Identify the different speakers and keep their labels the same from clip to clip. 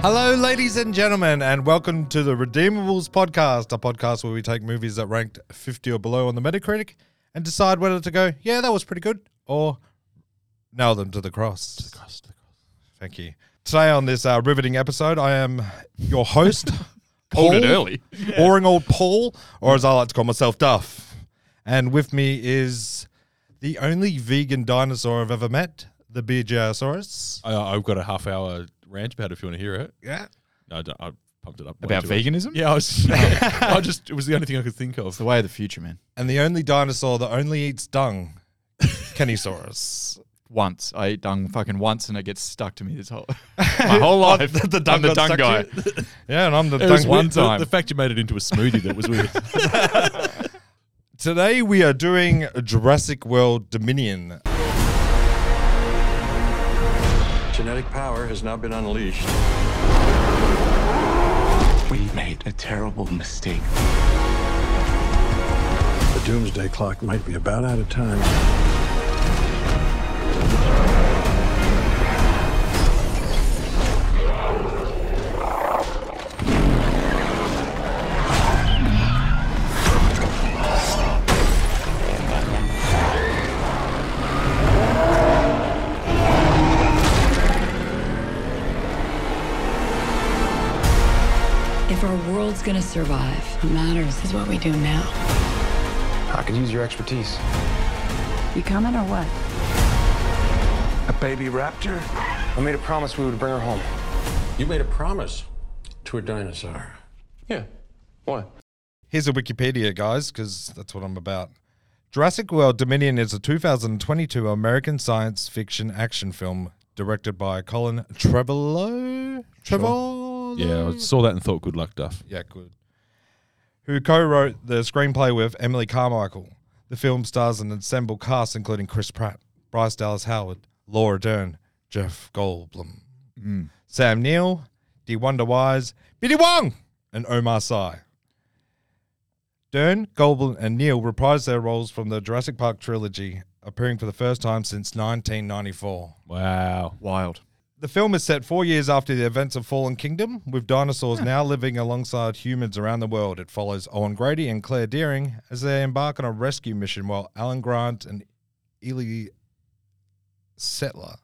Speaker 1: Hello, ladies and gentlemen, and welcome to the Redeemables podcast, a podcast where we take movies that ranked 50 or below on the Metacritic and decide whether to go, yeah, that was pretty good, or nail them to the cross. To the cross, to the cross. Thank you. Today on this uh, riveting episode, I am your host, Paul,
Speaker 2: Pulled it early.
Speaker 1: boring old Paul, or as I like to call myself, Duff. And with me is the only vegan dinosaur I've ever met, the Bearjasaurus.
Speaker 2: I, I've got a half hour rant about it if you want to hear it.
Speaker 1: Yeah.
Speaker 2: No, I, don't- I pumped it up. way
Speaker 3: About
Speaker 2: too early.
Speaker 3: veganism?
Speaker 2: Yeah, I, was, I just, it was the only thing I could think
Speaker 3: It's
Speaker 2: of.
Speaker 3: the way of the future, man.
Speaker 1: And the only dinosaur that only eats dung, Kennysaurus.
Speaker 3: Once. I ate dung fucking once and it gets stuck to me this whole my whole life. the dung, the
Speaker 1: got
Speaker 3: dung
Speaker 1: stuck
Speaker 3: guy.
Speaker 1: to Yeah, and I'm the
Speaker 2: It was
Speaker 1: dung
Speaker 3: one
Speaker 2: weird. The-
Speaker 3: time.
Speaker 2: The, fact you made it into a smoothie that was weird.
Speaker 1: Today we are doing Jurassic World Dominion.
Speaker 4: Genetic power has now been unleashed.
Speaker 5: We made a terrible mistake.
Speaker 4: The doomsday clock might be about out of time.
Speaker 6: If our world's gonna survive, what matters is what we do now.
Speaker 7: I could use your expertise.
Speaker 6: You coming or what?
Speaker 7: A baby raptor? I made a promise we would bring her home.
Speaker 4: You made a promise to a dinosaur.
Speaker 7: Yeah. What?
Speaker 1: Here's a Wikipedia, guys, because that's what I'm about. Jurassic World Dominion is a 2022 American science fiction action film directed by Colin Trevorrow. Trevorrow?
Speaker 2: yeah, I saw that and thought, good luck, Duff.
Speaker 1: Yeah, good. Who co wrote the screenplay with Emily Carmichael. The film stars an ensemble cast including Chris Pratt, Bryce Dallas Howard, Laura Dern, Jeff Goldblum, Sam Neill, D. Wonder Wise, Biddy Wong, and Omar Sy. Dern, Goldblum, and Neil reprised their roles from the Jurassic Park trilogy, appearing for the first time since 1994.
Speaker 2: Wow.
Speaker 3: Wild.
Speaker 1: The film is set four years after the events of Fallen Kingdom, with dinosaurs now living alongside humans around the world. It follows Owen Grady and Claire Deering as they embark on a rescue mission while Alan Grant and Ely Settler.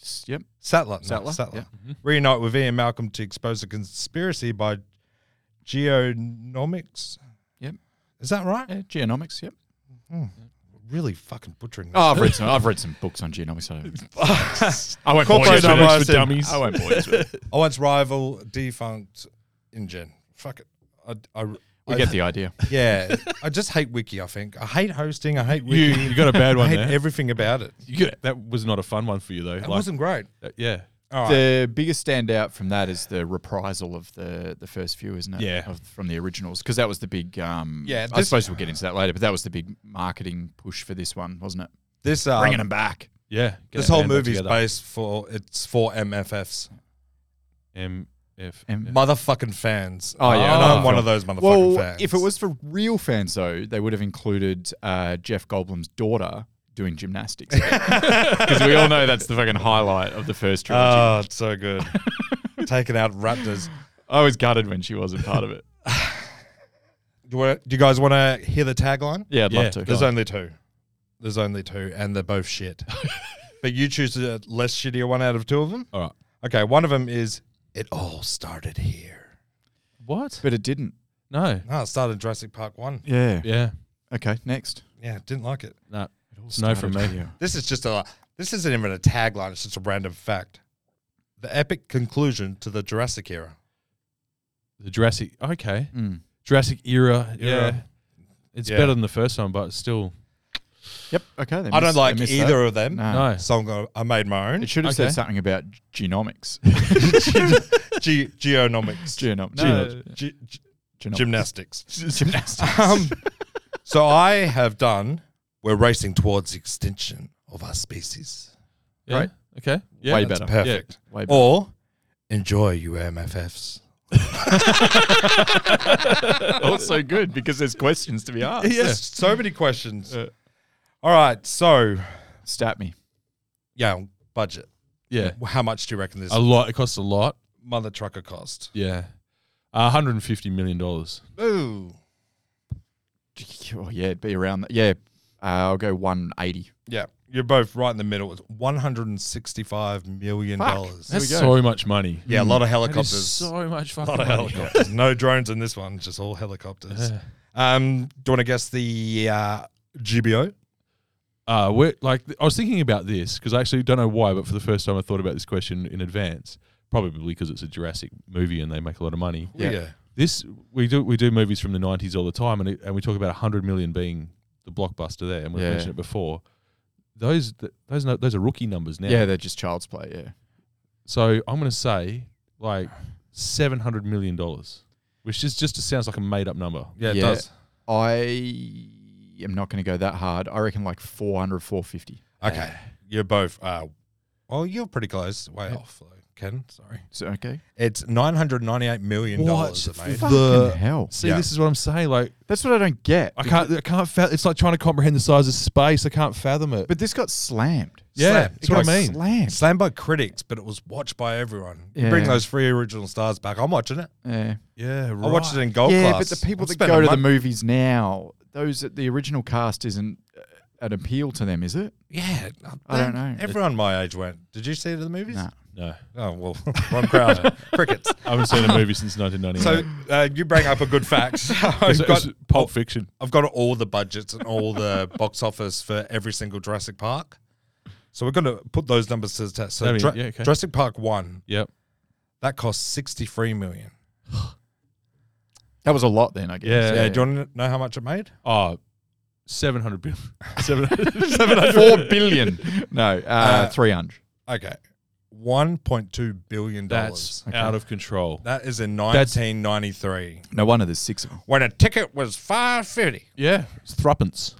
Speaker 3: S- Yep.
Speaker 1: Sattler. no,
Speaker 3: Sattler, Mm-hmm.
Speaker 1: Sattler. Reunite with Ian Malcolm to expose a conspiracy by geonomics.
Speaker 3: Yep.
Speaker 1: Is that right?
Speaker 3: Yeah, Eh, genomics, yep.
Speaker 1: Really fucking butchering that.
Speaker 3: Oh, I've read some I've read some books on genomics. I, I won't bore you
Speaker 1: Corporate
Speaker 3: with it.
Speaker 1: Dummies for
Speaker 2: dummies.
Speaker 3: I won't bore you with it.
Speaker 1: I once Oh, rival defunct InGen. Fuck it. I, I,
Speaker 3: We
Speaker 1: I-
Speaker 3: get the idea.
Speaker 1: Yeah, I just hate Wiki. I think I hate hosting. I hate Wiki.
Speaker 2: You, you got a bad
Speaker 1: I
Speaker 2: one
Speaker 1: hate
Speaker 2: there.
Speaker 1: everything about it.
Speaker 2: You got- that was not a fun one for you, though.
Speaker 1: It
Speaker 2: Like,
Speaker 1: wasn't great.
Speaker 2: uh, yeah.
Speaker 1: All right.
Speaker 3: The biggest standout from that is the reprisal of the, the first few, isn't it?
Speaker 2: Yeah.
Speaker 3: Of, from the originals. Because that was the big. Um,
Speaker 1: Yeah,
Speaker 3: I
Speaker 1: this-
Speaker 3: suppose we'll get into that later, but that was the big marketing push for this one, wasn't it?
Speaker 1: This uh,
Speaker 3: Bringing them back.
Speaker 2: Yeah. Get
Speaker 1: this
Speaker 2: that
Speaker 1: whole
Speaker 2: band back
Speaker 1: movie is
Speaker 2: together.
Speaker 1: based for it's for MFFs,
Speaker 2: M F.
Speaker 3: M-
Speaker 1: motherfucking fans.
Speaker 3: Oh, yeah,
Speaker 1: and
Speaker 3: I know
Speaker 1: I'm
Speaker 3: that
Speaker 1: one
Speaker 3: film.
Speaker 1: of those motherfucking
Speaker 3: Well,
Speaker 1: fans.
Speaker 3: if it was for real fans, though, they would have included uh, Jeff Goldblum's daughter doing gymnastics. Because we all know that's the fucking highlight of the first trilogy.
Speaker 1: oh, it's so good. Taking out raptors.
Speaker 3: I was gutted when she wasn't part of it.
Speaker 1: Do you, wanna, do you guys want to hear the tagline?
Speaker 3: Yeah, I'd
Speaker 2: Yeah,
Speaker 3: love to.
Speaker 1: There's only two. There's only two, and they're both shit. but you choose the less shittier one out of two of them.
Speaker 2: All right.
Speaker 1: Okay, one of them is it all started here.
Speaker 2: What?
Speaker 3: But it didn't.
Speaker 2: No.
Speaker 1: No, it started in Jurassic Park one.
Speaker 3: Yeah.
Speaker 2: Yeah.
Speaker 3: Okay, next.
Speaker 1: Yeah, didn't like it.
Speaker 2: No. It's no from me.
Speaker 1: This is just a. This isn't even a tagline. It's just a random fact. The epic conclusion to the Jurassic era.
Speaker 2: The Jurassic. Okay.
Speaker 3: Mm.
Speaker 2: Jurassic era. Yeah.
Speaker 1: Era.
Speaker 2: It's
Speaker 1: Yeah.
Speaker 2: better than the first one, but it's still.
Speaker 3: Yep. Okay. they
Speaker 1: I don't
Speaker 3: missed- they
Speaker 1: like
Speaker 3: missed
Speaker 1: either
Speaker 3: that.
Speaker 1: of them,
Speaker 3: No.
Speaker 2: No.
Speaker 1: so I'm gonna, I made my own
Speaker 3: It should have
Speaker 2: Okay.
Speaker 3: said something about genomics.
Speaker 1: Ge- geonomics,
Speaker 2: Genom-
Speaker 3: Genom- no,
Speaker 1: Ge- ge-
Speaker 3: genomics.
Speaker 1: gymnastics.
Speaker 3: Gymnastics.
Speaker 1: Um, so I have done. We're racing towards extinction of our species.
Speaker 2: Yeah.
Speaker 3: Right.
Speaker 2: Okay. Yeah.
Speaker 3: Way
Speaker 2: that's
Speaker 3: better.
Speaker 1: Perfect.
Speaker 3: Way better.
Speaker 1: Or enjoy you MFFs.
Speaker 3: also good because there's questions to be asked.
Speaker 1: Yes, so many questions. All right, so
Speaker 3: Stat me.
Speaker 1: yeah, budget.
Speaker 2: Yeah.
Speaker 1: How much do you reckon this?
Speaker 2: A lot. It costs a lot.
Speaker 1: mother trucker cost?
Speaker 2: Yeah. Uh, $150 million.
Speaker 1: Ooh.
Speaker 3: Oh, yeah, it'd be around. That. Yeah, uh, I'll go 180.
Speaker 1: Yeah, you're both right in the middle. It's 165 million dollars.
Speaker 2: That's
Speaker 3: we go.
Speaker 2: so much money.
Speaker 1: Yeah, a lot of
Speaker 2: That is
Speaker 1: helicopters.
Speaker 2: so much
Speaker 1: a lot
Speaker 2: fucking
Speaker 1: of
Speaker 2: money.
Speaker 1: helicopters. no drones in this one. Just all helicopters.
Speaker 2: Yeah.
Speaker 1: Um, do you want to guess the uh, GBO?
Speaker 2: Uh, we're, like th- I was thinking about this because I actually don't know why, but for the first time I thought about this question in advance. Probably because it's a Jurassic movie and they make a lot of money. This we do we do movies from the '90s all the time, and it, and we talk about hundred million being the blockbuster there, and we've
Speaker 3: Yeah.
Speaker 2: mentioned it before. Those th- those no, those are rookie numbers now.
Speaker 3: Yeah. they're just child's play. Yeah.
Speaker 2: So I'm gonna say like seven hundred million dollars, which is just sounds like a made up number.
Speaker 1: yeah, it
Speaker 3: Yeah.
Speaker 1: does.
Speaker 3: I am not going to go that hard. I reckon like 400, 450.
Speaker 1: Okay, you're both. Uh, well, you're pretty close. Way off, though. Ken. Sorry,
Speaker 3: So, okay.
Speaker 1: it's 998 million dollars. it made.
Speaker 3: Fucking hell.
Speaker 2: See,
Speaker 1: Yeah.
Speaker 2: this is what I'm saying. Like
Speaker 3: That's what I don't get.
Speaker 2: I can't I can't. Fa- it's like trying to comprehend the size of space. I can't fathom it.
Speaker 3: But this got slammed.
Speaker 2: yeah,
Speaker 1: Slap.
Speaker 2: that's what I
Speaker 1: Like
Speaker 2: mean.
Speaker 3: Slammed.
Speaker 1: Slammed by critics, but it was watched by everyone. You
Speaker 3: Yeah.
Speaker 1: Bring those three original stars back. I'm watching it.
Speaker 3: Yeah.
Speaker 2: Yeah, right.
Speaker 1: I watched it in gold
Speaker 3: yeah,
Speaker 1: class.
Speaker 3: but the people
Speaker 1: I'm
Speaker 3: that
Speaker 1: spending
Speaker 3: go to the
Speaker 1: money-
Speaker 3: movies now, those the original cast isn't uh, an appeal to them, is it?
Speaker 1: Yeah,
Speaker 3: I don't know.
Speaker 1: Everyone my age went. Did you see it at the movies?
Speaker 3: No.
Speaker 2: No,
Speaker 1: Oh well, wrong crowd. Crickets.
Speaker 2: I haven't seen a movie since 1999.
Speaker 1: So uh, you bring up a good fact. I've
Speaker 2: It's-
Speaker 1: got
Speaker 2: it's Pulp Fiction.
Speaker 1: I've got all the budgets and all the box office for every single Jurassic Park. So we're going to put those numbers to the test. So
Speaker 2: That'd be-
Speaker 1: Jura-
Speaker 2: yeah, okay.
Speaker 1: Jurassic Park one
Speaker 2: Yep.
Speaker 1: that cost sixty three million.
Speaker 3: That was a lot then, I guess.
Speaker 2: Yeah.
Speaker 1: Yeah, do you want to know how much it made?
Speaker 2: Oh, 700 billion.
Speaker 3: 4 billion. No, uh,
Speaker 1: Uh,
Speaker 3: 300.
Speaker 1: Okay, one point two billion
Speaker 2: That's
Speaker 1: dollars.
Speaker 2: out of control.
Speaker 1: That is in
Speaker 2: That's-
Speaker 1: nineteen ninety three
Speaker 3: No wonder there's six of them.
Speaker 1: when a ticket was five fifty.
Speaker 2: Yeah, it's threepence.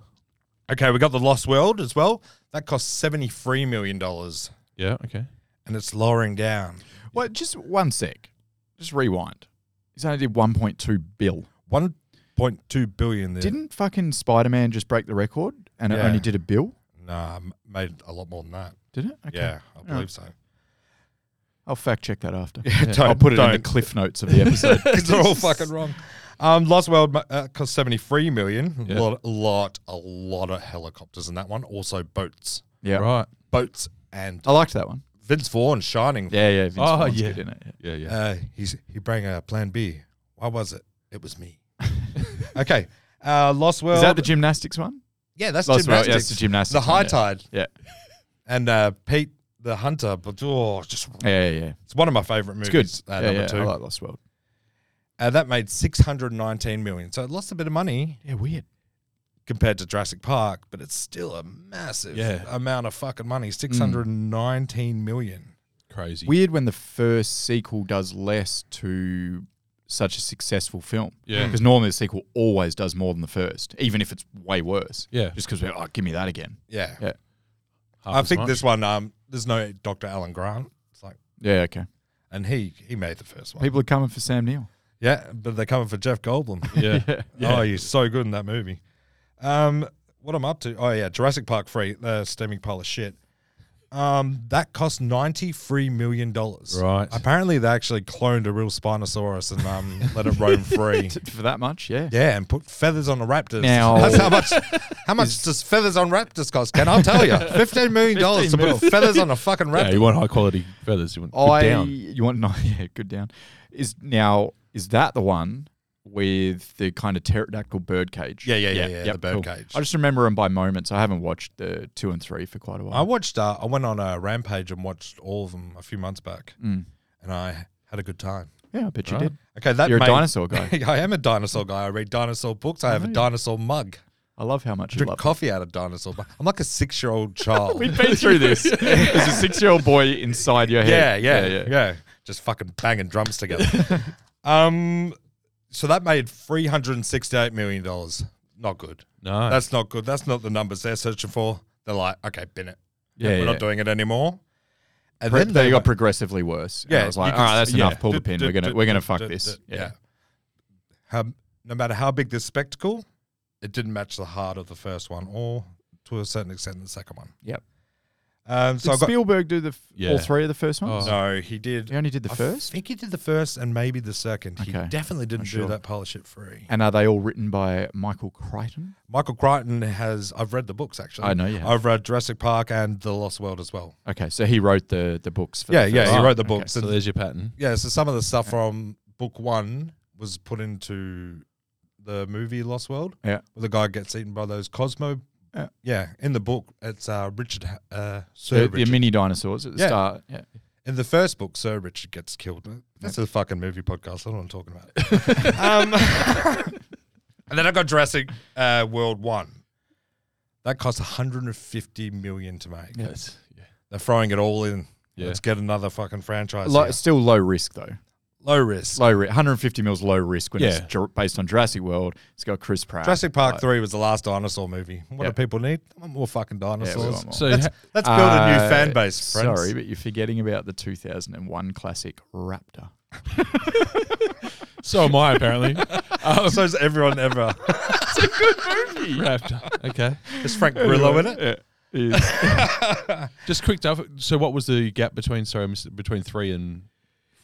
Speaker 1: Okay, we got the Lost World as well. That cost seventy three million dollars,
Speaker 2: Yeah, okay.
Speaker 1: and it's lowering down.
Speaker 3: Well, just one sec. Just rewind. He's only did 1.2 bill.
Speaker 1: One point two billion. There.
Speaker 3: Didn't fucking Spider Man just break the record and
Speaker 1: Yeah.
Speaker 3: it only did a bill?
Speaker 1: Nah, m- made a lot more than that.
Speaker 3: Did it? Okay.
Speaker 1: Yeah, I believe so.
Speaker 3: I'll fact check that after. I'll
Speaker 1: don't-
Speaker 3: put it in the
Speaker 1: don't.
Speaker 3: cliff notes of the episode.
Speaker 1: Because they're all fucking wrong. Um, Lost World mu- uh, cost seventy three million.
Speaker 2: Yeah.
Speaker 1: Lot, lot, a lot of helicopters in that one. Also boats,
Speaker 3: yeah.
Speaker 2: Right.
Speaker 1: boats, and
Speaker 3: I liked that one.
Speaker 1: Vince Vaughn shining.
Speaker 3: Yeah, yeah. Vince
Speaker 2: Oh,
Speaker 3: Vaughn's
Speaker 2: yeah.
Speaker 3: good in it. Yeah.
Speaker 2: Yeah, yeah.
Speaker 1: Uh, he's he bring a Plan B. Why was it? It was me. okay. Uh, Lost World.
Speaker 3: Is that the gymnastics one?
Speaker 1: yeah, that's
Speaker 3: Lost World,
Speaker 1: gymnastics.
Speaker 3: yeah, it's the gymnastics
Speaker 1: The
Speaker 3: one,
Speaker 1: high
Speaker 3: yeah.
Speaker 1: tide
Speaker 3: Yeah.
Speaker 1: and uh, Pete the Hunter. But oh, just
Speaker 3: Yeah, yeah, yeah.
Speaker 1: it's one of my favorite movies.
Speaker 3: It's good.
Speaker 1: Uh,
Speaker 3: yeah,
Speaker 1: number
Speaker 3: yeah.
Speaker 1: two.
Speaker 3: I like Lost World.
Speaker 1: Uh, that made 619 million. So it lost a bit of money
Speaker 3: Yeah, weird.
Speaker 1: compared to Jurassic Park, but it's still a massive
Speaker 2: Yeah.
Speaker 1: amount of fucking money.
Speaker 3: Mm.
Speaker 1: Six hundred and nineteen million.
Speaker 2: Crazy.
Speaker 3: Weird when the first sequel does less to such a successful film.
Speaker 2: Yeah.
Speaker 3: Because normally the sequel always does more than the first, even if it's way worse.
Speaker 2: Yeah.
Speaker 3: Just because we're like, oh, give me that again.
Speaker 1: Yeah.
Speaker 3: Yeah.
Speaker 2: Half
Speaker 1: I
Speaker 2: as
Speaker 1: think
Speaker 2: much.
Speaker 1: this one, um, there's no Dr. Alan Grant. It's like
Speaker 3: Yeah, okay.
Speaker 1: and he he made the first one.
Speaker 3: People are coming for Sam Neill.
Speaker 1: Yeah, but they're coming for Jeff Goldblum.
Speaker 2: Yeah.
Speaker 1: Oh, he's so good in that movie. Um, what I'm up to? Oh yeah, Jurassic Park three, uh, steaming pile of shit. Um, that cost ninety three million dollars.
Speaker 2: Right.
Speaker 1: Apparently, they actually cloned a real Spinosaurus and um, let it roam free.
Speaker 3: For that much, yeah.
Speaker 1: Yeah, and put feathers on the raptors.
Speaker 3: Now-
Speaker 1: That's how much. How much does feathers on raptors cost? Can I tell you? Fifteen million dollars to
Speaker 3: 15
Speaker 1: put feathers on a fucking
Speaker 2: yeah,
Speaker 1: raptor.
Speaker 2: you want high quality feathers. You want good
Speaker 3: I
Speaker 2: down.
Speaker 3: you want no yeah, good down. Is now is that the one with the kind of pterodactyl bird cage?
Speaker 1: Yeah, yeah, yeah, yeah, the bird
Speaker 3: cool.
Speaker 1: cage.
Speaker 3: I just remember them by moments. I haven't watched the two and three for quite a
Speaker 1: I
Speaker 3: while.
Speaker 1: watched. Uh, I went on a rampage and watched all of them a few months back,
Speaker 2: Mm.
Speaker 1: and I had a good time.
Speaker 3: yeah, I bet you
Speaker 2: Right.
Speaker 3: did.
Speaker 1: Okay, that
Speaker 3: You're a
Speaker 1: made-
Speaker 3: dinosaur guy.
Speaker 1: I am a dinosaur guy. I read dinosaur books. I have a dinosaur mug.
Speaker 3: I love how much you
Speaker 1: Drink
Speaker 3: love.
Speaker 1: coffee out of dinosaur. bu- I'm like a six year old child.
Speaker 3: We've been through this. There's a six-year-old boy inside your
Speaker 1: yeah, yeah,
Speaker 3: head.
Speaker 1: yeah, Just fucking banging drums together. um, so that made three hundred and sixty eight million dollars. Not good.
Speaker 2: No.
Speaker 1: That's not good. That's not the numbers they're searching for. They're like, okay, bin it.
Speaker 3: Yeah,
Speaker 1: we're
Speaker 3: yeah.
Speaker 1: not doing it anymore. And
Speaker 3: Pro-
Speaker 1: then
Speaker 3: they
Speaker 1: they
Speaker 3: got progressively worse. Yeah,
Speaker 1: Yeah,
Speaker 3: I was like,
Speaker 1: you
Speaker 3: all
Speaker 1: can
Speaker 3: right,
Speaker 1: s-
Speaker 3: that's
Speaker 2: yeah.
Speaker 3: enough. Pull the pin. We're gonna we're gonna fuck this.
Speaker 1: Yeah. Um, no matter how big this spectacle, it didn't match the heart of the first one, or to a certain extent, the second one.
Speaker 3: Yep.
Speaker 1: Um, so
Speaker 3: Did
Speaker 1: I got
Speaker 3: Spielberg do the f-
Speaker 2: Yeah.
Speaker 3: all three of the first ones?
Speaker 1: no. He did.
Speaker 3: He only did the
Speaker 1: I
Speaker 3: first?
Speaker 1: think he did the first and maybe the second. He
Speaker 3: Okay.
Speaker 1: definitely didn't
Speaker 3: Not
Speaker 1: do
Speaker 3: sure.
Speaker 1: that pile of shit free.
Speaker 3: And are they all written by Michael Crichton?
Speaker 1: Michael Crichton has. I've read the books actually.
Speaker 3: I know you have.
Speaker 1: I've read Jurassic Park and The Lost World as well.
Speaker 3: Okay, so he wrote the, the books for
Speaker 1: Yeah,
Speaker 3: the
Speaker 1: yeah.
Speaker 3: first
Speaker 1: He
Speaker 3: one.
Speaker 1: wrote the
Speaker 3: Okay.
Speaker 1: books.
Speaker 2: So
Speaker 1: and-
Speaker 2: there's your pattern.
Speaker 1: yeah, so some of the stuff from book one was put into the movie Lost World.
Speaker 3: Yeah.
Speaker 1: where the guy gets eaten by those Cosmo.
Speaker 3: Yeah.
Speaker 1: in the book, it's uh, Richard, Ha- uh, Sir
Speaker 3: The,
Speaker 1: Richard.
Speaker 3: the mini dinosaurs at the
Speaker 1: Yeah.
Speaker 3: start. Yeah.
Speaker 1: in the first book, Sir Richard gets killed. That's a fucking movie podcast. I don't know what I'm talking about. um, and then I got Jurassic uh, World One. That cost 150 million to make.
Speaker 2: Yes. Yeah.
Speaker 1: They're throwing it all in.
Speaker 2: Yeah.
Speaker 1: Let's get another fucking franchise.
Speaker 3: Lo-
Speaker 1: here.
Speaker 3: Still low risk though.
Speaker 1: Low risk.
Speaker 3: Low risk. 150 mils low risk when
Speaker 2: Yeah.
Speaker 3: it's ju- based on Jurassic World. It's got Chris Pratt.
Speaker 1: Jurassic Park
Speaker 3: Like,
Speaker 1: Three was the last dinosaur movie. What
Speaker 3: Yeah.
Speaker 1: do people need? They want more fucking
Speaker 3: yeah, we
Speaker 1: dinosaurs.
Speaker 3: want more.
Speaker 2: So
Speaker 1: Let's,
Speaker 2: ha-
Speaker 1: let's build a new
Speaker 3: Uh,
Speaker 1: fan base, friends.
Speaker 3: Sorry, but you're forgetting about the 2001 classic Raptor.
Speaker 2: so am I apparently.
Speaker 1: so is everyone ever.
Speaker 2: Raptor. Okay.
Speaker 1: Is Frank Grillo in it?
Speaker 2: Just quick stuff. So what was the gap between sorry I missed it, between three and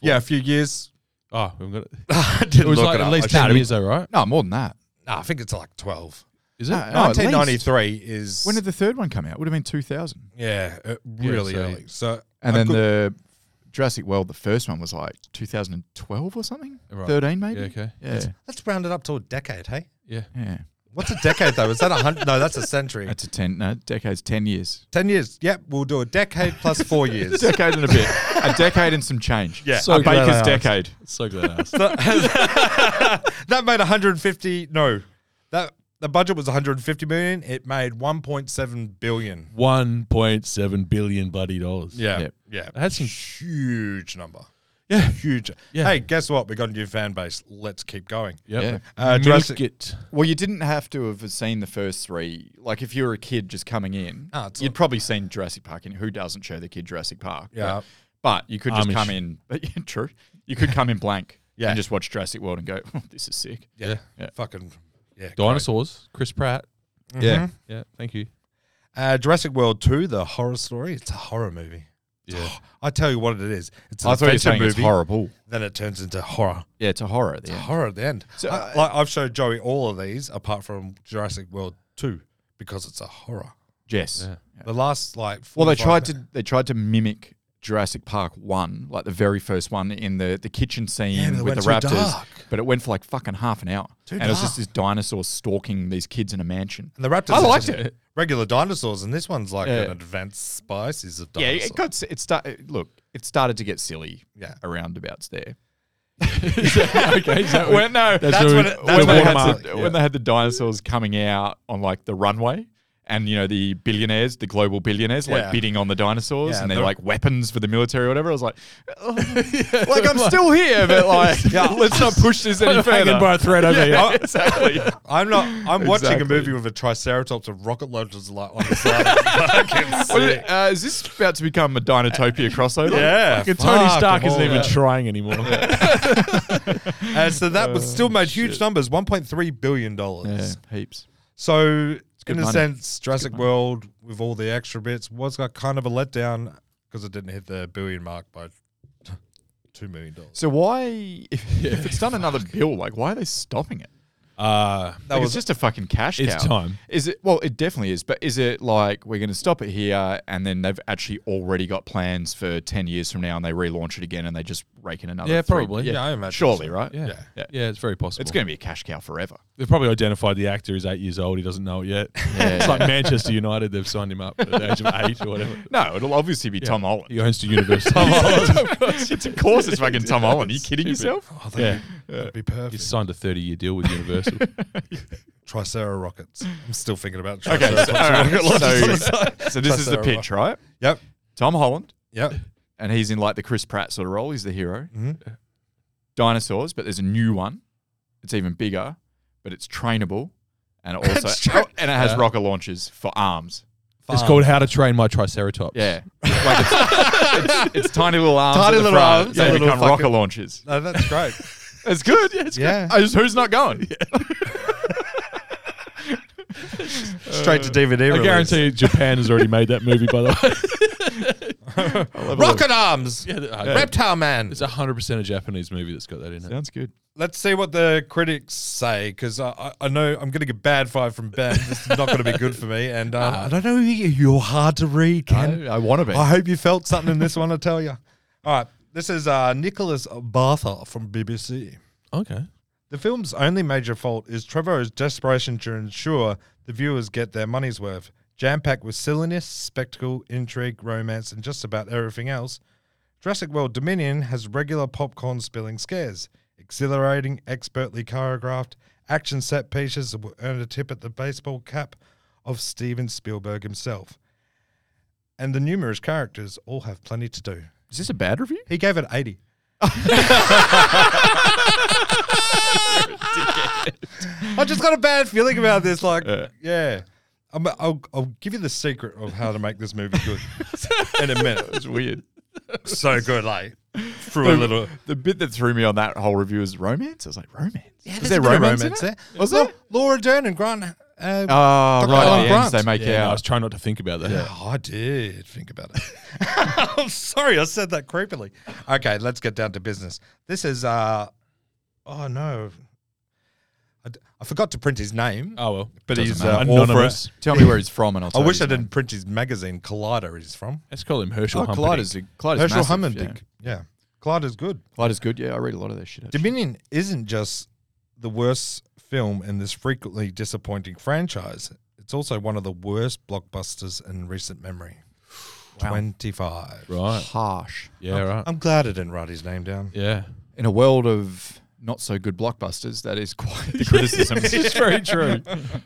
Speaker 1: Yeah, a few years.
Speaker 2: oh we've got it.
Speaker 1: I didn't
Speaker 2: It was
Speaker 1: look
Speaker 2: like
Speaker 1: it
Speaker 2: at
Speaker 1: up. I
Speaker 2: least
Speaker 1: should-
Speaker 2: ten years though, right?
Speaker 3: No, more than that.
Speaker 1: Nah, I think it's like twelve.
Speaker 2: Is it? Oh,
Speaker 3: No,
Speaker 1: Uh,
Speaker 3: no, Oh, at least.
Speaker 1: 1993 is
Speaker 3: When did the third one come out? Would have been 2000.
Speaker 1: yeah, uh, really
Speaker 2: so-
Speaker 1: early. So uh,
Speaker 3: And
Speaker 1: I
Speaker 3: then
Speaker 1: could-
Speaker 3: the Jurassic World, the first one was like 2012 or something?
Speaker 1: uh,
Speaker 2: Right.
Speaker 3: 13 maybe?
Speaker 2: Yeah, okay.
Speaker 3: Yeah.
Speaker 1: let's round it up to a decade. Hey,
Speaker 2: Yeah.
Speaker 3: yeah.
Speaker 1: what's a decade though? Is that a hundred? No, that's a century.
Speaker 3: That's a 10, no, decade's 10 years.
Speaker 1: Ten years. Yep, we'll do a decade plus four years.
Speaker 3: decade and a bit. a decade and some change.
Speaker 1: Yeah.
Speaker 2: So
Speaker 3: a
Speaker 2: glad I
Speaker 3: baker's
Speaker 2: asked.
Speaker 3: decade.
Speaker 2: So glad I asked.
Speaker 1: that made 150. No, that the budget was 150 million. It made 1.7 billion.
Speaker 2: One point seven billion bloody dollars.
Speaker 1: Yeah,
Speaker 3: Yep.
Speaker 1: yeah.
Speaker 2: That's
Speaker 1: a
Speaker 2: in-
Speaker 1: huge number.
Speaker 2: Yeah.
Speaker 1: Huge.
Speaker 2: Yeah.
Speaker 1: Hey, guess what? We got a new fan base. Let's keep going.
Speaker 2: Yep.
Speaker 1: Yeah. Uh,
Speaker 2: Milk
Speaker 1: Jurassic-
Speaker 2: it.
Speaker 3: Well, you didn't have to have seen the first three. Like, if you were a kid just coming in,
Speaker 1: Ah, it's
Speaker 3: you'd
Speaker 1: all-
Speaker 3: probably seen Jurassic Park. And who doesn't show their kid Jurassic Park?
Speaker 1: Yeah.
Speaker 3: But you could just
Speaker 2: Amish.
Speaker 3: come in. true. You could come in blank
Speaker 1: Yeah.
Speaker 3: and just watch Jurassic World and go, oh, this is sick.
Speaker 1: Yeah.
Speaker 3: Yeah.
Speaker 1: Fucking yeah.
Speaker 2: Dinosaurs. Chris Pratt. Mm-hmm.
Speaker 1: great.
Speaker 3: Yeah.
Speaker 1: Mhm.
Speaker 2: Yeah. Thank you.
Speaker 1: Uh, Jurassic World 2, the horror story. It's a horror movie.
Speaker 2: Yeah.
Speaker 1: I tell you what it is. It's an
Speaker 3: I thought you were
Speaker 1: adventure
Speaker 3: saying
Speaker 1: movie.
Speaker 3: it's horrible.
Speaker 1: Then it turns into horror.
Speaker 3: Yeah, it's a horror at the end.
Speaker 1: Horror at the end.
Speaker 3: So,
Speaker 1: I-
Speaker 3: uh,
Speaker 1: like I've showed Joey all of these apart from Jurassic World 2 because it's a horror.
Speaker 3: Yes.
Speaker 1: The last like
Speaker 3: Well, they
Speaker 1: 45
Speaker 3: tried
Speaker 1: minutes-
Speaker 3: to they tried to mimic Jurassic Park one, like the very first one in the, the kitchen scene
Speaker 1: Yeah, but it
Speaker 3: with the
Speaker 1: went too
Speaker 3: raptors,
Speaker 1: dark.
Speaker 3: but it went for like fucking half an hour,
Speaker 1: Too
Speaker 3: and it was just
Speaker 1: dark.
Speaker 3: this dinosaur stalking these kids in a mansion.
Speaker 1: And the raptors.
Speaker 3: I
Speaker 1: are
Speaker 3: liked
Speaker 1: just
Speaker 3: it.
Speaker 1: Regular dinosaurs, and this one's like
Speaker 3: Yeah.
Speaker 1: an advanced species of
Speaker 3: Yeah,
Speaker 1: dinosaur.
Speaker 3: it got s- it started. Look, it started to get silly.
Speaker 1: Yeah.
Speaker 3: around abouts there.
Speaker 2: okay. Is that
Speaker 3: Well, no,
Speaker 1: That's
Speaker 2: where
Speaker 1: when
Speaker 2: we-
Speaker 1: it-
Speaker 3: when,
Speaker 1: that's
Speaker 3: they
Speaker 1: when
Speaker 3: had
Speaker 1: it
Speaker 3: the,
Speaker 1: marked,
Speaker 3: when they had the dinosaurs coming out on like the runway. And you know the billionaires, the global billionaires, like
Speaker 1: Yeah.
Speaker 3: bidding on the dinosaurs,
Speaker 1: Yeah,
Speaker 3: and
Speaker 1: the-
Speaker 3: they're like weapons for the military or whatever. I was like, oh. like I'm still here, but like, let's not push this any
Speaker 2: I'm hanging
Speaker 3: further.
Speaker 2: by a thread over here.
Speaker 3: yeah, exactly.
Speaker 1: I'm not. I'm watching a
Speaker 3: Exactly.
Speaker 1: movie with a triceratops with rocket launchers like on the side. Fucking
Speaker 3: What is
Speaker 1: sick.
Speaker 3: it- uh, is this about to become a Dinotopia crossover?
Speaker 1: Yeah,
Speaker 2: Fucking Tony
Speaker 1: fuck,
Speaker 2: Stark
Speaker 1: I'm
Speaker 2: isn't
Speaker 1: all
Speaker 2: even
Speaker 1: about it.
Speaker 2: trying anymore.
Speaker 1: Uh, so that
Speaker 3: Oh,
Speaker 1: was still made huge numbers, 1.3 billion dollars.
Speaker 3: heaps.
Speaker 1: So
Speaker 3: good
Speaker 1: in a
Speaker 3: money.
Speaker 1: sense, Jurassic World with all the extra bits was like kind of a letdown because it didn't hit the billion mark by two million dollars.
Speaker 3: So why, if, if it's done another bill, like why are they stopping it?
Speaker 2: Uh,
Speaker 1: That
Speaker 3: Like,
Speaker 1: was
Speaker 3: it's just a fucking cash cow.
Speaker 2: It's time.
Speaker 3: Is it? Well, it definitely is. But is it like we're going to stop it here, and then they've actually already got plans for ten years from now, and they relaunch it again, and they just rake in another?
Speaker 2: Yeah,
Speaker 3: three-
Speaker 2: probably.
Speaker 1: Yeah, I imagine
Speaker 3: Surely,
Speaker 1: so.
Speaker 3: right?
Speaker 2: yeah.
Speaker 1: Yeah.
Speaker 2: Yeah. it's very possible.
Speaker 3: It's going to be a cash cow forever.
Speaker 2: They've probably identified the actor is eight years old. He doesn't know it yet. it's like Manchester United. They've signed him up at the age of eight or whatever.
Speaker 3: No, it'll obviously be Tom Holland.
Speaker 2: He goes to university. Tom
Speaker 3: Oh. it's of course it's fucking Tom Holland. Are you kidding yourself?
Speaker 1: Oh, that'd,
Speaker 2: Yeah.
Speaker 1: be, that'd be perfect.
Speaker 2: He's signed a 30 year deal with Universal.
Speaker 1: Tricera rockets. I'm still thinking about
Speaker 3: Okay,
Speaker 1: Triceratops.
Speaker 3: so, all right,
Speaker 1: rocket launchers on the
Speaker 3: so-
Speaker 1: side.
Speaker 3: so this is the
Speaker 1: Triceratops.
Speaker 3: pitch, right?
Speaker 1: Yep.
Speaker 3: Tom Holland,
Speaker 1: Yep.
Speaker 3: and he's in like the Chris Pratt sort of role. He's the hero.
Speaker 1: hmm
Speaker 3: Dinosaurs, but there's a new one. It's even bigger, but it's trainable, and it also Oh,
Speaker 1: It's tra-
Speaker 3: and it has
Speaker 2: Yeah.
Speaker 3: rocket launchers for arms.
Speaker 2: it's called How to Train My Triceratops.
Speaker 3: Yeah, like it's, it's, it's tiny little arms.
Speaker 1: Tiny
Speaker 3: at the
Speaker 1: little
Speaker 3: front.
Speaker 1: arms,
Speaker 3: They
Speaker 1: that little
Speaker 3: become
Speaker 1: fucking-
Speaker 3: rocket launchers.
Speaker 1: No, that's great.
Speaker 3: It's good. Yeah, it's
Speaker 1: Yeah.
Speaker 3: good. I just, who's not going?
Speaker 1: Straight to DVD.
Speaker 2: I
Speaker 1: release.
Speaker 2: guarantee Japan has already made that movie, by the way.
Speaker 1: Rocket arms.
Speaker 2: Yeah, the- uh,
Speaker 1: Reptile man.
Speaker 2: It's hundred percent a Japanese movie that's got that in it.
Speaker 3: Sounds good.
Speaker 1: Let's see what the critics say because I, I- I know I'm going to get bad five from Ben. This is not going to be good for me. And uh, I don't know. you- You're hard to read, Ken.
Speaker 3: I- I wanna be.
Speaker 1: I hope you felt something in this one. I tell you. All right. This is uh, Nicholas Bartha from BBC.
Speaker 2: Okay.
Speaker 1: The film's only major fault is Trevor's desperation to ensure the viewers get their money's worth. Jam packed with silliness, spectacle, intrigue, romance, and just about everything else, Jurassic World Dominion has regular popcorn spilling scares, exhilarating, expertly choreographed action set pieces that will earn a tip at the baseball cap of Steven Spielberg himself. And the numerous characters all have plenty to do.
Speaker 3: Is this a bad review?
Speaker 1: He gave it 80. I just got a bad feeling about this. Like, yeah. I'm, I'll, I'll give you the secret of how to make this movie good in a minute.
Speaker 3: It's weird.
Speaker 1: So good, like, through a little.
Speaker 3: The bit that threw me on that whole review is romance. I was like, romance? Yeah,
Speaker 1: Is
Speaker 3: is there romance, in it?
Speaker 1: there?
Speaker 3: Was
Speaker 1: Well,
Speaker 3: there?
Speaker 1: Laura Dern and Grant. Uh,
Speaker 3: Oh,
Speaker 1: Dr.
Speaker 3: right.
Speaker 1: Alan
Speaker 3: At the end,
Speaker 1: Grant.
Speaker 3: they make
Speaker 2: Yeah, no, I
Speaker 3: out.
Speaker 2: was trying not to think about that.
Speaker 1: Oh, I did think about it. I'm sorry, I said that creepily. Okay, let's get down to business. This is, uh, oh no, I, d- I forgot to print his name,
Speaker 2: Oh well.
Speaker 1: but
Speaker 2: Doesn't
Speaker 1: he's
Speaker 2: matter.
Speaker 1: uh, all for
Speaker 2: anonymous.
Speaker 1: it.
Speaker 3: Tell me where he's from, and I'll.
Speaker 1: I
Speaker 3: Tell
Speaker 1: wish
Speaker 3: you
Speaker 1: I didn't print his magazine. Collider he's from.
Speaker 2: Let's call him
Speaker 3: Oh,
Speaker 2: Herschel.
Speaker 3: Collider's
Speaker 2: Humperdinck.
Speaker 3: Collider's
Speaker 1: Herschel
Speaker 3: massive,
Speaker 1: Hummendink. Yeah. Collider's good.
Speaker 3: Yeah. Collider's good. Yeah, I read a lot of their shit. actually.
Speaker 1: Dominion isn't just the worst film in this frequently disappointing franchise. It's also one of the worst blockbusters in recent memory. 25.
Speaker 2: Right.
Speaker 3: Harsh.
Speaker 2: Yeah. Right.
Speaker 3: Oh.
Speaker 1: I'm glad I didn't write his name down.
Speaker 2: yeah.
Speaker 3: In a world of not so good blockbusters, that is quite the criticism.
Speaker 2: it's very true.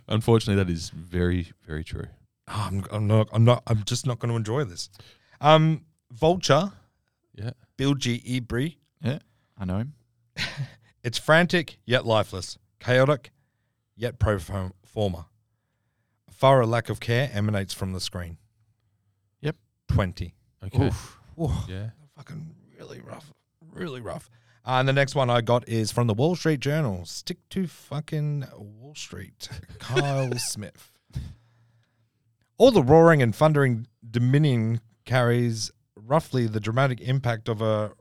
Speaker 2: Unfortunately, that is very, very true.
Speaker 1: Oh, I'm, I'm not. I'm not. I'm just not going to enjoy this. Um, Vulture,
Speaker 2: Yeah.
Speaker 1: Bill G. Ibri.
Speaker 3: yeah, I know him.
Speaker 1: It's frantic yet lifeless, chaotic yet pro former. A thorough lack of care emanates from the screen.
Speaker 3: Yep.
Speaker 1: Twenty.
Speaker 2: Okay.
Speaker 1: Ooh,
Speaker 2: Yeah.
Speaker 1: fucking really rough. Really rough. Uh, and the next one I got is from the Wall Street Journal. Stick to fucking Wall Street. Kyle Smith. All the roaring and thundering Dominion carries roughly the dramatic impact of a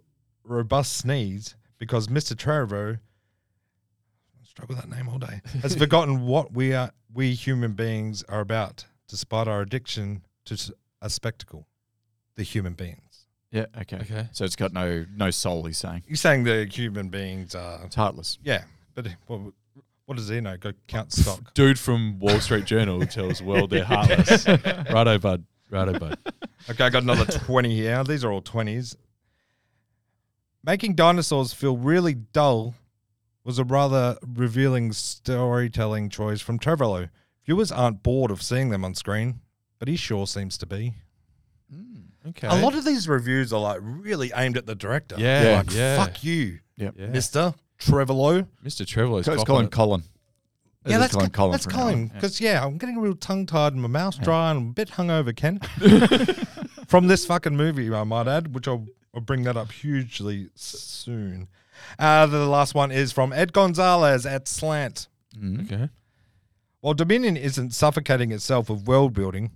Speaker 1: robust sneeze because Mr. Trevorrow I struggle with that name all day has forgotten what we are we human beings are about despite our addiction to s- a spectacle the human beings
Speaker 3: Yeah. Okay.
Speaker 2: Okay.
Speaker 3: So it's got no no soul. He's saying
Speaker 1: you're saying the human beings are
Speaker 3: it's heartless.
Speaker 1: yeah but what, what does he know go count stock
Speaker 2: Dude from Wall Street Journal tells world they're heartless. Righto, bud. Righto, bud.
Speaker 1: Okay, I got another 20 here. These are all 20s. Making dinosaurs feel really dull was a rather revealing storytelling choice from Trevorrow. Viewers aren't bored of seeing them on screen, but he sure seems to be.
Speaker 2: Okay.
Speaker 1: A lot of these reviews are like really aimed at the director.
Speaker 2: Yeah,
Speaker 1: Like,
Speaker 2: yeah.
Speaker 1: fuck you,
Speaker 3: Yep.
Speaker 2: Yeah.
Speaker 1: Mr. Trevorrow.
Speaker 2: Mr. Trevorlow's
Speaker 3: It's
Speaker 2: cop
Speaker 3: Colin
Speaker 2: on it.
Speaker 3: Colin. It
Speaker 1: yeah,
Speaker 3: is
Speaker 1: that's
Speaker 3: Colin
Speaker 1: Colin.
Speaker 3: Colin
Speaker 1: That's
Speaker 3: from now on.
Speaker 1: Colin.
Speaker 3: Yeah.
Speaker 1: Because yeah. I'm getting real tongue tied and my mouth's dry and I'm a bit hungover, Ken. From this fucking movie, I might add, which I'll, I'll bring that up hugely s- soon. Uh, the last one is from Ed Gonzalez at Slant.
Speaker 2: Okay.
Speaker 1: While Dominion isn't suffocating itself with world building,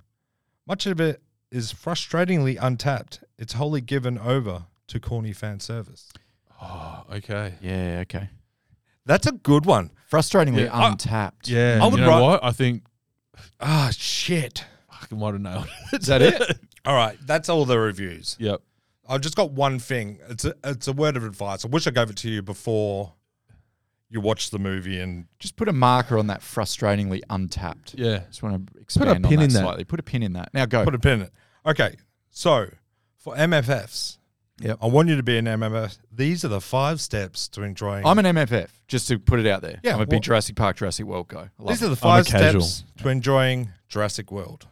Speaker 1: much of it is frustratingly untapped. It's wholly given over to corny fan service.
Speaker 2: Oh, okay.
Speaker 3: Yeah. Okay.
Speaker 1: That's a good one.
Speaker 3: Frustratingly
Speaker 2: Yeah, I-
Speaker 3: untapped.
Speaker 2: Yeah.
Speaker 1: I
Speaker 2: I
Speaker 1: would
Speaker 2: would you know
Speaker 1: ri-
Speaker 2: what? I think
Speaker 1: Ah, shit.
Speaker 2: I might have nailed it.
Speaker 3: Is that it?
Speaker 1: All right, that's all the reviews.
Speaker 2: yep.
Speaker 1: I've just got one thing. It's a, it's a word of advice. I wish I gave it to you before you watched the movie. And
Speaker 3: Just put a marker on that. Frustratingly untapped.
Speaker 2: Yeah.
Speaker 3: Just want to expand on
Speaker 2: pin
Speaker 3: that
Speaker 2: in that.
Speaker 3: slightly. Put a pin in that. Now go.
Speaker 1: put a pin in it. Okay, so for MFFs,
Speaker 3: Yep.
Speaker 1: I want you to be an MFF. These are the five steps to enjoying.
Speaker 3: I'm an MFF, just to put it out there.
Speaker 1: Yeah,
Speaker 3: I'm a big
Speaker 1: well-
Speaker 3: Jurassic Park, Jurassic World guy. I love
Speaker 1: These are
Speaker 3: it.
Speaker 1: the five
Speaker 2: casual.
Speaker 1: steps to enjoying Jurassic World.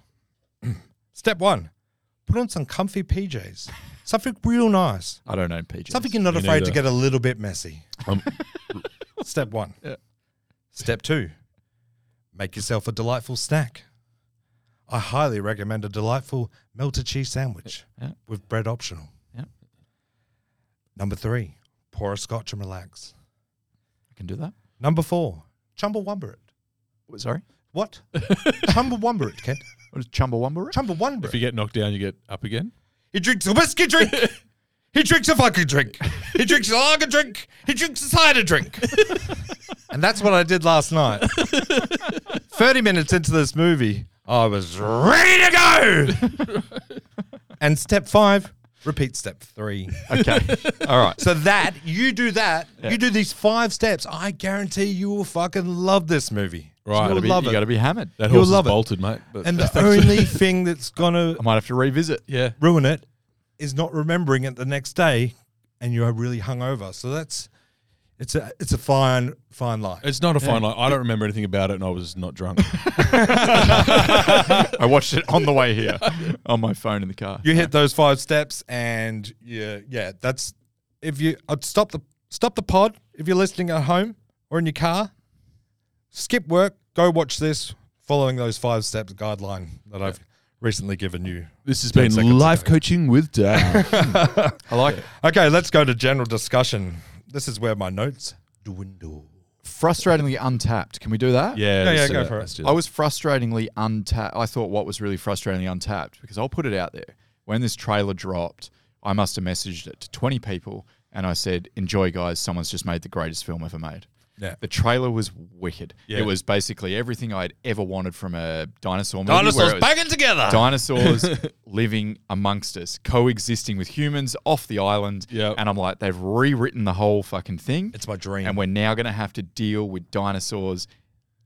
Speaker 1: Step one: put on some comfy PJs, something real nice,
Speaker 3: I don't own PJs.
Speaker 1: something you're not
Speaker 2: Me
Speaker 1: afraid to
Speaker 2: neither.
Speaker 1: get a little bit messy.
Speaker 2: Um,
Speaker 1: Step one.
Speaker 3: Yeah.
Speaker 1: Step two. Make yourself a delightful snack. I highly recommend a delightful melted cheese sandwich
Speaker 3: Yeah.
Speaker 1: with bread optional.
Speaker 3: Yeah.
Speaker 1: Number three. Pour a scotch and relax.
Speaker 3: I can do that.
Speaker 1: Number four. Chumbawamba it.
Speaker 3: What, sorry,
Speaker 1: What? Chumbawamba it, Ken.
Speaker 3: what is Chumbawamba?
Speaker 1: Chumbawamba
Speaker 2: if
Speaker 1: it.
Speaker 2: you get knocked down, you get up again.
Speaker 1: He drinks a whiskey drink. he drinks a vodka drink. He drinks a lager drink. He drinks a cider drink. and that's what I did last night. 30 minutes into this movie, I was ready to go. and step five, repeat step three.
Speaker 3: Okay.
Speaker 1: All right. So that, you do that, you do these five steps. I guarantee you will fucking love this movie.
Speaker 2: Right.
Speaker 1: You'll
Speaker 2: Gotta be-
Speaker 1: love
Speaker 3: you
Speaker 1: it.
Speaker 3: got to be hammered.
Speaker 2: That
Speaker 1: You'll
Speaker 2: horse is
Speaker 1: love it.
Speaker 2: bolted, mate. But
Speaker 1: and the only thing that's going to
Speaker 3: I might have to revisit.
Speaker 2: yeah,
Speaker 1: ruin it is not remembering it the next day and you're really hungover. So that's it's a it's a fine fine line.
Speaker 2: it's not a fine line. I don't remember anything about it, and I was not drunk.
Speaker 3: I watched it on the way here on my phone in the car.
Speaker 1: you hit those five steps and yeah, yeah, that's if you I'd stop the stop the pod if you're listening at home or in your car. Skip work, go watch this following those five steps guideline that I've recently given you.
Speaker 2: this has
Speaker 1: 10
Speaker 2: been
Speaker 1: seconds
Speaker 2: life
Speaker 1: ago.
Speaker 2: coaching with Dave.
Speaker 3: I like it.
Speaker 1: Okay, let's go to general discussion. This is where my notes dwindle.
Speaker 3: Frustratingly untapped. Can we do that?
Speaker 2: yeah,
Speaker 1: yeah,
Speaker 2: let's do
Speaker 1: go
Speaker 2: that.
Speaker 1: for it.
Speaker 2: Let's do
Speaker 3: I
Speaker 2: that.
Speaker 3: was frustratingly untapped. I thought what was really frustratingly untapped because I'll put it out there. When this trailer dropped, I must have messaged it to 20 people and I said, Enjoy, guys. Someone's just made the greatest film ever made.
Speaker 1: Yeah.
Speaker 3: The trailer was wicked.
Speaker 2: Yeah.
Speaker 3: It was basically everything I'd ever wanted from a dinosaur movie. where it was
Speaker 1: banging together.
Speaker 3: Dinosaurs living amongst us, coexisting with humans off the island.
Speaker 2: Yep.
Speaker 3: And I'm like, they've rewritten the whole fucking thing.
Speaker 1: It's my dream.
Speaker 3: And we're now going to have to deal with dinosaurs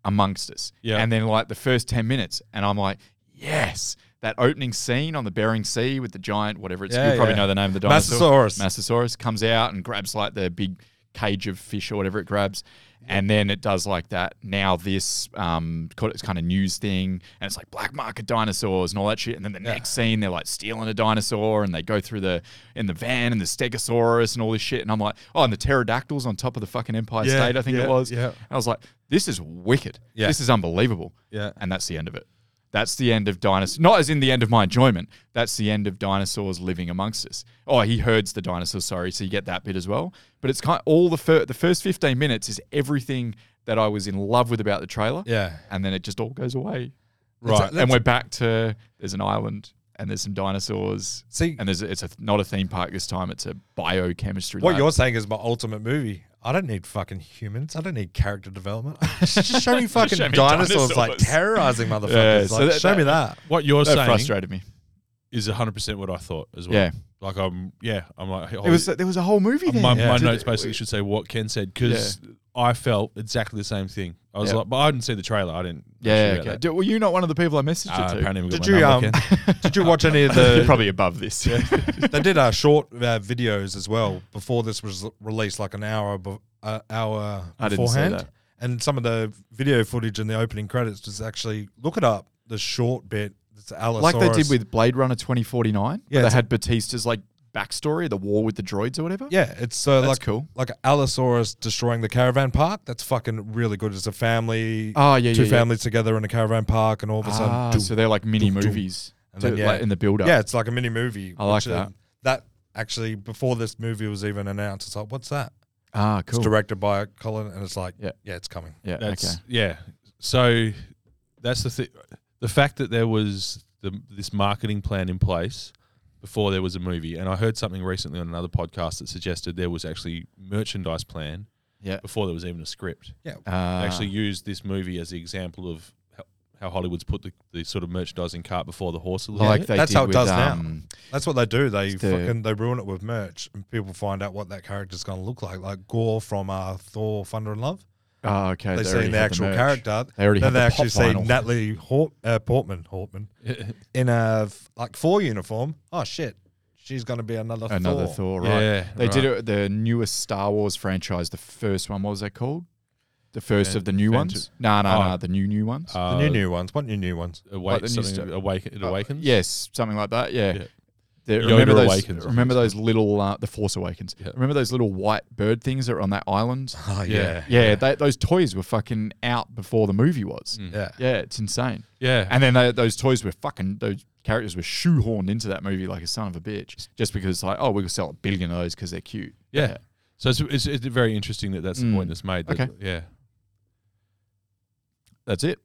Speaker 3: amongst us.
Speaker 2: Yeah.
Speaker 3: And then like the first 10 minutes, and I'm like, yes. That opening scene on the Bering Sea with the giant, whatever it's,
Speaker 1: Yeah,
Speaker 3: you probably
Speaker 1: yeah.
Speaker 3: know the name of the dinosaur.
Speaker 1: Massasaurus.
Speaker 3: Massasaurus comes out and grabs like the big cage of fish or whatever it grabs. And then it does like that. Now this um, co- it's kind of news thing, and it's like black market dinosaurs and all that shit. And then the next scene, they're like stealing a dinosaur, and they go through the in the van and the Stegosaurus and all this shit. And I'm like, oh, and the pterodactyls on top of the fucking Empire
Speaker 2: Yeah,
Speaker 3: State, I think
Speaker 2: yeah,
Speaker 3: it was.
Speaker 2: yeah.
Speaker 3: I was like, this is wicked.
Speaker 1: Yeah.
Speaker 3: This is unbelievable.
Speaker 2: Yeah.
Speaker 3: And that's the end of it. That's the end of dinosaurs. Not as in the end of my enjoyment. That's the end of dinosaurs living amongst us. Oh, he herds the dinosaurs. Sorry, so you get that bit as well. But it's kind all the fir- the first fifteen minutes is everything that I was in love with about the trailer.
Speaker 1: Yeah.
Speaker 3: and then it just all goes away.
Speaker 1: Right.
Speaker 3: and
Speaker 1: That's-
Speaker 3: we're back to there's an island and there's some dinosaurs.
Speaker 1: See-
Speaker 3: and there's it's a, not a theme park this time. It's a biochemistry.
Speaker 1: What
Speaker 3: lab.
Speaker 1: you're saying is my ultimate movie. I don't need fucking humans. I don't need character development. Just show me fucking
Speaker 3: Show me
Speaker 1: dinosaurs, like
Speaker 3: dinosaurs.
Speaker 1: terrorizing motherfuckers.
Speaker 3: Yeah,
Speaker 1: like,
Speaker 3: so that-
Speaker 1: show me that.
Speaker 2: What you're
Speaker 3: that
Speaker 2: saying
Speaker 3: frustrated me.
Speaker 2: is 100 percent what I thought as well.
Speaker 3: Yeah.
Speaker 2: like I'm. Yeah, I'm like.
Speaker 3: It was there was a whole movie. There.
Speaker 2: my, my
Speaker 3: Did-
Speaker 2: notes basically should say what Ken said because I felt exactly the same thing. I was
Speaker 3: Yeah.
Speaker 2: like, but I didn't see the trailer. I didn't.
Speaker 3: Yeah,
Speaker 2: actually
Speaker 3: okay.
Speaker 2: about that.
Speaker 3: Do- Well, you're not one of the people I messaged
Speaker 2: Ah,
Speaker 3: it to.
Speaker 2: apparently we got
Speaker 1: Did
Speaker 2: my
Speaker 1: you um,
Speaker 2: number, Ken.
Speaker 1: did you watch any of
Speaker 3: You're
Speaker 1: the?
Speaker 3: probably above this.
Speaker 1: they did uh, short uh, videos as well before this was released, like an hour be- uh, hour
Speaker 3: I didn't see
Speaker 1: beforehand.
Speaker 3: that.
Speaker 1: And some of the video footage in the opening credits was actually look it up. The short bit. It's Alice.
Speaker 3: like they did with Blade Runner 2049.
Speaker 1: Yeah,
Speaker 3: Yeah, they
Speaker 1: it's-
Speaker 3: had Batista's like backstory, the war with the droids or whatever.
Speaker 1: Yeah, it's uh,
Speaker 3: That's
Speaker 1: like
Speaker 3: cool.
Speaker 1: like Allosaurus destroying the caravan park. That's fucking really good. It's a family,
Speaker 3: Oh, yeah,
Speaker 1: two
Speaker 3: yeah, yeah.
Speaker 1: families together in a caravan park, and all of a sudden,
Speaker 3: Ah,
Speaker 1: doom.
Speaker 3: so they're like mini
Speaker 1: doom.
Speaker 3: movies
Speaker 1: And then,
Speaker 3: to-
Speaker 1: yeah.
Speaker 3: like, in the build up.
Speaker 1: yeah, it's like a mini movie.
Speaker 3: I like
Speaker 1: which, uh,
Speaker 3: that.
Speaker 1: that actually, before this movie was even announced, it's like, what's that?
Speaker 3: Ah, cool.
Speaker 1: It's directed by Colin, and it's like, yeah,
Speaker 3: Yeah.
Speaker 1: it's coming.
Speaker 3: yeah,
Speaker 2: That's
Speaker 3: okay.
Speaker 2: yeah. So that's the thing. The fact that there was the, this marketing plan in place before there was a movie, and I heard something recently on another podcast that suggested there was actually merchandise plan
Speaker 3: Yeah.
Speaker 2: before there was even a script.
Speaker 1: Yeah,
Speaker 3: Ah,
Speaker 2: They actually used this movie as the example of how, how Hollywood's put the, the sort of merchandising cart before the horse a little
Speaker 3: like
Speaker 2: bit.
Speaker 3: they
Speaker 1: That's
Speaker 3: did
Speaker 1: how it
Speaker 3: with,
Speaker 1: does now.
Speaker 3: um,
Speaker 1: that's what they do. They
Speaker 3: It's the-
Speaker 1: fucking they ruin it with merch, and people find out what that character's going to look like. Like Gore from uh, Thor: Thunder and Love.
Speaker 3: Oh, okay.
Speaker 1: They,
Speaker 3: they
Speaker 1: see
Speaker 3: already
Speaker 1: the
Speaker 3: had the
Speaker 1: actual
Speaker 3: merch.
Speaker 1: character.
Speaker 3: They already
Speaker 1: then
Speaker 3: had
Speaker 1: they
Speaker 3: the pop
Speaker 1: actually see
Speaker 3: vinyl.
Speaker 1: Natalie Hort, uh, Portman, Hortman in a f- like Thor uniform. Oh shit, she's going to be another
Speaker 3: Another
Speaker 1: Thor.
Speaker 3: Thor, right?
Speaker 2: Yeah,
Speaker 3: they did
Speaker 2: right.
Speaker 3: it. The newest Star Wars franchise, the first one, what was that called? The first
Speaker 2: Fan-
Speaker 3: of the new
Speaker 2: Fant-
Speaker 3: ones. No, no,
Speaker 2: Oh.
Speaker 3: no, the new new ones.
Speaker 1: The
Speaker 2: Uh,
Speaker 1: new new ones. What new new ones?
Speaker 2: awake,
Speaker 3: Like the new
Speaker 2: something
Speaker 3: stuff.
Speaker 2: awake, it awakens.
Speaker 3: Yes, something like that. Yeah.
Speaker 2: Yeah.
Speaker 3: The-
Speaker 2: Yoda
Speaker 3: remember those,
Speaker 2: Awakens, I
Speaker 3: remember
Speaker 2: think
Speaker 3: those little, uh, the Force Awakens.
Speaker 2: Yeah.
Speaker 3: Remember those little white bird things that were on that island?
Speaker 1: Oh
Speaker 2: yeah.
Speaker 3: yeah, They, those toys were fucking out before the movie was.
Speaker 1: yeah.
Speaker 3: Mm. Yeah, it's insane.
Speaker 2: Mm. Yeah.
Speaker 3: And then they, those toys were fucking, those characters were shoehorned into that movie like a son of a bitch. Just because, like, oh, we could sell a billion of those because they're cute.
Speaker 2: Yeah. So it's, it's, it's very interesting that that's the
Speaker 3: Mm.
Speaker 2: point that's made. that-
Speaker 3: Okay.
Speaker 2: Yeah.
Speaker 3: That's it.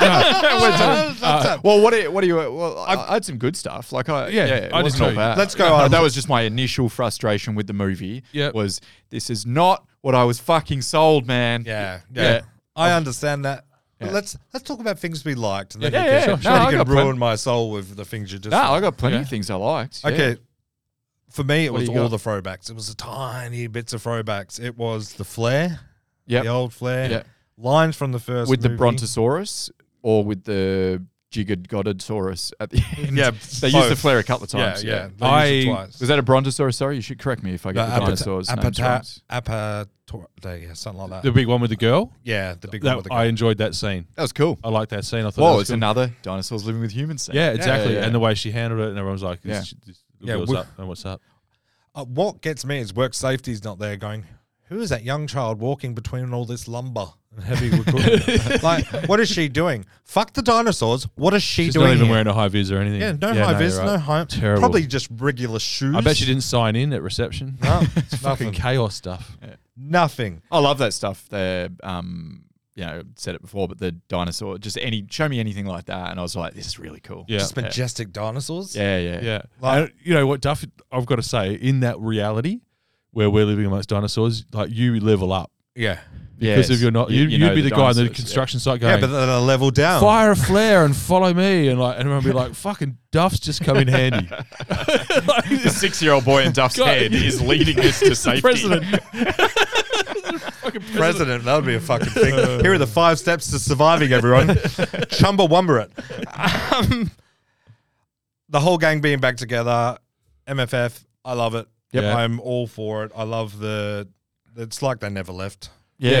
Speaker 1: That's it.
Speaker 3: Uh, well, what are you, what are you? Well, I, I had some good stuff. Like I,
Speaker 2: Yeah,
Speaker 3: yeah, it
Speaker 2: I
Speaker 3: wasn't
Speaker 2: disagree.
Speaker 3: all bad.
Speaker 1: Let's go
Speaker 3: Uh,
Speaker 1: on.
Speaker 3: That was just my initial frustration with the movie.
Speaker 2: Yeah.
Speaker 3: was this is not what I was fucking sold, man.
Speaker 1: Yeah, yeah.
Speaker 3: yeah.
Speaker 1: I understand that. But
Speaker 3: Yeah.
Speaker 1: let's let's talk about things we liked. And then
Speaker 3: Yeah,
Speaker 1: you
Speaker 3: yeah,
Speaker 1: can,
Speaker 3: yeah.
Speaker 1: sure,
Speaker 3: No, I
Speaker 1: you can
Speaker 3: got
Speaker 1: ruin
Speaker 3: plenty-
Speaker 1: my soul with the things you just.
Speaker 3: No,
Speaker 1: liked.
Speaker 3: I got plenty
Speaker 2: Yeah.
Speaker 3: of things I liked. yeah.
Speaker 1: Okay. For me, it
Speaker 3: What
Speaker 1: was
Speaker 3: do you
Speaker 1: all the
Speaker 3: got?
Speaker 1: throwbacks. It was the tiny bits of throwbacks. It was the flare,
Speaker 3: Yep.
Speaker 1: the old flare,
Speaker 3: Yep.
Speaker 1: lines from the first
Speaker 3: with the
Speaker 1: movie.
Speaker 3: Brontosaurus or with the Jiggered Goddardsaurus at the end.
Speaker 1: Yeah,
Speaker 3: they used the
Speaker 1: both.
Speaker 3: flare a couple of
Speaker 1: Yeah,
Speaker 3: times.
Speaker 1: yeah.
Speaker 2: I-
Speaker 1: They used it twice.
Speaker 3: Was that a Brontosaurus? Sorry, you should correct me if I
Speaker 1: No,
Speaker 3: get the
Speaker 1: Apata-
Speaker 3: dinosaurs. names wrong.
Speaker 1: Apata- Apator- yeah, something like that.
Speaker 2: The big one with the girl.
Speaker 1: yeah, the big
Speaker 2: That,
Speaker 1: one with the
Speaker 2: I enjoyed that scene.
Speaker 3: That was cool.
Speaker 2: I liked that scene. I thought. that
Speaker 3: Whoa,
Speaker 2: was
Speaker 3: it's
Speaker 2: cool.
Speaker 3: another dinosaurs living with humans. Scene.
Speaker 2: Yeah, exactly.
Speaker 3: yeah.
Speaker 2: And the way she handled it, and everyone's like,
Speaker 3: Yeah.
Speaker 2: this, this,
Speaker 1: Yeah,
Speaker 2: "What's
Speaker 1: we-
Speaker 2: up? And what's up?"
Speaker 1: Uh, what gets me is work safety's not there going, who is that young child walking between all this lumber and heavy equipment? like, what is she doing? Fuck the dinosaurs. What is she
Speaker 2: She's
Speaker 1: doing?
Speaker 2: not even
Speaker 1: here?
Speaker 2: wearing a high vis or anything.
Speaker 1: yeah, no high vis,
Speaker 2: you're right.
Speaker 1: no high.
Speaker 2: Terrible.
Speaker 1: Probably just regular shoes.
Speaker 2: I bet she didn't sign in at reception.
Speaker 1: No,
Speaker 2: Fucking
Speaker 1: nothing.
Speaker 2: chaos stuff.
Speaker 1: Nothing.
Speaker 3: I love that stuff. The um, you know, said it before, but the dinosaur, just any, show me anything like that, and I was like, this is really cool.
Speaker 2: Yeah.
Speaker 1: Just majestic dinosaurs.
Speaker 3: yeah, yeah,
Speaker 2: Yeah.
Speaker 1: Like-
Speaker 2: And you know what, Duff, I've got to say, in that reality where we're living amongst dinosaurs, like you level up.
Speaker 1: Yeah.
Speaker 2: Because if you're not, you,
Speaker 3: know
Speaker 2: would be the, guy in the
Speaker 3: dinosaurs, yeah.
Speaker 2: construction site
Speaker 1: Yeah,
Speaker 2: going,
Speaker 1: but then a level down.
Speaker 2: fire a flare and follow me. And like, and everyone be like, fucking Duff's just come in handy. Like,
Speaker 3: The
Speaker 2: this
Speaker 3: six-year-old boy in Duff's
Speaker 2: God.
Speaker 3: head is leading us to safety.
Speaker 2: president.
Speaker 1: President, that would be a fucking thing. Here are the five steps to surviving, everyone. Chumbawamba it. Um, the whole gang being back together, MFF, I love it.
Speaker 2: Yep. Yeah.
Speaker 1: I'm all for it. I love the. It's like they never left.
Speaker 3: Yeah,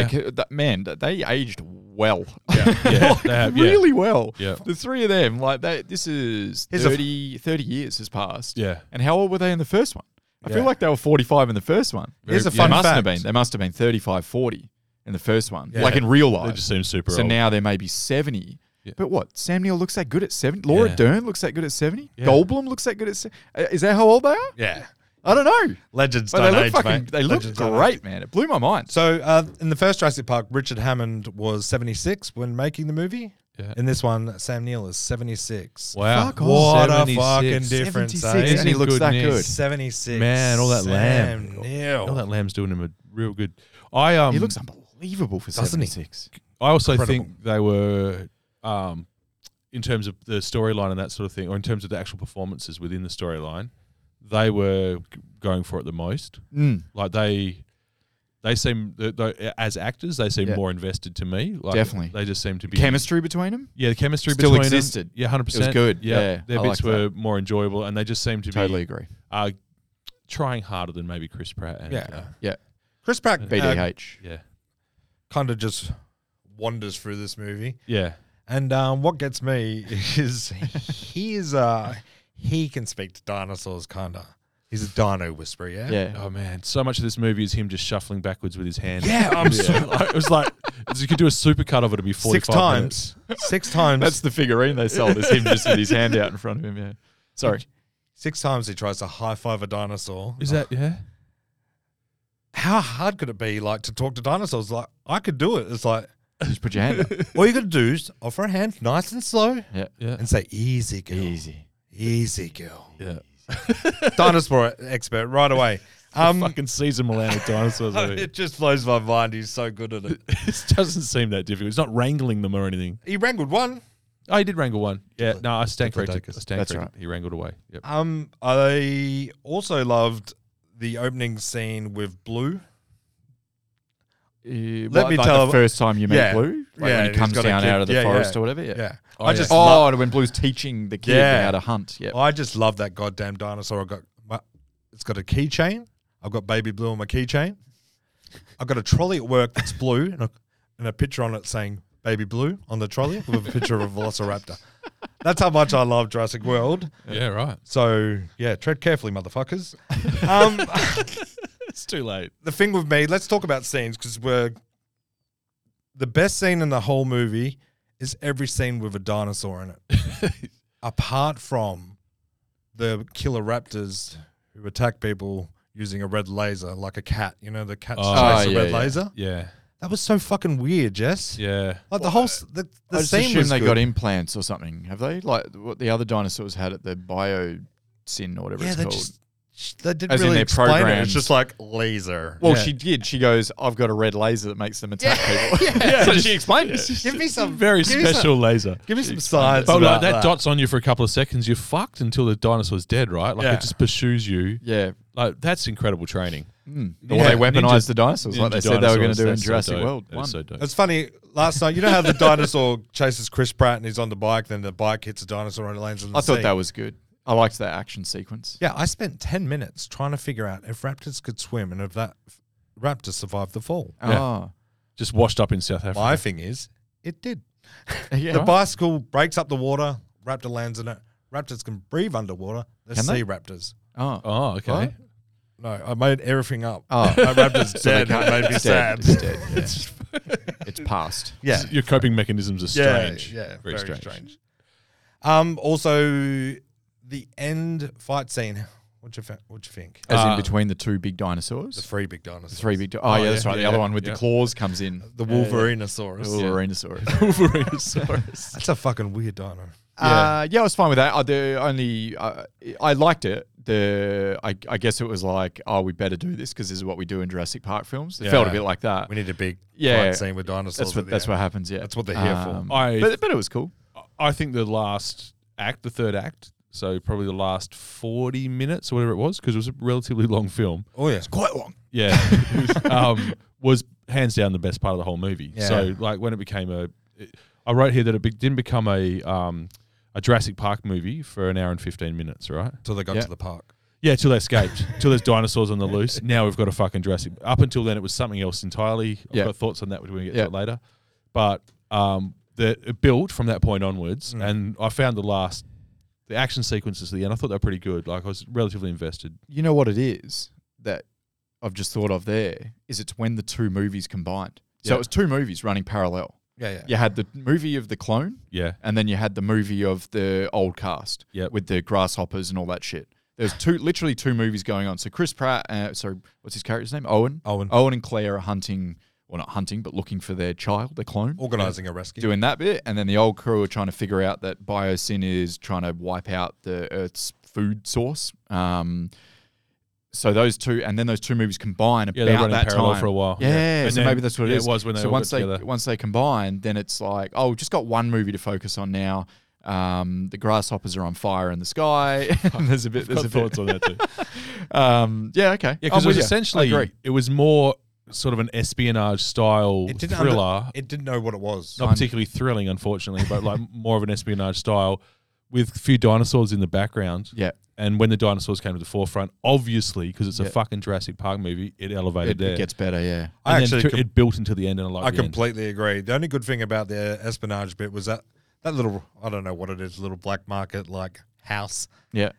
Speaker 2: Yeah.
Speaker 3: c- that, man, th- they aged well.
Speaker 2: Yeah,
Speaker 3: Like,
Speaker 2: they have, Uh, yeah.
Speaker 3: really well.
Speaker 2: Yeah.
Speaker 3: The three of them, like they, this is
Speaker 1: Here's a f-
Speaker 3: 30, 30 years has passed.
Speaker 2: Yeah.
Speaker 3: And how old were they in the first one? I
Speaker 1: Yeah.
Speaker 3: feel like they were 45 in the first one.
Speaker 1: Here's a
Speaker 3: They
Speaker 1: fun
Speaker 3: must
Speaker 1: fact.
Speaker 3: Have been, they must have been 35, 40 in the first one,
Speaker 1: Yeah.
Speaker 3: like in real
Speaker 2: They
Speaker 3: life.
Speaker 2: just seem super
Speaker 3: So
Speaker 2: old.
Speaker 3: now they're maybe 70.
Speaker 2: Yeah.
Speaker 3: But what? Sam Neill looks that good at 70? Laura
Speaker 2: Yeah.
Speaker 3: Dern looks that good at 70?
Speaker 2: Yeah.
Speaker 3: Goldblum looks that good at 70? Is that how old they are?
Speaker 1: Yeah.
Speaker 3: I don't know.
Speaker 1: Legends
Speaker 3: But
Speaker 1: don't
Speaker 3: they look
Speaker 1: age,
Speaker 3: fucking,
Speaker 1: mate.
Speaker 3: they look
Speaker 1: Legends don't age.
Speaker 3: great, man. It blew my mind.
Speaker 1: So uh, in the first Jurassic Park, Richard Hammond was 76 when making the movie.
Speaker 2: Yeah.
Speaker 1: In this one, Sam Neill is 76.
Speaker 2: Wow.
Speaker 3: Fuck off.
Speaker 1: What a
Speaker 2: 76.
Speaker 1: fucking difference, eh?
Speaker 3: 76, and he
Speaker 2: Isn't
Speaker 3: looks that
Speaker 2: goodness.
Speaker 3: good.
Speaker 1: 76.
Speaker 2: Man, all that
Speaker 1: Sam
Speaker 2: lamb.
Speaker 1: Neill.
Speaker 2: All that lamb's doing him a real good. I um,
Speaker 3: He looks unbelievable for
Speaker 1: Doesn't he?
Speaker 3: 76.
Speaker 2: I also
Speaker 1: Incredible.
Speaker 2: think they were, um, in terms of the storyline and that sort of thing, or in terms of the actual performances within the storyline, they were g- going for it the most.
Speaker 3: Mm.
Speaker 2: Like they, they seem th- th- as actors, they seem
Speaker 3: Yeah.
Speaker 2: more invested to me. Like
Speaker 3: Definitely.
Speaker 2: they just seem to be
Speaker 3: Chemistry between them?
Speaker 2: Yeah, the chemistry
Speaker 3: Still
Speaker 2: between
Speaker 3: existed.
Speaker 2: Them, yeah, hundred percent.
Speaker 3: good.
Speaker 2: Yeah,
Speaker 3: Yeah,
Speaker 2: their
Speaker 3: I
Speaker 2: bits
Speaker 3: liked
Speaker 2: were more enjoyable, and they just seemed to
Speaker 3: Totally
Speaker 2: be
Speaker 3: agree.
Speaker 2: uh, trying harder than maybe Chris Pratt. And,
Speaker 1: Yeah.
Speaker 2: uh,
Speaker 3: Yeah.
Speaker 1: Chris Pratt uh,
Speaker 3: BDH.
Speaker 2: yeah,
Speaker 1: kind of just wanders through this movie.
Speaker 2: yeah.
Speaker 1: And um, what gets me is he's uh he can speak to dinosaurs kinda. He's a dino whisperer, uh, yeah?
Speaker 3: yeah.
Speaker 2: Oh man, so much of this movie is him just shuffling backwards with his hand.
Speaker 1: Yeah, I'm
Speaker 2: so, like, it was like you could do a supercut of it. It'd be forty-five
Speaker 1: Six times.
Speaker 2: minutes.
Speaker 1: Six times
Speaker 3: That's the figurine they sold. Is him just with his hand out in front of him. Yeah. Sorry.
Speaker 1: six times he tries to high five a dinosaur.
Speaker 2: Is that yeah?
Speaker 1: How hard could it be like to talk to dinosaurs? Like I could do it. It's like
Speaker 3: Just put your hand up.
Speaker 1: all you gotta do is offer a hand nice and slow
Speaker 3: Yeah.
Speaker 2: Yeah,
Speaker 1: and say easy girl.
Speaker 3: Easy.
Speaker 1: Easy girl.
Speaker 2: yeah.
Speaker 1: Dinosaur expert right away. Um
Speaker 2: Fucking Caesar Milano dinosaurs. I mean.
Speaker 1: it just blows my mind. He's so good at it.
Speaker 2: It doesn't seem that difficult. It's not wrangling them or anything.
Speaker 1: He wrangled one.
Speaker 2: Oh, he did wrangle one. Yeah, no, I stand corrected. I stand
Speaker 3: That's
Speaker 2: corrected. He wrangled away. Yep.
Speaker 1: Um, I also loved the opening scene with Blue.
Speaker 3: Let me tell the
Speaker 1: you-
Speaker 3: first time you meet
Speaker 1: Yeah.
Speaker 3: Blue, like
Speaker 1: Yeah,
Speaker 3: when
Speaker 1: he's
Speaker 3: he comes
Speaker 1: got a
Speaker 3: down
Speaker 1: kid.
Speaker 3: out of the
Speaker 1: Yeah,
Speaker 3: forest
Speaker 1: yeah.
Speaker 3: or whatever.
Speaker 1: Yeah,
Speaker 3: Yeah.
Speaker 1: I
Speaker 2: yeah.
Speaker 1: just
Speaker 3: Oh,
Speaker 1: love,
Speaker 3: and when Blue's teaching the kid
Speaker 1: Yeah. Oh,
Speaker 3: how to hunt. Yeah.
Speaker 1: I just love that goddamn dinosaur. I got my, it's got a keychain. I've got baby blue on my keychain. I've got a trolley at work that's blue and a, and a picture on it saying baby blue on the trolley with a picture of a velociraptor. That's how much I love Jurassic World.
Speaker 2: Yeah, right.
Speaker 1: So yeah, tread carefully, motherfuckers. Um,
Speaker 2: It's too late.
Speaker 1: the thing with me, let's talk about scenes because we're the best scene in the whole movie is every scene with a dinosaur in it, apart from the killer raptors who attack people using a red laser like a cat. You know, the cat
Speaker 2: Oh,
Speaker 1: chase
Speaker 3: yeah,
Speaker 1: a red
Speaker 3: yeah.
Speaker 1: laser.
Speaker 2: Yeah.
Speaker 1: That was so fucking weird, Jess.
Speaker 2: Yeah.
Speaker 1: Like the whole s- the, the
Speaker 3: I just
Speaker 1: scene
Speaker 3: assume
Speaker 1: was
Speaker 3: they
Speaker 1: good.
Speaker 3: got implants or something. Have they? Like what the other dinosaurs had at the bio sin or whatever
Speaker 1: Yeah,
Speaker 3: it's
Speaker 1: they
Speaker 3: called.
Speaker 1: just sh- they didn't
Speaker 3: As in
Speaker 1: really
Speaker 3: their
Speaker 1: explain it.
Speaker 3: programs.
Speaker 1: It's just like laser.
Speaker 3: well,
Speaker 2: Yeah.
Speaker 3: she did. She goes, "I've got a red laser that makes them attack people." yeah, so she explained it.
Speaker 1: give me some
Speaker 2: Very
Speaker 1: give me some-
Speaker 2: special laser.
Speaker 1: give me some science.
Speaker 2: But
Speaker 1: about
Speaker 2: like that, dots on you for a couple of seconds, you're fucked until the dinosaur's dead, right? Like
Speaker 1: Yeah.
Speaker 2: it just pursues you.
Speaker 3: Yeah,
Speaker 2: Like that's incredible training.
Speaker 3: or
Speaker 1: Yeah.
Speaker 3: they weaponized
Speaker 2: Ninja-
Speaker 3: the dinosaurs like they
Speaker 2: Ninja
Speaker 3: said they were going
Speaker 2: dinosaurs,
Speaker 3: to do in
Speaker 2: that's so
Speaker 3: Jurassic
Speaker 2: dope.
Speaker 3: World
Speaker 2: That is
Speaker 3: One.
Speaker 2: so dope.
Speaker 1: It's funny. Last night, you know how the dinosaur chases Chris Pratt and he's on the bike, then the bike hits a dinosaur and it lands in the
Speaker 3: I thought
Speaker 1: sea?
Speaker 3: that was good. I liked that action sequence.
Speaker 1: Yeah, I spent ten minutes trying to figure out if raptors could swim and if that f- raptor survived the fall.
Speaker 2: Yeah.
Speaker 3: Oh,
Speaker 2: Just washed up in South Africa.
Speaker 1: My thing is, it did.
Speaker 3: yeah.
Speaker 1: the bicycle breaks up the water. Raptor lands in it. Raptors can breathe underwater. They're
Speaker 3: Can
Speaker 1: sea
Speaker 3: they?
Speaker 1: raptors.
Speaker 3: oh.
Speaker 2: Oh, okay.
Speaker 3: What?
Speaker 1: No, I made everything up.
Speaker 3: Oh.
Speaker 1: My raptor's
Speaker 3: So they
Speaker 1: dead.
Speaker 3: can't-
Speaker 1: It made me
Speaker 3: it's dead,
Speaker 1: sad.
Speaker 3: It's dead. yeah. It's past.
Speaker 1: Yeah.
Speaker 2: Your coping mechanisms are strange.
Speaker 1: Yeah, yeah very, strange. Um, also, the end fight scene. What you fa- what you think? Ah,
Speaker 3: As
Speaker 2: Uh,
Speaker 3: in between the two big dinosaurs.
Speaker 1: The three big dinosaurs.
Speaker 3: The three big. Di- oh, yeah, that's
Speaker 2: yeah,
Speaker 3: right. The
Speaker 2: yeah,
Speaker 3: other one with
Speaker 2: yeah.
Speaker 3: the claws comes in.
Speaker 1: The
Speaker 3: The
Speaker 1: Wolverinosaurus.
Speaker 3: Wolverinosaurus.
Speaker 2: Wolverinosaurus.
Speaker 1: That's a fucking weird dino.
Speaker 3: Uh, yeah, I was fine with that. I, the only uh, I liked it. The I, I guess it was like, oh, we better do this because this is what we do in Jurassic Park films. It felt a
Speaker 1: Yeah.
Speaker 3: bit like that.
Speaker 1: We need a big
Speaker 3: Yeah,
Speaker 1: fight scene with dinosaurs.
Speaker 3: That's
Speaker 1: at
Speaker 3: what
Speaker 1: the
Speaker 3: that's
Speaker 1: end.
Speaker 3: what happens. Yeah, Um,
Speaker 1: That's what they're here for.
Speaker 2: I-
Speaker 3: but, but it was cool.
Speaker 2: I think the last act, the third act, so probably the last 40 minutes or whatever it was, because it was a relatively long film.
Speaker 1: Oh yeah,
Speaker 3: Quite long.
Speaker 2: Yeah. um, was hands down the best part of the whole movie.
Speaker 1: Yeah.
Speaker 2: So, like, when it became a. it- I wrote here that it be- didn't become a. Um, a Jurassic Park movie for an hour and 15 minutes, right?
Speaker 1: until they got
Speaker 3: Yeah.
Speaker 1: to the park.
Speaker 2: Yeah, till they escaped, till there's dinosaurs on the loose. Now we've got a fucking Jurassic. Up until then, it was something else entirely. I've
Speaker 3: Yeah.
Speaker 2: got thoughts on that when we get
Speaker 3: Yeah.
Speaker 2: to it later. But um, the, it built from that point onwards, and I found the last the action sequences at the end. I thought they were pretty good. Like I was relatively invested.
Speaker 3: You know what it is that I've just thought of there is it's when the two movies combined. So
Speaker 2: Yeah.
Speaker 3: it was two movies running parallel.
Speaker 1: Yeah, yeah.
Speaker 3: You had the movie of the clone,
Speaker 2: Yeah,
Speaker 3: and then you had the movie of the old cast
Speaker 2: Yep.
Speaker 3: with the grasshoppers and all that shit. There's two, literally two movies going on. So Chris Pratt, uh, sorry, what's his character's name? Owen.
Speaker 1: Owen.
Speaker 3: Owen and Claire are hunting, well, not hunting, but looking for their child, their clone.
Speaker 1: Organizing a rescue.
Speaker 3: Doing that bit, and then the old crew are trying to figure out that biosyn is trying to wipe out the Earth's food source. Um, so those two, and then those two movies combine
Speaker 2: Yeah,
Speaker 3: about
Speaker 2: they run in
Speaker 3: that
Speaker 2: parallel
Speaker 3: time
Speaker 2: for a while.
Speaker 3: Yeah,
Speaker 2: Yeah. And
Speaker 3: so
Speaker 2: then-
Speaker 3: maybe that's what
Speaker 2: yeah,
Speaker 3: it
Speaker 2: it
Speaker 3: is.
Speaker 2: was when they
Speaker 3: so
Speaker 2: all got
Speaker 3: once they
Speaker 2: together.
Speaker 3: once they combine, then it's like, oh, we've just got one movie to focus on now. Um, the grasshoppers are on fire in the sky. there's a bit.
Speaker 2: got
Speaker 3: There's a
Speaker 2: thoughts
Speaker 3: bit.
Speaker 2: on that too.
Speaker 3: Um, yeah, okay.
Speaker 2: Yeah,
Speaker 3: I'm
Speaker 2: because it was
Speaker 3: with you. I
Speaker 2: essentially
Speaker 3: agree.
Speaker 2: it was more sort of an espionage style
Speaker 1: It didn't under-
Speaker 2: thriller.
Speaker 1: it didn't know what it was.
Speaker 2: not particularly thrilling, unfortunately, but like more of an espionage style with a few dinosaurs in the background.
Speaker 3: Yeah.
Speaker 2: And when the dinosaurs came to the forefront, obviously, because it's
Speaker 3: Yeah.
Speaker 2: a fucking Jurassic Park movie, it elevated
Speaker 3: It,
Speaker 2: there.
Speaker 3: it gets better. Yeah.
Speaker 2: and
Speaker 1: I
Speaker 2: then
Speaker 1: actually
Speaker 2: to-
Speaker 1: com-
Speaker 2: it built into the end, and I like
Speaker 1: I
Speaker 2: the end.
Speaker 1: completely agree. The only good thing about the espionage bit was that that little I don't know what it is, little black market like house,
Speaker 3: Yeah.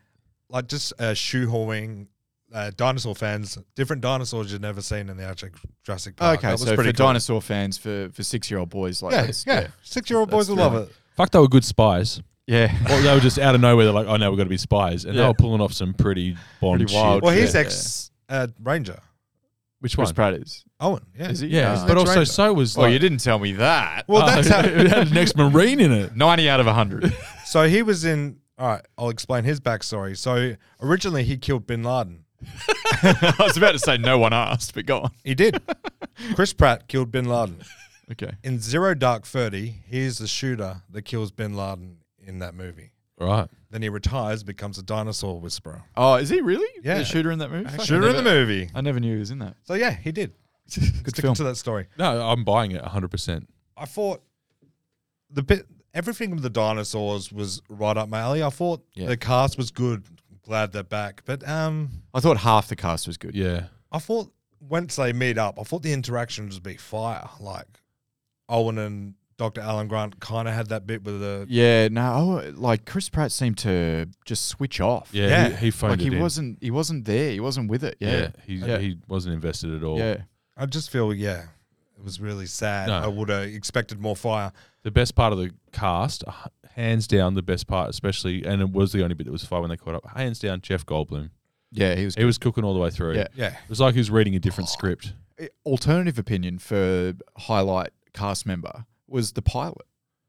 Speaker 1: like just uh, shoehorning uh, dinosaur fans, different dinosaurs you've never seen in the actual Jurassic Park.
Speaker 3: Okay,
Speaker 1: that was
Speaker 3: so for
Speaker 1: pretty cool.
Speaker 3: dinosaur fans, for for six year old boys like
Speaker 1: Yeah,
Speaker 3: this,
Speaker 1: yeah, six year old boys will
Speaker 3: That's
Speaker 1: love
Speaker 3: right.
Speaker 1: it.
Speaker 2: Fuck, they were good spies.
Speaker 3: yeah,
Speaker 2: Or they were just out of nowhere. They're like, oh, no, we've got to be spies. And they
Speaker 3: Yeah.
Speaker 2: were pulling off some pretty Bond
Speaker 3: Pretty
Speaker 2: shit.
Speaker 3: wild
Speaker 1: Well,
Speaker 3: Yeah.
Speaker 1: he's
Speaker 3: Yeah.
Speaker 1: ex uh, Ranger
Speaker 2: Which
Speaker 3: Chris
Speaker 2: one?
Speaker 3: Pratt is.
Speaker 1: Owen. Yeah,
Speaker 3: Is he?
Speaker 2: Yeah,
Speaker 3: Ah.
Speaker 2: but also
Speaker 1: Ranger.
Speaker 2: so was
Speaker 3: Well,
Speaker 2: like... uh,
Speaker 3: you didn't tell me that.
Speaker 1: Well, that's how.
Speaker 2: it had an ex-marine in it.
Speaker 3: Ninety out of hundred.
Speaker 1: So he was in. All right, I'll explain his backstory. So originally he killed Bin Laden.
Speaker 3: I was about to say no one asked, but go on.
Speaker 1: He did. Chris Pratt killed Bin Laden.
Speaker 3: Okay.
Speaker 1: in Zero Dark Thirty, he's the shooter that kills Bin Laden in that movie.
Speaker 2: Right.
Speaker 1: Then he retires, becomes a dinosaur whisperer.
Speaker 3: Oh, is he really?
Speaker 1: Yeah.
Speaker 3: the shooter in that movie. Fuck, I
Speaker 1: Shooter in the
Speaker 3: never-
Speaker 1: movie.
Speaker 3: I never knew he was in that.
Speaker 1: So yeah, he did.
Speaker 3: Good
Speaker 1: Stick
Speaker 3: film.
Speaker 1: to that story.
Speaker 2: No, I'm buying it 100%.
Speaker 1: I thought the bit everything with the dinosaurs was right up my alley. I thought
Speaker 3: Yeah.
Speaker 1: the cast was good. Glad they're back. But um
Speaker 3: I thought half the cast was good.
Speaker 2: Yeah.
Speaker 1: I thought once they meet up, I thought the interactions would be fire. Like Owen and Dr. Alan Grant kinda had that bit with the
Speaker 3: Yeah, no, oh, like Chris Pratt seemed to just switch off.
Speaker 2: Yeah,
Speaker 1: Yeah.
Speaker 2: He, he phoned
Speaker 3: like he
Speaker 2: it in.
Speaker 3: wasn't, he wasn't there. He wasn't with it.
Speaker 2: Yeah,
Speaker 3: Yeah,
Speaker 2: he
Speaker 3: Yeah.
Speaker 2: he wasn't invested at all.
Speaker 3: yeah.
Speaker 1: I just feel yeah. It was really sad.
Speaker 2: No.
Speaker 1: I would have expected more fire.
Speaker 2: The best part of the cast, h- hands down, the best part, especially, and it was the only bit that was fun when they caught up. Hands down, Jeff Goldblum.
Speaker 3: Yeah, he was.
Speaker 2: He was cooking all the way through.
Speaker 3: Yeah.
Speaker 1: Yeah.
Speaker 2: It was like he was reading a different script.
Speaker 3: eh, alternative opinion for highlight cast member was the pilot.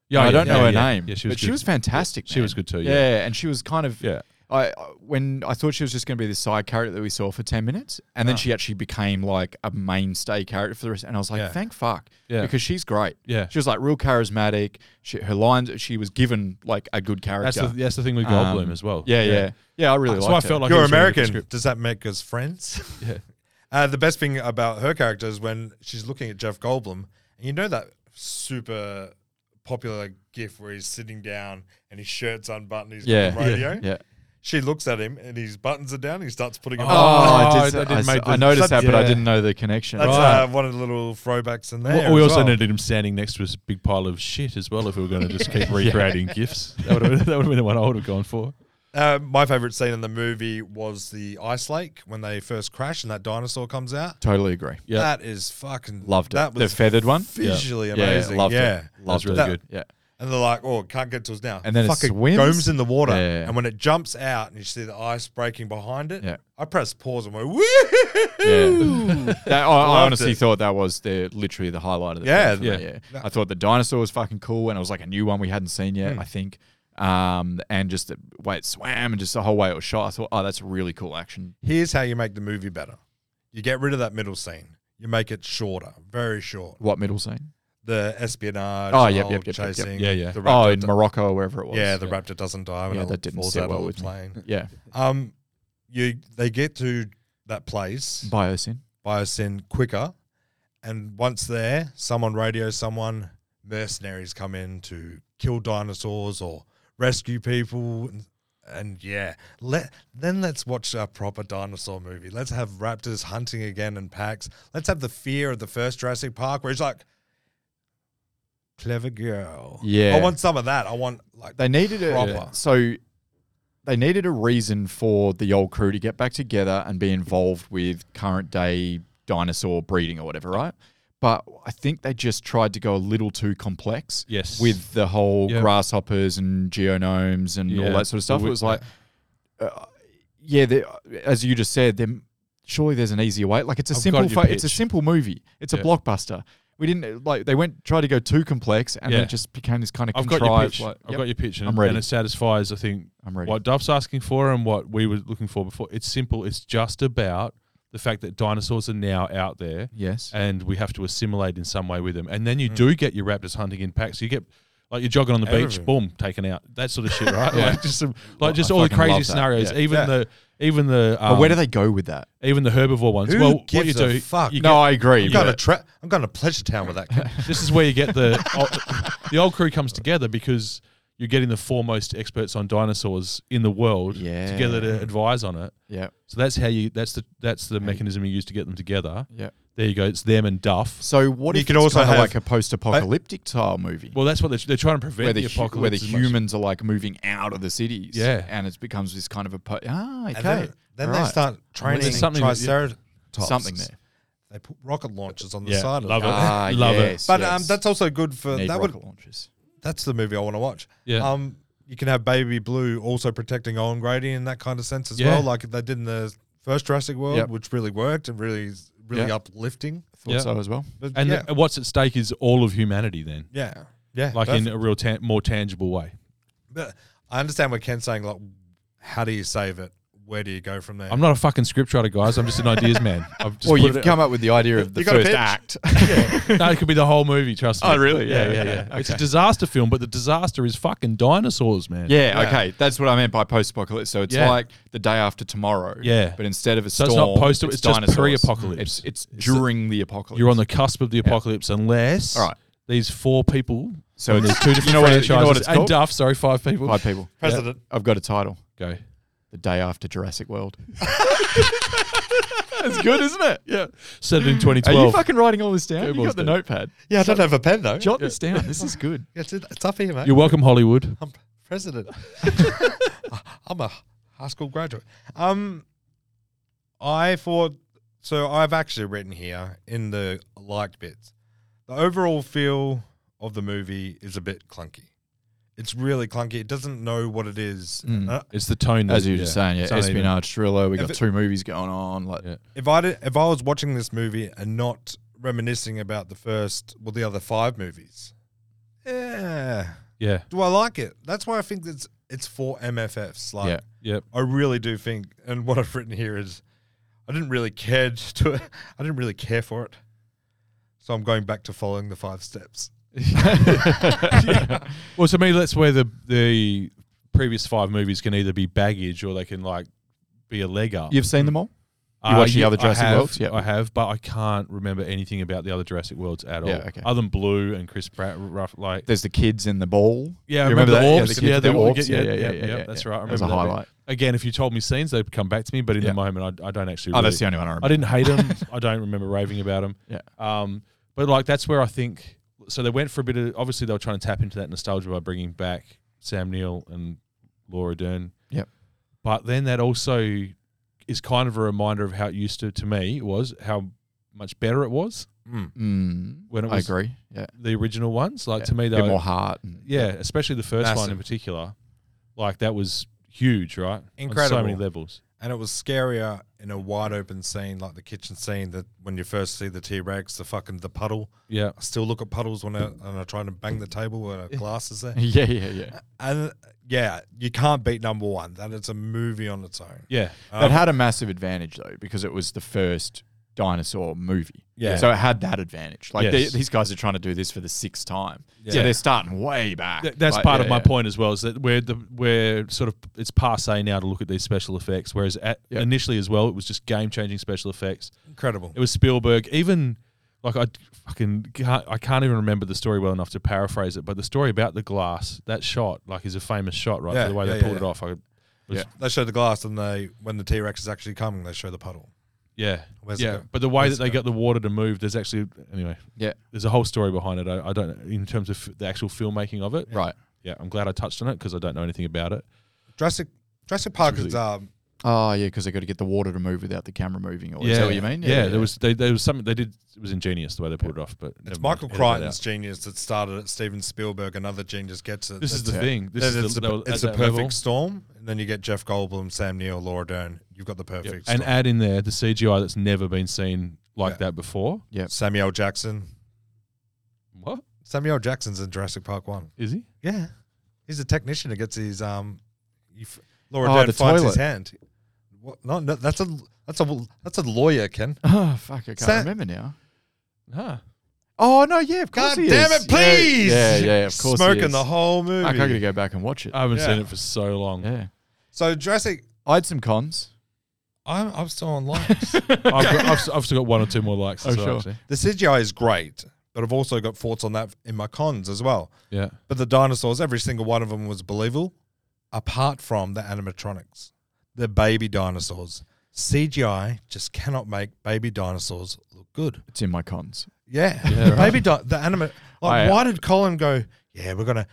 Speaker 2: Yeah,
Speaker 3: I don't
Speaker 2: yeah,
Speaker 3: know her
Speaker 2: yeah.
Speaker 3: name,
Speaker 2: Yeah, she was
Speaker 3: but she
Speaker 2: good.
Speaker 3: was fantastic.
Speaker 2: She was
Speaker 3: man.
Speaker 2: good too, yeah.
Speaker 3: and she was kind of
Speaker 2: Yeah.
Speaker 3: I I- when I thought she was just going to be the side character that we saw for ten minutes, and then
Speaker 2: Ah.
Speaker 3: she actually became like a mainstay character for the rest. And I was like,
Speaker 1: Yeah.
Speaker 3: thank fuck,
Speaker 2: Yeah.
Speaker 3: because she's great.
Speaker 2: Yeah.
Speaker 3: she was like real charismatic. She, her lines, she was given like a good character.
Speaker 2: That's the, that's the thing with
Speaker 3: Um,
Speaker 2: Goldblum as well.
Speaker 3: Yeah, yeah, yeah. I really
Speaker 2: So
Speaker 3: liked
Speaker 2: I
Speaker 3: her.
Speaker 2: felt like it
Speaker 1: You're
Speaker 2: was a really good
Speaker 1: American.
Speaker 2: script.
Speaker 1: Does that make us friends?
Speaker 2: Yeah.
Speaker 1: Uh, the best thing about her character is when she's looking at Jeff Goldblum, and you know that super popular gif where he's sitting down and his shirt's unbuttoned, he's
Speaker 3: yeah,
Speaker 1: got the radio.
Speaker 3: yeah, yeah.
Speaker 1: She looks at him and his buttons are down. He starts putting them.
Speaker 2: Oh,
Speaker 1: up.
Speaker 2: I
Speaker 3: I,
Speaker 2: did- I
Speaker 3: did,
Speaker 2: didn't
Speaker 3: I, s-
Speaker 2: make
Speaker 3: I
Speaker 2: the-
Speaker 3: noticed that, but I
Speaker 2: yeah.
Speaker 3: didn't know the connection.
Speaker 1: That's
Speaker 2: Right.
Speaker 1: uh, one of the little throwbacks in there.
Speaker 2: Well, we
Speaker 1: as
Speaker 2: also
Speaker 1: well.
Speaker 2: needed him standing next to us big pile of shit as well if we were going to just keep recreating gifs. That would have that would have been the one I would have gone for.
Speaker 1: Uh, my favorite scene in the movie was the ice lake when they first crash and that dinosaur comes out.
Speaker 3: totally agree.
Speaker 2: Yeah.
Speaker 1: That is fucking
Speaker 3: Loved it.
Speaker 1: That
Speaker 3: The feathered one? Yeah.
Speaker 1: visually
Speaker 3: Yeah,
Speaker 1: amazing. Yeah,
Speaker 3: loved it.
Speaker 2: Loved
Speaker 1: That-
Speaker 2: really good.
Speaker 3: Yeah.
Speaker 1: And they're like, "Oh, can't get to us now."
Speaker 3: And then it
Speaker 1: fucking
Speaker 3: swims?
Speaker 1: goes in the water,
Speaker 3: Yeah.
Speaker 1: and when it jumps out and you see the ice breaking behind it,
Speaker 3: Yeah.
Speaker 1: I press pause and went, "Woo!"
Speaker 3: That- I, I
Speaker 1: Loved
Speaker 3: honestly
Speaker 1: it.
Speaker 3: thought that was the literally the highlight of the
Speaker 1: Yeah, Hmm.
Speaker 3: film for me,
Speaker 2: yeah.
Speaker 3: yeah. I thought the dinosaur was fucking cool, and it was like a new one we hadn't seen yet. I think, um, and just the way it swam and just the whole way it was shot. I thought, oh, that's really cool action.
Speaker 1: Here's how you make the movie better: you get rid of that middle scene, you make it shorter, very short.
Speaker 3: What middle scene?
Speaker 1: The espionage,
Speaker 3: Oh,
Speaker 1: the
Speaker 3: yep,
Speaker 1: whole
Speaker 3: yep, yep, yep, yep.
Speaker 1: chasing,
Speaker 2: Yeah, yeah.
Speaker 1: The
Speaker 3: Oh,
Speaker 1: raptor
Speaker 3: in
Speaker 1: do-
Speaker 3: Morocco or wherever it was.
Speaker 1: yeah, the raptor doesn't die.
Speaker 3: Yeah,
Speaker 1: and
Speaker 3: that didn't
Speaker 1: falls
Speaker 3: sit
Speaker 1: out
Speaker 3: well
Speaker 1: of
Speaker 3: with
Speaker 1: the
Speaker 3: me.
Speaker 1: plane.
Speaker 3: yeah.
Speaker 1: Um, you they get to that place
Speaker 3: Biosyn.
Speaker 1: by sin quicker, and once there, someone radios someone. Mercenaries come in to kill dinosaurs or rescue people, and, and yeah, let then let's watch a proper dinosaur movie. Let's have raptors hunting again in packs. Let's have the fear of the first Jurassic Park, where he's like. Clever girl.
Speaker 3: Yeah.
Speaker 1: I want some of that. I want like
Speaker 3: They needed a
Speaker 1: Proper.
Speaker 3: so they needed a reason for the old crew to get back together and be involved with current day dinosaur breeding or whatever, right? But I think they just tried to go a little too complex.
Speaker 2: Yes.
Speaker 3: With the whole
Speaker 2: Yep.
Speaker 3: grasshoppers and geonomes and
Speaker 2: Yeah.
Speaker 3: all that sort of stuff.
Speaker 2: The wi-
Speaker 3: It was like, uh, yeah, there- as you just said, there surely there's an easier way. Like it's a
Speaker 2: I've
Speaker 3: simple,
Speaker 2: got your
Speaker 3: fu- it's a
Speaker 2: pitch.
Speaker 3: simple movie. It's
Speaker 2: Yeah.
Speaker 3: a blockbuster. We didn't like they went try to go too complex, and then
Speaker 2: Yeah.
Speaker 3: it just became this kind of
Speaker 2: I've got
Speaker 3: contrived.
Speaker 2: your pitch.
Speaker 3: like-
Speaker 2: I've
Speaker 3: Yep.
Speaker 2: got your pitch, and,
Speaker 3: I'm
Speaker 2: it-
Speaker 3: ready.
Speaker 2: and it satisfies. I think
Speaker 3: I'm ready.
Speaker 2: what Duff's asking for and what we were looking for before. It's simple. It's just about the fact that dinosaurs are now out there.
Speaker 3: Yes.
Speaker 2: and we have to assimilate in some way with them. And then you
Speaker 3: Mm.
Speaker 2: do get your raptors hunting in packs. You get like you're jogging on the
Speaker 1: Everything.
Speaker 2: beach, boom, taken out. That sort of shit, right?
Speaker 3: Yeah.
Speaker 2: Like just some, like just
Speaker 3: I
Speaker 2: all the
Speaker 3: fucking love
Speaker 2: crazy
Speaker 3: that.
Speaker 2: scenarios.
Speaker 3: Yeah.
Speaker 2: Even
Speaker 1: Yeah.
Speaker 2: the even the um,
Speaker 3: but where do they go with that?
Speaker 2: even the herbivore ones.
Speaker 1: Who
Speaker 2: well, what
Speaker 1: gives
Speaker 2: you do?
Speaker 1: a fuck?
Speaker 2: you
Speaker 3: no,
Speaker 2: get-
Speaker 3: I agree.
Speaker 1: I'm
Speaker 3: but-
Speaker 1: going to tra- I'm going to pleasure town with that. kid.
Speaker 2: this is where you get the old, the old crew comes together because you're getting the foremost experts on dinosaurs in the world
Speaker 3: Yeah.
Speaker 2: together to advise on it.
Speaker 3: yeah,
Speaker 2: So that's how you that's the that's the mechanism you use to get them together.
Speaker 3: yeah.
Speaker 2: There you go. It's them and Duff.
Speaker 3: So what
Speaker 1: You
Speaker 3: if
Speaker 1: could
Speaker 3: it's
Speaker 1: also
Speaker 3: kinda
Speaker 1: have-
Speaker 3: like a post-apocalyptic style movie
Speaker 2: Well, that's what they're, they're trying to prevent
Speaker 3: where the,
Speaker 2: the
Speaker 3: hu-
Speaker 2: apocalypse.
Speaker 3: where the
Speaker 2: as much.
Speaker 3: humans are like moving out of the cities?
Speaker 2: Yeah.
Speaker 3: and it becomes this kind of a po- ah okay.
Speaker 1: And then, then they
Speaker 3: Right.
Speaker 1: start training
Speaker 2: there's something that-
Speaker 1: triceratops.
Speaker 3: something there.
Speaker 1: They put rocket launchers on the
Speaker 2: Yeah,
Speaker 1: side of
Speaker 2: love
Speaker 1: it.
Speaker 2: it.
Speaker 3: Ah,
Speaker 2: Love it.
Speaker 3: yes,
Speaker 1: But um,
Speaker 3: yes.
Speaker 1: that's also good for
Speaker 3: Need
Speaker 1: that
Speaker 3: rocket
Speaker 1: would,
Speaker 3: launches.
Speaker 1: that's the movie I want to watch.
Speaker 2: Yeah.
Speaker 1: Um, you can have Baby Blue also protecting Owen Grady in that kind of sense as
Speaker 2: Yeah.
Speaker 1: well, like they did in the first Jurassic World,
Speaker 3: Yep.
Speaker 1: which really worked and really really
Speaker 3: Yeah.
Speaker 1: uplifting.
Speaker 3: Thought
Speaker 2: Yeah.
Speaker 3: so as well.
Speaker 1: But
Speaker 2: And
Speaker 1: yeah,
Speaker 2: the- what's at stake is all of humanity then,
Speaker 1: yeah, yeah.
Speaker 2: like
Speaker 1: perfect.
Speaker 2: in a real tan more tangible way.
Speaker 1: But I understand what Ken's saying. Like, how do you save it? Where do you go from there?
Speaker 2: I'm not a fucking scriptwriter, guys. I'm just an ideas man. I've just
Speaker 3: Well,
Speaker 2: put
Speaker 3: you've
Speaker 2: it-
Speaker 3: come up with the idea of the
Speaker 1: You got a
Speaker 3: first
Speaker 1: pitch?
Speaker 3: act.
Speaker 2: no, it could be the whole movie. Trust me.
Speaker 3: Oh, really?
Speaker 2: Yeah, yeah,
Speaker 3: Yeah,
Speaker 2: yeah.
Speaker 3: yeah.
Speaker 2: It's a
Speaker 3: Okay.
Speaker 2: disaster film, but the disaster is fucking dinosaurs, man.
Speaker 3: Yeah,
Speaker 1: Yeah.
Speaker 3: okay. That's what I meant by post apocalypse. So it's
Speaker 2: Yeah.
Speaker 3: like the day after tomorrow.
Speaker 2: Yeah.
Speaker 3: But instead of a
Speaker 2: So it's
Speaker 3: storm,
Speaker 2: not post- it's just
Speaker 3: dinosaurs.
Speaker 2: pre-apocalypse.
Speaker 3: It's, it's
Speaker 2: It's
Speaker 3: during the apocalypse.
Speaker 2: you're on the cusp of the apocalypse unless
Speaker 3: All right.
Speaker 2: these four people.
Speaker 3: So
Speaker 2: and there's
Speaker 3: it's-
Speaker 2: two different
Speaker 3: you know what it-
Speaker 2: franchises uh,
Speaker 3: you know what it's
Speaker 2: and
Speaker 3: called?
Speaker 2: Duff. Sorry, five people.
Speaker 3: five people.
Speaker 1: President.
Speaker 3: I've got a title.
Speaker 2: Go.
Speaker 3: The day after Jurassic World. That's good, isn't it? Yeah.
Speaker 2: Set it in
Speaker 3: Are
Speaker 2: 2012.
Speaker 3: you fucking writing all this down? you
Speaker 2: Google's
Speaker 3: got the
Speaker 2: dead.
Speaker 3: notepad.
Speaker 1: Yeah, I don't have a pen though.
Speaker 3: Jot this down. This is good.
Speaker 1: It's, it's up here, mate.
Speaker 2: You're welcome, Hollywood.
Speaker 1: I'm president. I'm a high school graduate. Um, I thought so. I've actually written here in the liked bits. The overall feel of the movie is a bit clunky. It's really clunky. It doesn't know what it is. Uh,
Speaker 2: It's the tone.
Speaker 3: As
Speaker 2: that-
Speaker 3: you were just saying,
Speaker 2: It's
Speaker 3: yeah,
Speaker 2: uneven.
Speaker 3: espionage thriller. We
Speaker 1: If
Speaker 3: got
Speaker 1: it-
Speaker 3: two movies going on. Like,
Speaker 2: Yeah.
Speaker 1: if I did, if I was watching this movie and not reminiscing about the first, well, the other five movies, yeah,
Speaker 2: Yeah.
Speaker 1: do I like it? That's why I think it's it's for MFFs. Like,
Speaker 3: Yeah.
Speaker 2: Yep.
Speaker 1: I really do think, and what I've written here is, I didn't really care to, I didn't really care for it, so I'm going back to following the five steps.
Speaker 2: Well, to me, that's where the the previous five movies can either be baggage or they can like be a leg up.
Speaker 3: You've seen them all. You
Speaker 2: Uh,
Speaker 3: watched the
Speaker 2: yeah,
Speaker 3: other Jurassic
Speaker 2: I have,
Speaker 3: Worlds? Yep.
Speaker 2: I have, but I can't remember anything about the other Jurassic Worlds at all.
Speaker 3: Yeah, okay.
Speaker 2: Other than Blue and Chris Pratt, rough like
Speaker 3: There's the kids in the ball.
Speaker 2: yeah, I
Speaker 3: You remember, that?
Speaker 2: Uh, the orbs. Yeah,
Speaker 3: the
Speaker 2: they all
Speaker 3: kids
Speaker 2: get-
Speaker 3: with the
Speaker 2: yeah,
Speaker 3: orbs.
Speaker 2: yeah, yeah, That's right. I
Speaker 3: That was
Speaker 2: remember
Speaker 3: a
Speaker 2: that bit.
Speaker 3: highlight.
Speaker 2: Again, if you told me scenes, they'd come back to me, but in
Speaker 3: Yeah.
Speaker 2: the moment, I, I don't actually.
Speaker 3: Oh,
Speaker 2: really-
Speaker 3: that's the only one I remember.
Speaker 2: I didn't hate them. I don't remember raving about them.
Speaker 3: Yeah.
Speaker 2: Um, but like that's where I think. So they went for a bit of. Obviously, they were trying to tap into that nostalgia by bringing back Sam Neill and Laura Dern.
Speaker 3: Yep.
Speaker 2: But then that also is kind of a reminder of how it used to to me was how much better it was
Speaker 3: Mm,
Speaker 2: when it
Speaker 3: I
Speaker 2: Hmm, was
Speaker 3: agree. Yeah.
Speaker 2: the original ones. Like to me, they
Speaker 3: bit
Speaker 2: were-
Speaker 3: more heart. and-
Speaker 2: yeah, especially the first one in
Speaker 1: Massive.
Speaker 2: particular. Like that was huge, right? On so
Speaker 1: Incredible.
Speaker 2: many levels.
Speaker 1: And it was scarier in a wide open scene, like the kitchen scene, that when you first see the T Rex, the fucking the puddle.
Speaker 2: Yeah.
Speaker 1: I still look at puddles when I, and I try to bang the table when a glass is there.
Speaker 3: Yeah, yeah, yeah.
Speaker 1: And yeah, you can't beat number one. That it's a movie on its own.
Speaker 2: Yeah.
Speaker 3: it had a massive advantage though because it was the first dinosaur movie.
Speaker 1: Yeah.
Speaker 3: So it had that advantage. Like
Speaker 2: Yes.
Speaker 3: they, these guys are trying to do this for the sixth time. So
Speaker 2: Yeah.
Speaker 3: they're starting way back.
Speaker 2: Th- that's
Speaker 3: Like,
Speaker 2: part
Speaker 3: yeah,
Speaker 2: of my
Speaker 3: yeah.
Speaker 2: point as well is that we're the we're sort of it's passe now to look at these special effects, whereas at,
Speaker 3: Yeah.
Speaker 2: initially as well it was just game changing special effects.
Speaker 1: Incredible.
Speaker 2: It was Spielberg. Even like I d- fucking can't, I can't even remember the story well enough to paraphrase it, but the story about the glass that shot like is a famous shot, right?
Speaker 1: Yeah,
Speaker 2: for the way
Speaker 1: yeah,
Speaker 2: they
Speaker 1: yeah,
Speaker 2: pulled it
Speaker 1: yeah.
Speaker 2: off. I, was,
Speaker 3: Yeah.
Speaker 1: They show the glass, and they when the T Rex is actually coming, they show the puddle.
Speaker 2: yeah,
Speaker 1: Where's it
Speaker 2: yeah.
Speaker 1: go?
Speaker 2: But the way
Speaker 1: Where's
Speaker 2: that
Speaker 1: it
Speaker 2: they
Speaker 1: go?
Speaker 2: got the water to move, there's actually anyway,
Speaker 3: Yeah.
Speaker 2: there's a whole story behind it. I, I don't in terms of the actual filmmaking of it.
Speaker 3: Right.
Speaker 2: Yeah, I'm glad I touched on it because I don't know anything about it.
Speaker 1: Jurassic Jurassic Park
Speaker 2: really-
Speaker 1: is um,
Speaker 3: Oh yeah, because they got to get the water to move without the camera moving. Or is that what you mean?
Speaker 2: Yeah, there was they, there was something they did. It was ingenious the way they pulled it off, but
Speaker 1: it's Michael Crichton's genius that started it. Steven Spielberg, another genius, gets it.
Speaker 2: This is
Speaker 1: That's
Speaker 2: the
Speaker 1: it.
Speaker 2: thing. This
Speaker 1: Then
Speaker 2: is
Speaker 1: it's
Speaker 2: the,
Speaker 1: the,
Speaker 2: they were
Speaker 1: it's
Speaker 2: at
Speaker 1: the
Speaker 2: that
Speaker 1: perfect
Speaker 2: level.
Speaker 1: storm, and then you get Jeff Goldblum, Sam Neill, Laura Dern. You've got the perfect
Speaker 2: and
Speaker 1: storm.
Speaker 2: add in there the CGI that's never been seen like
Speaker 1: Yeah.
Speaker 2: that before.
Speaker 3: Yep.
Speaker 1: Samuel Jackson.
Speaker 2: What
Speaker 1: Samuel Jackson's in Jurassic Park One.
Speaker 2: is he?
Speaker 1: Yeah, he's a technician who gets his um, you f- Laura
Speaker 3: Oh,
Speaker 1: Dern
Speaker 3: the
Speaker 1: finds his
Speaker 3: toilet.
Speaker 1: hand. What? No, no, that's a that's a that's a lawyer, Ken.
Speaker 3: Oh fuck, I can't
Speaker 1: Sa-
Speaker 3: remember now.
Speaker 2: Nah.
Speaker 3: Oh no, yeah, of course.
Speaker 1: God
Speaker 3: he
Speaker 1: damn
Speaker 3: is.
Speaker 1: it, please!
Speaker 3: Yeah, yeah, yeah, of course.
Speaker 1: Smoking
Speaker 3: he is.
Speaker 1: the whole
Speaker 3: Fuck, I
Speaker 1: movie.
Speaker 3: gotta go back and watch it.
Speaker 2: I haven't seen
Speaker 1: Yeah.
Speaker 2: it for so long.
Speaker 3: yeah.
Speaker 1: so Jurassic,
Speaker 3: I had some cons.
Speaker 1: I'm I'm still on likes. the
Speaker 2: I've, got, I've, s- I've still got one or two more likes. as
Speaker 3: Oh,
Speaker 2: well,
Speaker 3: sure.
Speaker 2: actually.
Speaker 1: CGI is great, but I've also got thoughts on that in my cons as well.
Speaker 2: Yeah.
Speaker 1: But the dinosaurs, every single one of them was believable, apart from the animatronics, the baby dinosaurs. CGI just cannot make baby dinosaurs look good.
Speaker 3: It's in my cons.
Speaker 1: Yeah,
Speaker 2: Yeah,
Speaker 1: baby di- the anima. Like,
Speaker 3: I- uh,
Speaker 1: why did Colin go? Yeah, we're gonna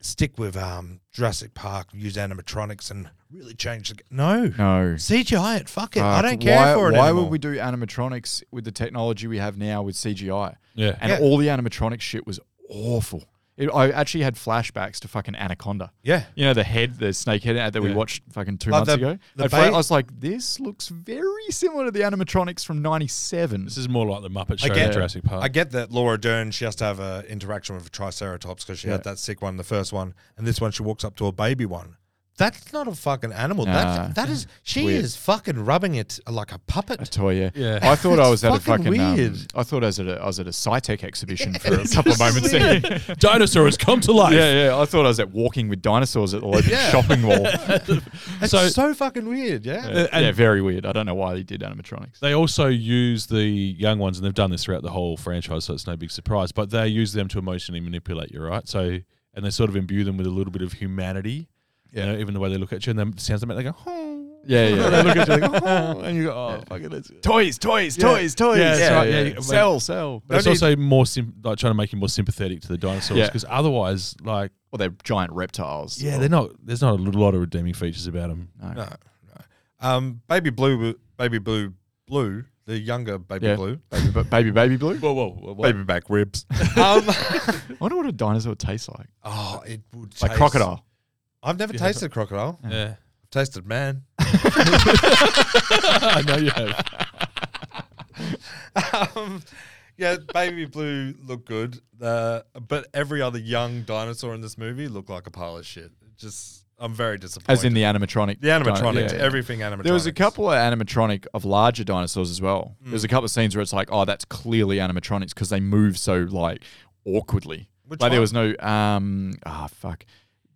Speaker 1: stick with um Jurassic Park, use animatronics, and really change the. G-. No,
Speaker 3: No.
Speaker 1: CGI it. Fuck it. I
Speaker 3: Fuck,
Speaker 1: don't care
Speaker 3: why,
Speaker 1: for it.
Speaker 3: Why
Speaker 1: anymore.
Speaker 3: would we do animatronics with the technology we have now with CGI?
Speaker 2: Yeah.
Speaker 3: And
Speaker 1: Yeah.
Speaker 3: all the animatronic shit was awful. It, I actually had flashbacks to fucking Anaconda.
Speaker 1: Yeah.
Speaker 3: You know, the head, the snake head ad that we watched fucking two
Speaker 1: Like
Speaker 3: months
Speaker 1: the-
Speaker 3: ago?
Speaker 1: the
Speaker 3: I'd fla-
Speaker 1: ba-
Speaker 3: I was like, this looks very similar to the animatronics from 97.
Speaker 2: This is more like the Muppet Show
Speaker 1: I
Speaker 2: than
Speaker 1: get,
Speaker 2: Jurassic Park.
Speaker 1: I get that Laura Dern, she has to have an interaction with a Triceratops because she
Speaker 3: Yeah.
Speaker 1: had that sick one, the first one, and this one she walks up to a baby one. That's not a fucking animal.
Speaker 3: Nah.
Speaker 1: That that is she
Speaker 3: Weird.
Speaker 1: is fucking rubbing it like a
Speaker 3: A
Speaker 1: puppet.
Speaker 3: toy, yeah.
Speaker 2: Yeah.
Speaker 3: I thought I was at a
Speaker 1: fucking
Speaker 3: fucking. um,
Speaker 1: weird.
Speaker 3: I thought I was at a, I was at a SciTech exhibition for a couple of moments. there.
Speaker 2: Dinosaurs come to life.
Speaker 3: yeah, yeah. I thought I was at walking with dinosaurs at the local
Speaker 1: Yeah.
Speaker 3: shopping mall.
Speaker 1: It's
Speaker 2: So-
Speaker 1: so, fucking weird. Yeah.
Speaker 3: yeah, very weird. I don't know why they did animatronics.
Speaker 2: They also use the young ones, and they've done this throughout the whole franchise, so it's no big surprise. But they use them to emotionally manipulate you, right? So, and they sort of imbue them with a little bit of humanity. You know, even the way they look at you, and then the sounds they make, they go, "Oh."
Speaker 3: Yeah, yeah.
Speaker 2: they look at you, like, "Oh," and you go, "Oh, fuck it." That's
Speaker 3: toys, toys, toys, toys.
Speaker 2: Yeah, that's right, yeah, you-
Speaker 3: Sell, sell.
Speaker 2: But it's
Speaker 1: Don't
Speaker 2: also more sim- like trying to make you more sympathetic to the dinosaurs,
Speaker 3: Yeah.
Speaker 2: because otherwise, like, oh.
Speaker 3: Well, they're giant reptiles.
Speaker 2: yeah, they're not. There's not a lot of redeeming features about them.
Speaker 1: No, no. Um, baby blue, w- baby blue Blue, the younger Baby
Speaker 3: Yeah.
Speaker 1: Blue,
Speaker 3: Baby, ba- baby, baby blue.
Speaker 2: Whoa, whoa, whoa, whoa.
Speaker 1: baby back ribs.
Speaker 3: Um, I wonder what a dinosaur tastes like.
Speaker 1: oh, it would
Speaker 3: Like
Speaker 1: taste-
Speaker 3: crocodile.
Speaker 1: I've never tasted crocodile.
Speaker 2: Yeah.
Speaker 1: I've tasted man.
Speaker 2: I know you have.
Speaker 1: um, yeah, baby blue looked good, uh, but every other young dinosaur in this movie looked like a pile of shit. Just, I'm very disappointed.
Speaker 3: As in the animatronic.
Speaker 1: the animatronics,
Speaker 3: Yeah.
Speaker 1: everything animatronics.
Speaker 3: There was a couple of animatronic of larger dinosaurs as well. There's a couple of scenes where it's like, oh, that's clearly animatronics because they move so like awkwardly.
Speaker 1: Which
Speaker 3: like there
Speaker 1: one?
Speaker 3: was no um ah fuck.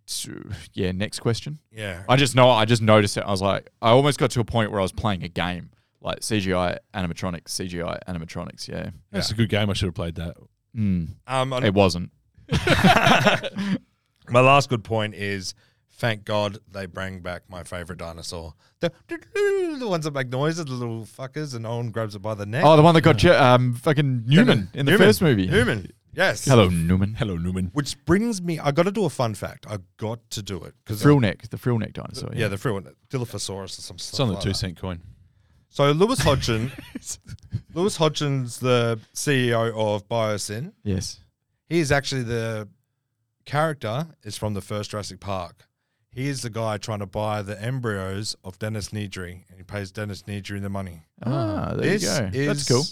Speaker 3: So- Yeah, next question.
Speaker 1: Yeah.
Speaker 3: I just know I just noticed it. I was like, I almost got to a point where I was playing a game. Like CGI animatronics, CGI animatronics, yeah.
Speaker 2: That's a good game. I should have played that.
Speaker 3: Mm,
Speaker 1: Um, on-
Speaker 3: it wasn't.
Speaker 1: my last good point is thank God they bring back my favorite dinosaur. The, the ones that make noises, the little fuckers, and Owen grabs it by the neck.
Speaker 3: Oh, the one that got che- um fucking Newman in the
Speaker 1: Newman.
Speaker 3: first movie.
Speaker 1: Newman, yes.
Speaker 3: Hello, Newman.
Speaker 2: Hello, Newman.
Speaker 1: Which brings me, I got to do a fun fact. I got to do it because
Speaker 3: Frill neck, the frill neck dinosaur.
Speaker 1: yeah, the frill, Dilophosaurus or some stuff.
Speaker 2: It's on the
Speaker 1: like
Speaker 2: two
Speaker 1: that.
Speaker 2: cent coin.
Speaker 1: So Lewis Hodgson, Lewis Hodgson's the CEO of Biosyn.
Speaker 3: yes.
Speaker 1: He is actually the character is from the first Jurassic Park. He is the guy trying to buy the embryos of Dennis Nedry, and he pays Dennis Nedry the money.
Speaker 3: Ah, there
Speaker 1: This
Speaker 3: you go.
Speaker 1: is
Speaker 3: That's cool.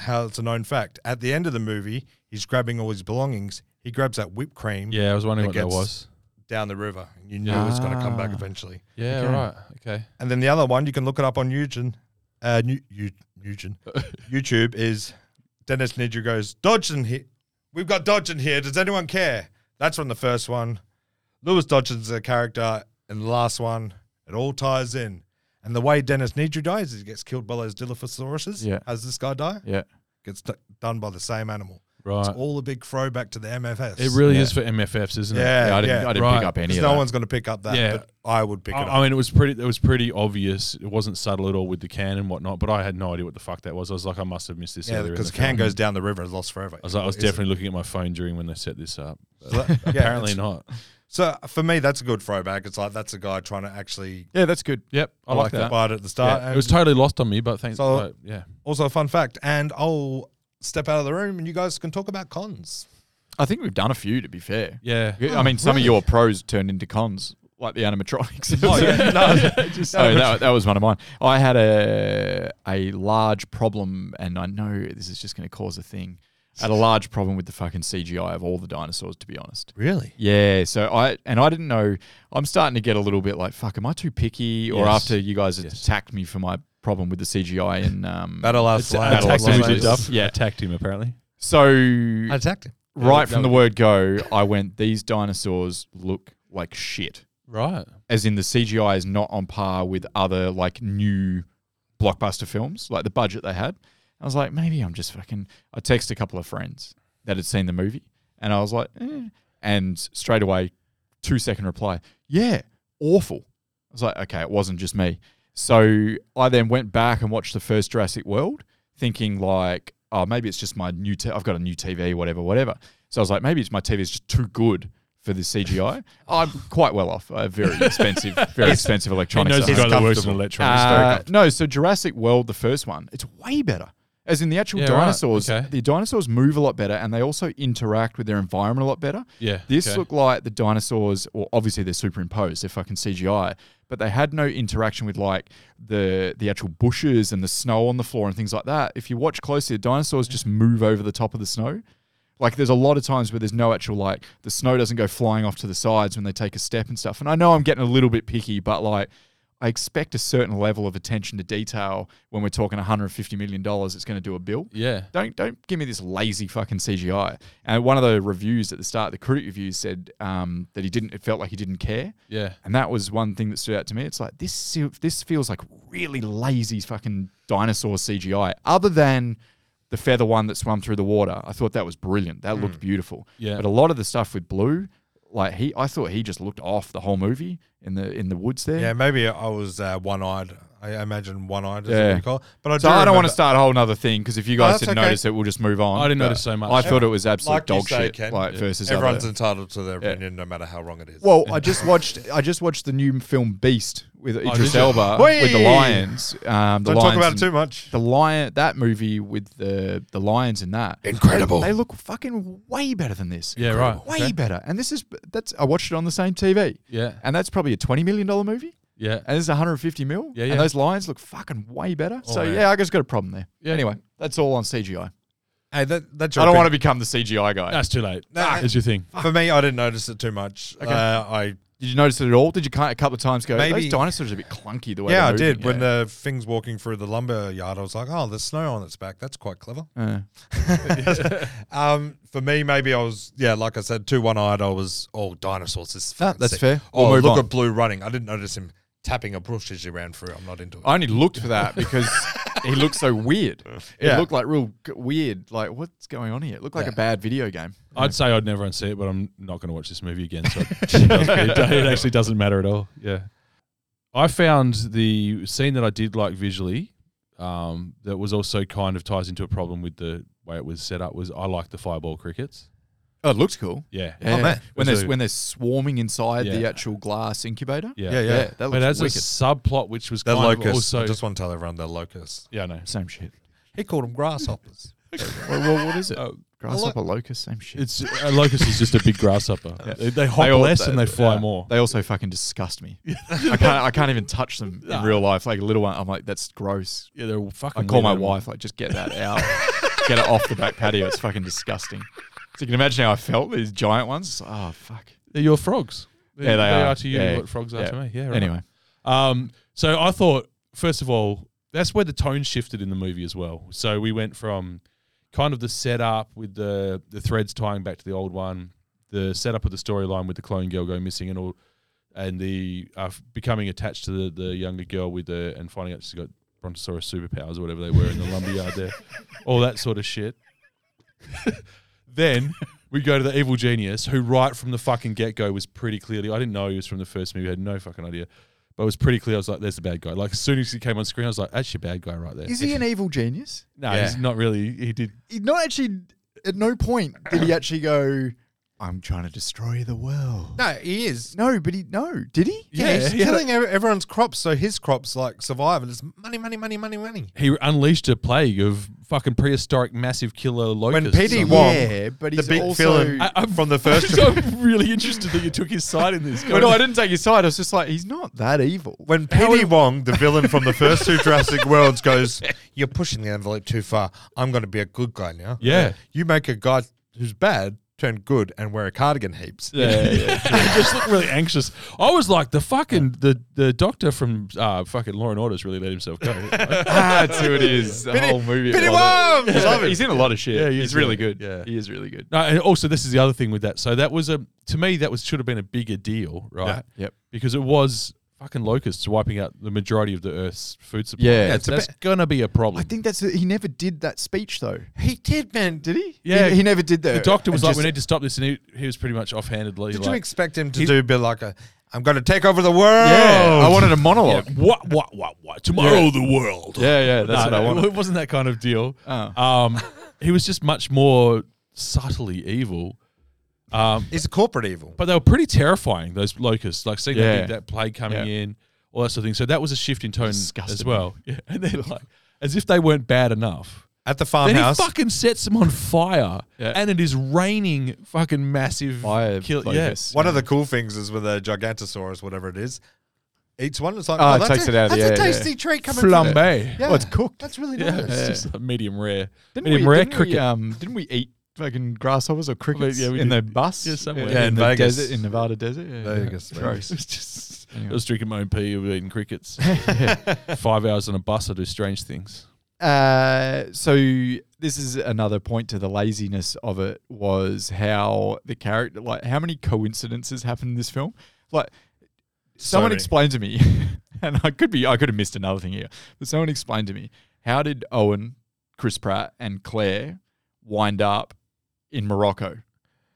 Speaker 1: How it's a known fact. At the end of the movie, he's grabbing all his belongings. He grabs that whipped cream
Speaker 2: Yeah, I was wondering
Speaker 1: It
Speaker 2: what that
Speaker 1: gets-
Speaker 2: was.
Speaker 1: down the river. and You knew it was going to come back
Speaker 3: Ah.
Speaker 1: eventually.
Speaker 2: Yeah,
Speaker 3: Okay.
Speaker 2: right. Okay.
Speaker 1: And then the other one, you can look it up on YouTube. Uh, New, you, Nugent. YouTube is Dennis Nidger goes, Dodgson here. We've got Dodgson here. Does anyone care? That's from the first one. Lewis Dodgson's a character in the last one. It all ties in. And the way Dennis Nidger dies is he gets killed by those Dilophosauruses.
Speaker 3: Yeah.
Speaker 1: How does this guy die?
Speaker 3: Yeah.
Speaker 1: Gets d- done by the same animal. It's
Speaker 2: Right.
Speaker 1: all a big throwback to the MFS.
Speaker 2: It really
Speaker 3: Yeah.
Speaker 2: is for MFFs, isn't
Speaker 1: Yeah,
Speaker 2: it?
Speaker 1: Yeah,
Speaker 3: I didn't,
Speaker 1: yeah.
Speaker 3: I didn't
Speaker 2: Right.
Speaker 3: pick up any
Speaker 1: Because
Speaker 3: of
Speaker 1: no
Speaker 3: that.
Speaker 1: one's going to pick up that,
Speaker 2: Yeah.
Speaker 1: but I would pick it
Speaker 2: I,
Speaker 1: up.
Speaker 2: I mean, it was pretty. It was pretty obvious. It wasn't subtle at all with the can and whatnot. But I had no idea what the fuck that was. I was like, I must have missed this.
Speaker 1: yeah,
Speaker 2: earlier in
Speaker 1: because
Speaker 2: the
Speaker 1: can
Speaker 2: film.
Speaker 1: goes down the river, it's lost forever.
Speaker 2: I was like, I was definitely looking at my phone during when they set this up. But apparently not.
Speaker 1: So uh, for me, that's a good throwback. It's like that's a guy trying to actually
Speaker 3: yeah, that's good.
Speaker 2: Yep, I,
Speaker 1: I
Speaker 2: like,
Speaker 1: like
Speaker 2: that.
Speaker 1: that part at the start.
Speaker 2: Yeah,
Speaker 1: and
Speaker 2: it was totally lost on me, but thanks.
Speaker 1: So-
Speaker 2: but yeah,
Speaker 1: also a fun fact. And I'll step out of the room, and you guys can talk about cons.
Speaker 3: I think we've done a few, to be fair.
Speaker 2: yeah.
Speaker 3: I mean, some of your pros turned into cons, like the animatronics.
Speaker 1: Oh, yeah. No,
Speaker 3: Just- I mean, that, that was one of mine. I had a a large problem, and I know this is just going to cause a thing. I had a large problem with the fucking CGI of all the dinosaurs, to be honest.
Speaker 1: really?
Speaker 3: Yeah, so I and I didn't know. I'm starting to get a little bit like, fuck, am I too picky? Or
Speaker 2: Yes.
Speaker 3: after you guys attacked me for my problem with the CGI and um,
Speaker 1: That allows
Speaker 2: It's
Speaker 1: flies.
Speaker 3: Battle of
Speaker 2: attacked
Speaker 3: Los
Speaker 2: him.
Speaker 3: Angeles.
Speaker 2: Duff.
Speaker 3: Yeah.
Speaker 2: attacked him apparently.
Speaker 3: so
Speaker 1: I attacked him.
Speaker 3: right
Speaker 2: that
Speaker 3: from the word go, I went, these dinosaurs look like shit.
Speaker 2: Right.
Speaker 3: As in the CGI is not on par with other like new blockbuster films, like the budget they had. I was like, maybe I'm just fucking. I texted a couple of friends that had seen the movie, and I was like, eh. and straight away, two second reply, yeah, awful. I was like, okay, it wasn't just me. So I then went back and watched the first Jurassic World, thinking like, oh, maybe it's just my new. T- I've got a new TV, whatever, whatever. So I was like, maybe it's my TV is just too good for the CGI. I'm quite well off. I have very expensive, very expensive
Speaker 2: He
Speaker 3: electronics.
Speaker 2: knows
Speaker 3: at
Speaker 2: the
Speaker 3: home.
Speaker 2: guy that works in
Speaker 1: comfortable.
Speaker 2: electronics.
Speaker 3: Uh, no, so Jurassic World, the first one, it's way better. As in the actual
Speaker 2: Yeah, right,
Speaker 3: dinosaurs,
Speaker 2: okay.
Speaker 3: the dinosaurs move a lot better, and they also interact with their environment a lot better.
Speaker 2: Yeah,
Speaker 3: this
Speaker 2: okay.
Speaker 3: looked like the dinosaurs, or obviously they're superimposed, they're fucking CGI, but they had no interaction with like the the actual bushes and the snow on the floor and things like that. If you watch closely, the dinosaurs just move over the top of the snow. Like there's a lot of times where there's no actual like the snow doesn't go flying off to the sides when they take a step and stuff. And I know I'm getting a little bit picky, but like I expect a certain level of attention to detail when we're talking 150 million dollars. It's going to do a bill.
Speaker 2: yeah.
Speaker 3: Don't don't give me this lazy fucking CGI. And one of the reviews at the start, the critic reviews said um, that he didn't. It felt like he didn't care.
Speaker 2: Yeah.
Speaker 3: And that was one thing that stood out to me. It's like this se- this feels like really lazy fucking dinosaur CGI. Other than the feather one that swam through the water, I thought that was brilliant. That looked beautiful.
Speaker 2: Mm. Yeah.
Speaker 3: But a lot of the stuff with blue, like he, I thought he just looked off the whole movie in the in the woods there.
Speaker 1: Yeah, maybe I was uh, one eyed. I imagine one eyed.
Speaker 3: Yeah.
Speaker 1: Yeah. But I
Speaker 3: So
Speaker 1: do
Speaker 3: I don't want
Speaker 1: remember-
Speaker 3: to start a whole other thing because if you guys
Speaker 1: that's
Speaker 3: didn't
Speaker 1: okay.
Speaker 3: notice it, we'll just move on.
Speaker 2: I didn't
Speaker 3: But
Speaker 2: notice so much.
Speaker 3: I thought it was absolute
Speaker 1: Like you
Speaker 3: dog
Speaker 1: say,
Speaker 3: shit.
Speaker 1: Ken,
Speaker 3: like
Speaker 1: yeah.
Speaker 3: versus
Speaker 1: Everyone's
Speaker 3: other.
Speaker 1: entitled to their opinion, no matter how wrong it is.
Speaker 3: Well, I just watched I just watched the new film Beast with Idris
Speaker 2: you?
Speaker 3: Elba with the
Speaker 2: Whee!
Speaker 3: lions. Um, the
Speaker 1: don't talk
Speaker 3: lions
Speaker 1: about it
Speaker 3: and-
Speaker 1: too much.
Speaker 3: The lion that movie with the the lions in that
Speaker 1: Incredible.
Speaker 3: They look fucking way better than this.
Speaker 2: Yeah, right.
Speaker 3: Way
Speaker 2: Okay.
Speaker 3: better. And this is that's I watched it on the same TV.
Speaker 2: Yeah.
Speaker 3: And that's probably a twenty million dollar movie.
Speaker 2: Yeah.
Speaker 3: And this is 150 mil.
Speaker 2: Yeah, yeah.
Speaker 3: And those lions look fucking way better. so
Speaker 2: yeah.
Speaker 3: Oh, yeah, I just got a problem there.
Speaker 2: Yeah.
Speaker 3: Anyway, that's all on CGI.
Speaker 1: hey, that, that's your
Speaker 3: I don't want
Speaker 1: opinion.
Speaker 3: to become the CGI guy.
Speaker 2: That's too late.
Speaker 1: No, I-
Speaker 2: It's your thing.
Speaker 1: For me, I didn't notice it too much. Uh, I
Speaker 3: Did you notice it at all? Did you kind a couple of times go?
Speaker 1: Maybe-
Speaker 3: Those dinosaurs are a bit clunky the way.
Speaker 1: yeah, I
Speaker 3: they're moving."
Speaker 1: did. When
Speaker 3: Yeah.
Speaker 1: the thing's walking through the lumber yard, I was like, "Oh, there's snow on its back. That's quite clever."
Speaker 3: Uh,
Speaker 1: Um, for me, maybe I was yeah, like I said, too one-eyed. I was oh, dinosaurs. This is
Speaker 3: Ah,
Speaker 1: fucking
Speaker 3: that's
Speaker 1: sick.
Speaker 3: fair. We'll
Speaker 1: Oh,
Speaker 3: move
Speaker 1: look
Speaker 3: on.
Speaker 1: at Blue running. I didn't notice him tapping a bush as he ran through. I'm not into it.
Speaker 3: I only looked for that because he looked so weird. It
Speaker 1: Yeah.
Speaker 3: looked like real g- weird. Like what's going on here? It looked like a bad video game.
Speaker 2: I'd say I'd never unsee it, but I'm not going to watch this movie again. So it, doesn't- it actually doesn't matter at all. Yeah. I found the scene that I did like visually, um, that was also kind of ties into a problem with the way it was set up. Was I like the fireball crickets?
Speaker 3: Oh, it looks cool.
Speaker 2: Yeah.
Speaker 3: Yeah.
Speaker 1: man.
Speaker 3: When they're
Speaker 2: So-
Speaker 3: when they're swarming inside the
Speaker 2: Yeah.
Speaker 3: actual glass incubator.
Speaker 2: Yeah.
Speaker 1: yeah, yeah.
Speaker 3: Yeah, that
Speaker 2: but
Speaker 3: looks
Speaker 2: as
Speaker 3: wicked.
Speaker 2: a subplot, which was
Speaker 1: They're
Speaker 2: kind
Speaker 1: locusts.
Speaker 2: of also
Speaker 1: I just want to tell everyone they're locusts.
Speaker 2: yeah, no,
Speaker 3: Same shit.
Speaker 1: He called them grasshoppers.
Speaker 3: Well, well, what is it?
Speaker 2: Uh,
Speaker 3: Grasshopper, locust, same shit.
Speaker 2: it's a locust is just a big grasshopper. They, they hop
Speaker 3: all-
Speaker 2: less and they fly
Speaker 3: yeah.
Speaker 2: more.
Speaker 3: They also fucking disgust me. I can't I can't even touch them in real life. Like a little one, I'm like, that's gross.
Speaker 2: yeah, they're fucking.
Speaker 3: I call
Speaker 2: weird
Speaker 3: my
Speaker 2: animals.
Speaker 3: wife, like, just get that out. get it off the back patio. It's fucking disgusting. So you can imagine how I felt these giant ones. It's like, Oh fuck.
Speaker 2: They're your frogs. They,
Speaker 3: Yeah, they are.
Speaker 2: to you
Speaker 3: Yeah.
Speaker 2: what frogs are
Speaker 3: Yeah.
Speaker 2: to me. Yeah. Right.
Speaker 3: Anyway.
Speaker 2: Um, so I thought, first of all, that's where the tone shifted in the movie as well. So we went from kind of the setup with the the threads tying back to the old one, the setup of the storyline with the clone girl going missing and all, and the uh, f- becoming attached to the, the younger girl with the and finding out she's got brontosaurus superpowers or whatever they were in the lumberyard there, all that sort of shit. then we go to the evil genius, who right from the fucking get go was pretty clearly. I didn't know he was from the first movie. I had no fucking idea, but it was pretty clear. I was like, "There's the bad guy." Like as soon as he came on screen, I was like, "That's your bad guy right there."
Speaker 3: Is he an evil genius?
Speaker 2: No, he's not really. He did.
Speaker 3: He not actually at no point did he actually go, I'm trying to destroy the world.
Speaker 1: no, he is.
Speaker 3: No, but he no, did he?
Speaker 1: Yeah, he's
Speaker 2: he had a-
Speaker 1: killing ev- everyone's crops, so his crops like survive, and it's money, money, money, money, money.
Speaker 2: He unleashed a plague of fucking prehistoric massive killer
Speaker 1: When
Speaker 2: locusts.
Speaker 1: PD
Speaker 2: I'm-
Speaker 1: Wong,
Speaker 3: Yeah, but he's
Speaker 1: the big
Speaker 3: also-
Speaker 1: villain
Speaker 2: I- I'm-
Speaker 1: from the first,
Speaker 2: I'm really interested that you took his side in this.
Speaker 3: Well, no, I didn't take his side. I was just like, he's not that evil.
Speaker 1: when PD Wong, the villain from the first two Jurassic Worlds, goes, "You're pushing the envelope too far. I'm going to be a good guy now."
Speaker 2: Yeah.
Speaker 1: you make a guy who's bad turn good and wear a cardigan heaps.
Speaker 2: Yeah, he just looked really anxious. I was like, the fucking the the doctor from uh, fucking Law and Order's really let himself go.
Speaker 3: ah, that's who it is. The whole movie.
Speaker 1: Bitty
Speaker 3: Well,
Speaker 1: Wong!
Speaker 3: He's,
Speaker 1: Love it.
Speaker 3: he's in a lot of shit.
Speaker 2: Yeah, he
Speaker 3: he's
Speaker 2: is,
Speaker 3: really
Speaker 2: yeah.
Speaker 3: good.
Speaker 2: Yeah.
Speaker 3: he is really good.
Speaker 2: No, and also this is the other thing with that. So that was a to me that was should have been a bigger deal, right?
Speaker 3: Yep.
Speaker 2: Because it was fucking locusts wiping out the majority of the Earth's food supply.
Speaker 3: Yeah. Yeah, it's
Speaker 1: a
Speaker 2: that's
Speaker 1: bit-
Speaker 2: gonna be a problem.
Speaker 3: I think that's he never did that speech though.
Speaker 1: He did, man.
Speaker 3: Did he?
Speaker 2: Yeah.
Speaker 3: he, he never did that.
Speaker 2: the doctor was
Speaker 3: uh, And
Speaker 2: like,
Speaker 3: just-
Speaker 2: "We need to stop this," and he, he was pretty much offhandedly
Speaker 1: Did
Speaker 2: like,
Speaker 1: you expect him to do be like a, "I'm going to take over the world"?
Speaker 3: Yeah, I wanted a
Speaker 2: yeah,
Speaker 3: monologue.
Speaker 2: "What, what, what, what? Tomorrow the world."
Speaker 3: Yeah, yeah, that's
Speaker 2: No,
Speaker 3: what I
Speaker 2: no,
Speaker 3: wanted.
Speaker 2: It wasn't that kind of deal.
Speaker 3: Oh.
Speaker 2: Um, he was just much more subtly evil. Um,
Speaker 1: He's a corporate evil.
Speaker 2: but they were pretty terrifying. Those locusts, like seeing
Speaker 3: Yeah.
Speaker 2: that, big, that plague coming
Speaker 3: Yeah.
Speaker 2: in, all that sort of thing. So that was a shift in tone as
Speaker 3: Disgusted
Speaker 2: well. Yeah, and then like as if they weren't bad enough.
Speaker 1: At the
Speaker 2: Then
Speaker 1: farmhouse,
Speaker 2: he fucking sets them on fire,
Speaker 3: Yeah.
Speaker 2: and it is raining fucking massive
Speaker 3: Fire
Speaker 2: kill-
Speaker 3: locust.
Speaker 2: Yeah.
Speaker 1: One of the cool things is with a Gigantosaurus, whatever it is, eats one. It's like,
Speaker 3: Oh,
Speaker 1: oh,
Speaker 3: it
Speaker 1: that's
Speaker 3: takes
Speaker 1: a,
Speaker 3: it out of the
Speaker 1: That's
Speaker 3: air,
Speaker 1: a
Speaker 3: yeah.
Speaker 1: tasty treat coming from it.
Speaker 2: Flambe.
Speaker 1: Yeah,
Speaker 3: Oh, it's cooked.
Speaker 1: That's really
Speaker 2: Yeah,
Speaker 1: nice.
Speaker 2: it's just like medium rare.
Speaker 3: Didn't
Speaker 2: medium
Speaker 3: we,
Speaker 2: rare
Speaker 3: didn't
Speaker 2: cricket.
Speaker 3: We, um, didn't we eat fucking grasshoppers or crickets
Speaker 2: yeah, we
Speaker 3: in the
Speaker 2: did.
Speaker 3: bus?
Speaker 2: Yeah, somewhere.
Speaker 1: Yeah,
Speaker 3: in,
Speaker 1: in
Speaker 3: the
Speaker 1: Vegas.
Speaker 3: desert, in Nevada desert. Yeah, yeah.
Speaker 1: Vegas,
Speaker 3: Gross.
Speaker 2: It was just I was drinking my own pee, I was eating crickets. Five hours on a bus, I do strange things.
Speaker 3: Uh, so this is another point to the laziness of it was how the character like how many coincidences happened in this film like someone
Speaker 1: many.
Speaker 3: explained to me and i could be i could have missed another thing here but someone explained to me how did owen chris pratt and claire wind up in morocco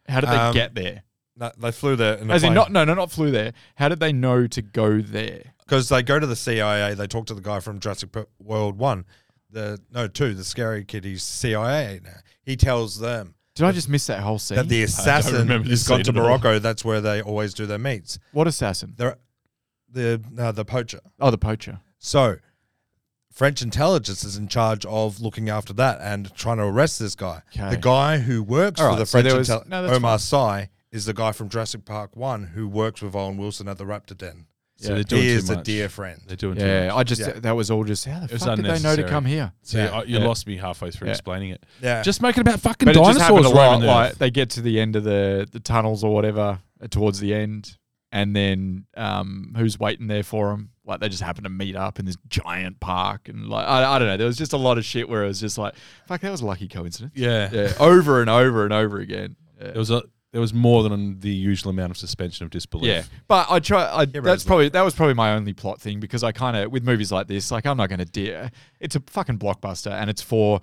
Speaker 3: how did they
Speaker 1: Um,
Speaker 3: get there
Speaker 1: No, they flew there. In a
Speaker 3: as in
Speaker 1: plane.
Speaker 3: not no no not flew there how did they know to go there
Speaker 1: because they go to the CIA. They talk to the guy from Jurassic P- World One, the no two, the scary kid. He's CIA now. He tells them
Speaker 3: Did I just miss that whole scene?
Speaker 1: that the assassin
Speaker 2: remember
Speaker 1: has
Speaker 2: this
Speaker 1: gone
Speaker 2: scene
Speaker 1: to
Speaker 2: at all.
Speaker 1: Morocco. That's where they always do their meets.
Speaker 3: what assassin?
Speaker 1: They're the uh, the poacher.
Speaker 3: Oh, the poacher.
Speaker 1: So French intelligence is in charge of looking after that and trying to arrest this guy.
Speaker 3: Okay.
Speaker 1: The guy who works
Speaker 3: All
Speaker 1: for the
Speaker 3: right, so
Speaker 1: French
Speaker 3: there was-
Speaker 1: intelligence,
Speaker 3: no, that's
Speaker 1: Omar Sy, is the guy from Jurassic Park One who works with Owen Wilson at the Raptor Den.
Speaker 2: So they're doing
Speaker 1: He
Speaker 2: too
Speaker 1: is a
Speaker 2: much.
Speaker 1: dear friend.
Speaker 2: They're doing too
Speaker 3: Yeah,
Speaker 2: much.
Speaker 3: I just
Speaker 1: Yeah.
Speaker 3: that was all just how the
Speaker 2: was
Speaker 3: fuck did they know to
Speaker 2: unnecessary.
Speaker 3: come here?
Speaker 2: See,
Speaker 1: Yeah.
Speaker 2: I, you
Speaker 3: Yeah.
Speaker 2: lost me halfway through
Speaker 3: Yeah.
Speaker 2: explaining it.
Speaker 1: Yeah.
Speaker 2: Just make it about fucking
Speaker 3: But it just happened
Speaker 2: dinosaurs
Speaker 3: a
Speaker 2: roaming the
Speaker 3: lot. Like
Speaker 2: earth.
Speaker 3: they get to the end of the the tunnels or whatever uh, towards the end, and then um, who's waiting there for them? Like they just happen to meet up in this giant park, and like I, I don't know. There was just a lot of shit where it was just like, fuck, that was a lucky coincidence.
Speaker 2: yeah.
Speaker 3: Yeah, over and over and over again. Yeah.
Speaker 2: There was a there was more than the usual amount of suspension of disbelief.
Speaker 3: Yeah, but I try. I,
Speaker 1: but
Speaker 3: that's
Speaker 1: it's
Speaker 3: probably that was probably my only plot thing because I kind of with movies like this, like I'm not going to dare. It's a fucking blockbuster, and it's for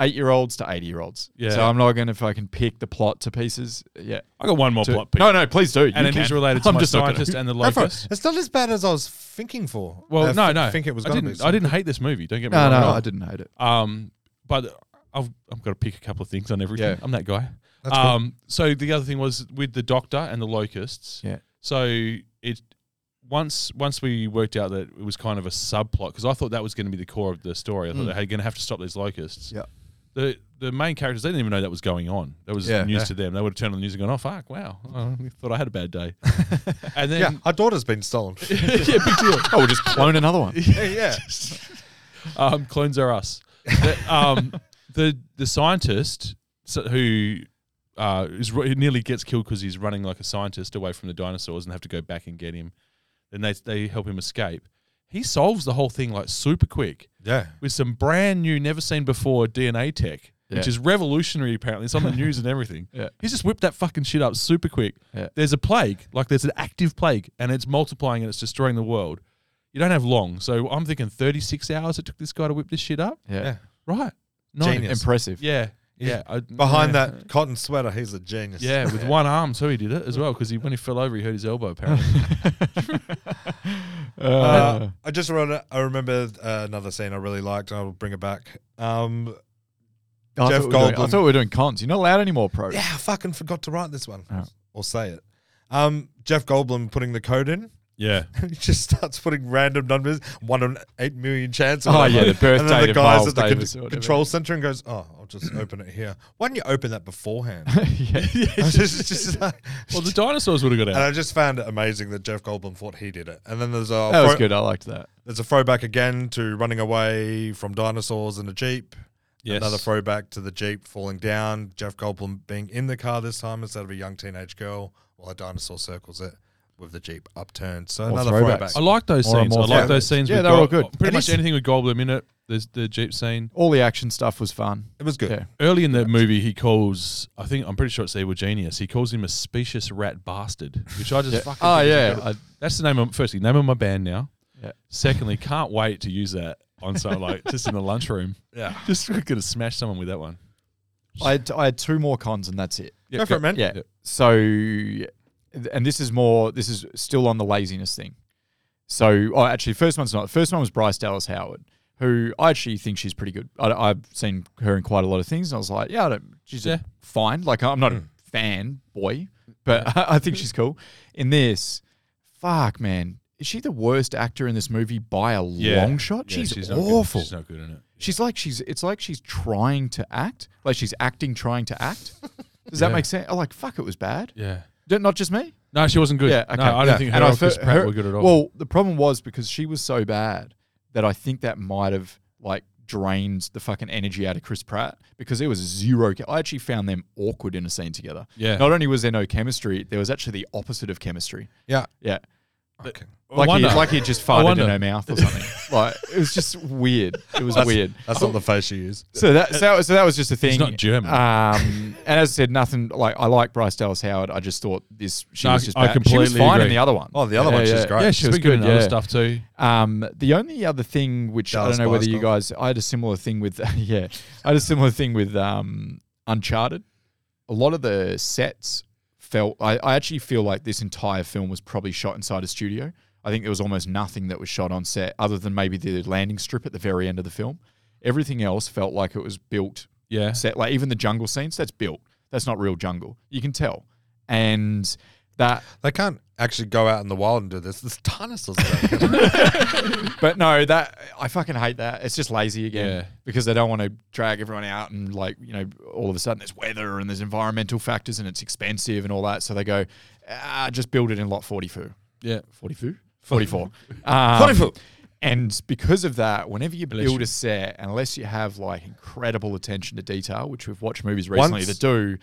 Speaker 3: eight year olds to eighty year olds.
Speaker 2: Yeah.
Speaker 3: so I'm not going to fucking pick the plot to pieces. Yeah,
Speaker 2: I got one more
Speaker 3: To-
Speaker 2: plot. Pete.
Speaker 3: no, no, please do.
Speaker 2: and
Speaker 3: you
Speaker 2: it is
Speaker 3: can.
Speaker 2: related to
Speaker 3: I'm
Speaker 2: my
Speaker 3: just not gonna-
Speaker 2: scientist and the
Speaker 1: Go for it.
Speaker 2: locust.
Speaker 1: It's not as bad as I was thinking for.
Speaker 2: Well,
Speaker 1: I
Speaker 2: no,
Speaker 1: thi-
Speaker 2: no.
Speaker 1: Think it was
Speaker 2: I
Speaker 1: going to be.
Speaker 2: didn't. I didn't hate this movie. Don't get me
Speaker 3: No,
Speaker 2: wrong.
Speaker 3: no,
Speaker 2: at all.
Speaker 3: I didn't hate it.
Speaker 2: Um, but I've I've got to pick a couple of things on everything.
Speaker 3: Yeah.
Speaker 2: I'm that guy.
Speaker 1: That's cool.
Speaker 2: um, so the other thing was with the doctor and the locusts.
Speaker 3: Yeah.
Speaker 2: So it once once we worked out that it was kind of a subplot because I thought that was going to be the core of the story. I thought they were going to have to stop these locusts.
Speaker 3: Hmm. Yeah.
Speaker 2: The the main characters they didn't even know that was going on. That was
Speaker 3: Yeah.
Speaker 2: news
Speaker 3: Yeah.
Speaker 2: to them. They would have turned on the news and gone, "Oh fuck, wow, I thought I had a bad day." and then
Speaker 1: yeah, our daughter's been stolen.
Speaker 2: yeah, big deal.
Speaker 3: Oh, we'll just clone another one.
Speaker 1: yeah, yeah.
Speaker 2: um, clones are us. The, um, the the scientist so, who uh, is ru- who nearly gets killed because he's running like a scientist away from the dinosaurs and have to go back and get him. Then they they help him escape. He solves the whole thing like super quick
Speaker 1: yeah.
Speaker 2: with some brand new, never seen before DNA tech, which
Speaker 3: Yeah.
Speaker 2: is revolutionary apparently. It's on the news and everything.
Speaker 3: Yeah.
Speaker 2: He's just whipped that fucking shit up super quick.
Speaker 3: Yeah.
Speaker 2: There's a plague, like there's an active plague, and it's multiplying and it's destroying the world. You don't have long. So I'm thinking 36 hours it took this guy to whip this shit up.
Speaker 3: Yeah,
Speaker 2: Right. No.
Speaker 1: Genius.
Speaker 3: impressive.
Speaker 2: Yeah. Yeah. I-
Speaker 1: Behind
Speaker 2: yeah.
Speaker 1: that cotton sweater, he's a genius.
Speaker 2: Yeah, with one arm, so he did it as well because he, when he fell over, he hurt his elbow apparently.
Speaker 1: Uh, I just remember, I remember uh, another scene I really liked, and I'll bring it back. Um,
Speaker 3: I
Speaker 1: Jeff
Speaker 3: thought we were doing- I
Speaker 1: Goldblum.
Speaker 3: thought we were doing cons. You're not allowed anymore, pro.
Speaker 1: yeah, I fucking forgot to write this one
Speaker 3: Oh.
Speaker 1: or say it. Um, Jeff Goldblum putting the code in.
Speaker 2: yeah.
Speaker 1: he just starts putting random numbers, one in eight million chance. or
Speaker 3: Oh,
Speaker 1: whatever.
Speaker 3: yeah, the birth
Speaker 1: And then
Speaker 3: date
Speaker 1: the
Speaker 3: of
Speaker 1: guys
Speaker 3: Miles
Speaker 1: at the con-
Speaker 3: Davis or whatever.
Speaker 1: control center and goes, "Oh, I'll just open it here." Why didn't you open that beforehand?
Speaker 3: yeah.
Speaker 1: It's just- it's just like-
Speaker 2: Well, the dinosaurs would have got
Speaker 1: and
Speaker 3: Uh,
Speaker 2: out.
Speaker 1: I just found it amazing that Jeff Goldblum thought he did it. And then there's a
Speaker 3: That was
Speaker 1: throw-
Speaker 3: good. I liked that.
Speaker 1: there's a throwback again to running away from dinosaurs in a jeep.
Speaker 2: Yes.
Speaker 1: Another throwback to the Jeep falling down, Jeff Goldblum being in the car this time instead of a young teenage girl while a dinosaur circles it with the Jeep upturned. So
Speaker 3: More
Speaker 1: another
Speaker 3: throwbacks.
Speaker 1: throwback.
Speaker 2: I like those
Speaker 3: More and
Speaker 2: scenes. I
Speaker 3: more
Speaker 2: like
Speaker 1: throwbacks.
Speaker 2: those scenes.
Speaker 3: Yeah,
Speaker 2: with
Speaker 3: they're all
Speaker 2: Gold-
Speaker 3: good.
Speaker 2: Pretty
Speaker 3: It
Speaker 2: much
Speaker 3: is-
Speaker 2: anything with Goldblum in it. There's the Jeep scene.
Speaker 3: All the action stuff was fun.
Speaker 1: It was good.
Speaker 3: Yeah.
Speaker 2: Early in the movie, he calls, I think, I'm pretty sure it's Evil Genius. He calls him a specious rat bastard, which I just
Speaker 3: Yeah.
Speaker 2: fucking.
Speaker 3: Oh
Speaker 2: think is
Speaker 3: yeah,
Speaker 2: incredible. That's the name of, firstly, name of my band now.
Speaker 3: Yeah.
Speaker 2: Secondly, can't wait to use that on something like just in the lunchroom.
Speaker 1: Yeah.
Speaker 2: Just gonna smash someone with that one.
Speaker 3: I had, I had two more cons and that's it.
Speaker 2: Yeah,
Speaker 1: Go for it, man.
Speaker 3: Yeah. So, and this is more, this is still on the laziness thing. So, oh, actually, first one's not. The first one was Bryce Dallas Howard, who I actually think she's pretty good. I, have seen her in quite a lot of things. And I was like, yeah, I don't, she's
Speaker 2: Yeah.
Speaker 3: a fine. Like, I'm not a
Speaker 2: Hmm.
Speaker 3: fan boy, but I, think she's cool. In this, fuck, man. Is she the worst actor in this movie by a
Speaker 2: Yeah.
Speaker 3: long shot?
Speaker 2: Yeah,
Speaker 3: she's,
Speaker 2: not good.
Speaker 3: awful.
Speaker 2: She's not good in it.
Speaker 3: She's like she's it's like she's trying to act, like she's acting trying to act. Does that
Speaker 2: Yeah.
Speaker 3: make sense? I'm like, fuck, it was bad.
Speaker 2: Yeah.
Speaker 3: D- Not just me.
Speaker 2: No, she wasn't good.
Speaker 3: Yeah, okay.
Speaker 2: No, I don't
Speaker 3: Yeah.
Speaker 2: think
Speaker 3: And
Speaker 2: her
Speaker 3: I
Speaker 2: or Chris
Speaker 3: fe-
Speaker 2: Pratt
Speaker 3: her-
Speaker 2: were good at all.
Speaker 3: Well, the problem was because she was so bad that I think that might have like drained the fucking energy out of Chris Pratt because there was zero. che- I actually found them awkward in a scene together.
Speaker 2: Yeah.
Speaker 3: Not only was there no chemistry, there was actually the opposite of chemistry.
Speaker 1: Yeah.
Speaker 3: Yeah.
Speaker 1: Okay.
Speaker 3: Like he,
Speaker 2: wonder.
Speaker 3: like he just
Speaker 2: I
Speaker 3: farted
Speaker 2: wonder.
Speaker 3: in her mouth or something. like it was just weird. It was weird.
Speaker 1: That's not the face you use.
Speaker 3: So that so, that- so that was just a thing.
Speaker 2: not German.
Speaker 3: Um, and as I said, nothing like I like Bryce Dallas Howard. I just thought this she
Speaker 2: No,
Speaker 3: was just
Speaker 2: I
Speaker 3: bad. she was
Speaker 2: completely
Speaker 3: fine in
Speaker 2: agree.
Speaker 3: the other one.
Speaker 1: Oh, the other one, she's great.
Speaker 2: yeah,
Speaker 1: Right,
Speaker 2: she was good in
Speaker 3: yeah.
Speaker 2: other stuff too.
Speaker 3: Um, the only other thing which
Speaker 1: Dallas
Speaker 3: I don't know whether
Speaker 1: Buyers
Speaker 3: you
Speaker 1: Club.
Speaker 3: guys, I had a similar thing with yeah, I had a similar thing with um, Uncharted. A lot of the sets felt. I, I actually feel like this entire film was probably shot inside a studio. I think there was almost nothing that was shot on set other than maybe the landing strip at the very end of the film. Everything else felt like it was built
Speaker 2: Yeah.
Speaker 3: set. Like even the jungle scenes, that's built. That's not real jungle. You can tell. And that
Speaker 1: They can't actually go out in the wild and do this. There's dinosaurs. around.
Speaker 3: But no, that I fucking hate that. It's just lazy again
Speaker 2: Yeah.
Speaker 3: because they don't want to drag everyone out and like you know all of a sudden there's weather and there's environmental factors and it's expensive and all that. So they go, ah, just build it in lot forty four.
Speaker 2: Yeah.
Speaker 3: 42? 44. Um,
Speaker 1: 44.
Speaker 3: And because of that, whenever you
Speaker 2: Unless
Speaker 3: build
Speaker 2: you-
Speaker 3: a set, unless you have like incredible attention to detail, which we've watched movies recently
Speaker 1: Once-
Speaker 3: that do,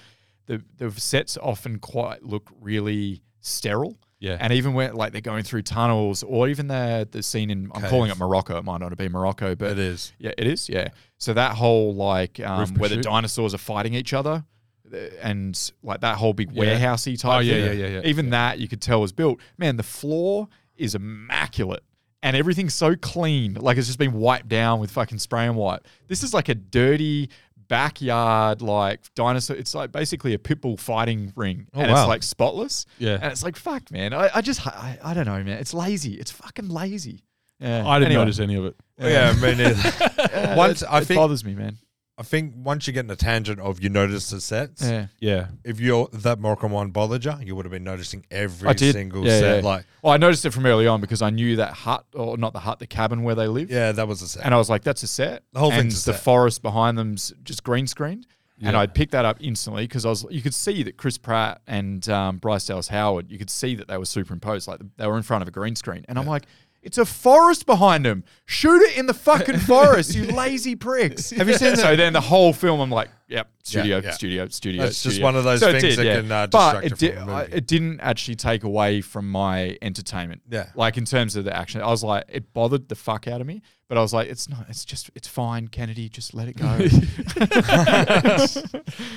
Speaker 3: the, the sets often quite look really sterile.
Speaker 2: Yeah.
Speaker 3: And even when like they're going through tunnels or even the the scene in I'm calling it Morocco, it might not have been Morocco, but
Speaker 1: It is.
Speaker 3: Yeah, it is, yeah. So that whole like um, where the
Speaker 2: pursuit?
Speaker 3: dinosaurs are fighting each other uh, and like that whole big
Speaker 2: Yeah.
Speaker 3: warehousey type
Speaker 2: Oh, yeah,
Speaker 3: thing.
Speaker 2: yeah, yeah, yeah.
Speaker 3: Even that you could tell was built. Man, the floor is immaculate. And everything's so clean, like it's just been wiped down with fucking spray and wipe. This is like a dirty backyard, like dinosaur. It's like basically a pit bull fighting ring, and
Speaker 1: wow.
Speaker 3: it's like spotless.
Speaker 2: Oh, Yeah.
Speaker 3: and it's like fuck, man. I, I just I, I don't know, man. It's lazy. It's fucking lazy. Yeah,
Speaker 2: I didn't
Speaker 3: Anyway,
Speaker 2: notice any of it.
Speaker 1: yeah, me neither.
Speaker 3: uh,
Speaker 1: Once-
Speaker 3: it-
Speaker 1: I
Speaker 3: it
Speaker 1: think-
Speaker 3: bothers me, man.
Speaker 1: I think once you get in a tangent of you notice the sets,
Speaker 3: Yeah.
Speaker 2: Yeah.
Speaker 1: if you're that Moroccan one bothered you, you would have been noticing every
Speaker 3: I did.
Speaker 1: single
Speaker 3: Yeah,
Speaker 1: set.
Speaker 3: yeah.
Speaker 1: Like,
Speaker 3: Well, I noticed it from early on because I knew that hut, or not the hut, the cabin where they live.
Speaker 1: yeah, that was a set.
Speaker 3: And I was like, that's a set.
Speaker 1: The whole
Speaker 3: and
Speaker 1: thing's a
Speaker 3: the
Speaker 1: set.
Speaker 3: forest behind them's just green screened. And
Speaker 2: Yeah.
Speaker 3: I'd picked that up instantly because I was you could see that Chris Pratt and um, Bryce Dallas Howard, you could see that they were superimposed, like they were in front of a green screen. And I'm like, it's a forest behind them. Shoot it in the fucking forest, you lazy pricks. Have
Speaker 1: you seen
Speaker 3: So
Speaker 1: that-
Speaker 3: then the whole film, I'm like, yep, studio,
Speaker 1: yeah.
Speaker 3: studio, studio.
Speaker 1: That's just
Speaker 3: studio.
Speaker 1: one of those
Speaker 3: So it
Speaker 1: things
Speaker 3: did,
Speaker 1: that
Speaker 3: yeah.
Speaker 1: can, uh,
Speaker 3: but
Speaker 1: distract
Speaker 3: it,
Speaker 1: you from
Speaker 3: did,
Speaker 1: the
Speaker 3: I-
Speaker 1: movie.
Speaker 3: it didn't actually take away from my entertainment.
Speaker 1: Yeah.
Speaker 3: Like in terms of the action, I was like, it bothered the fuck out of me, but I was like, it's not, it's just, it's fine, Kennedy, just let it go.
Speaker 2: Glad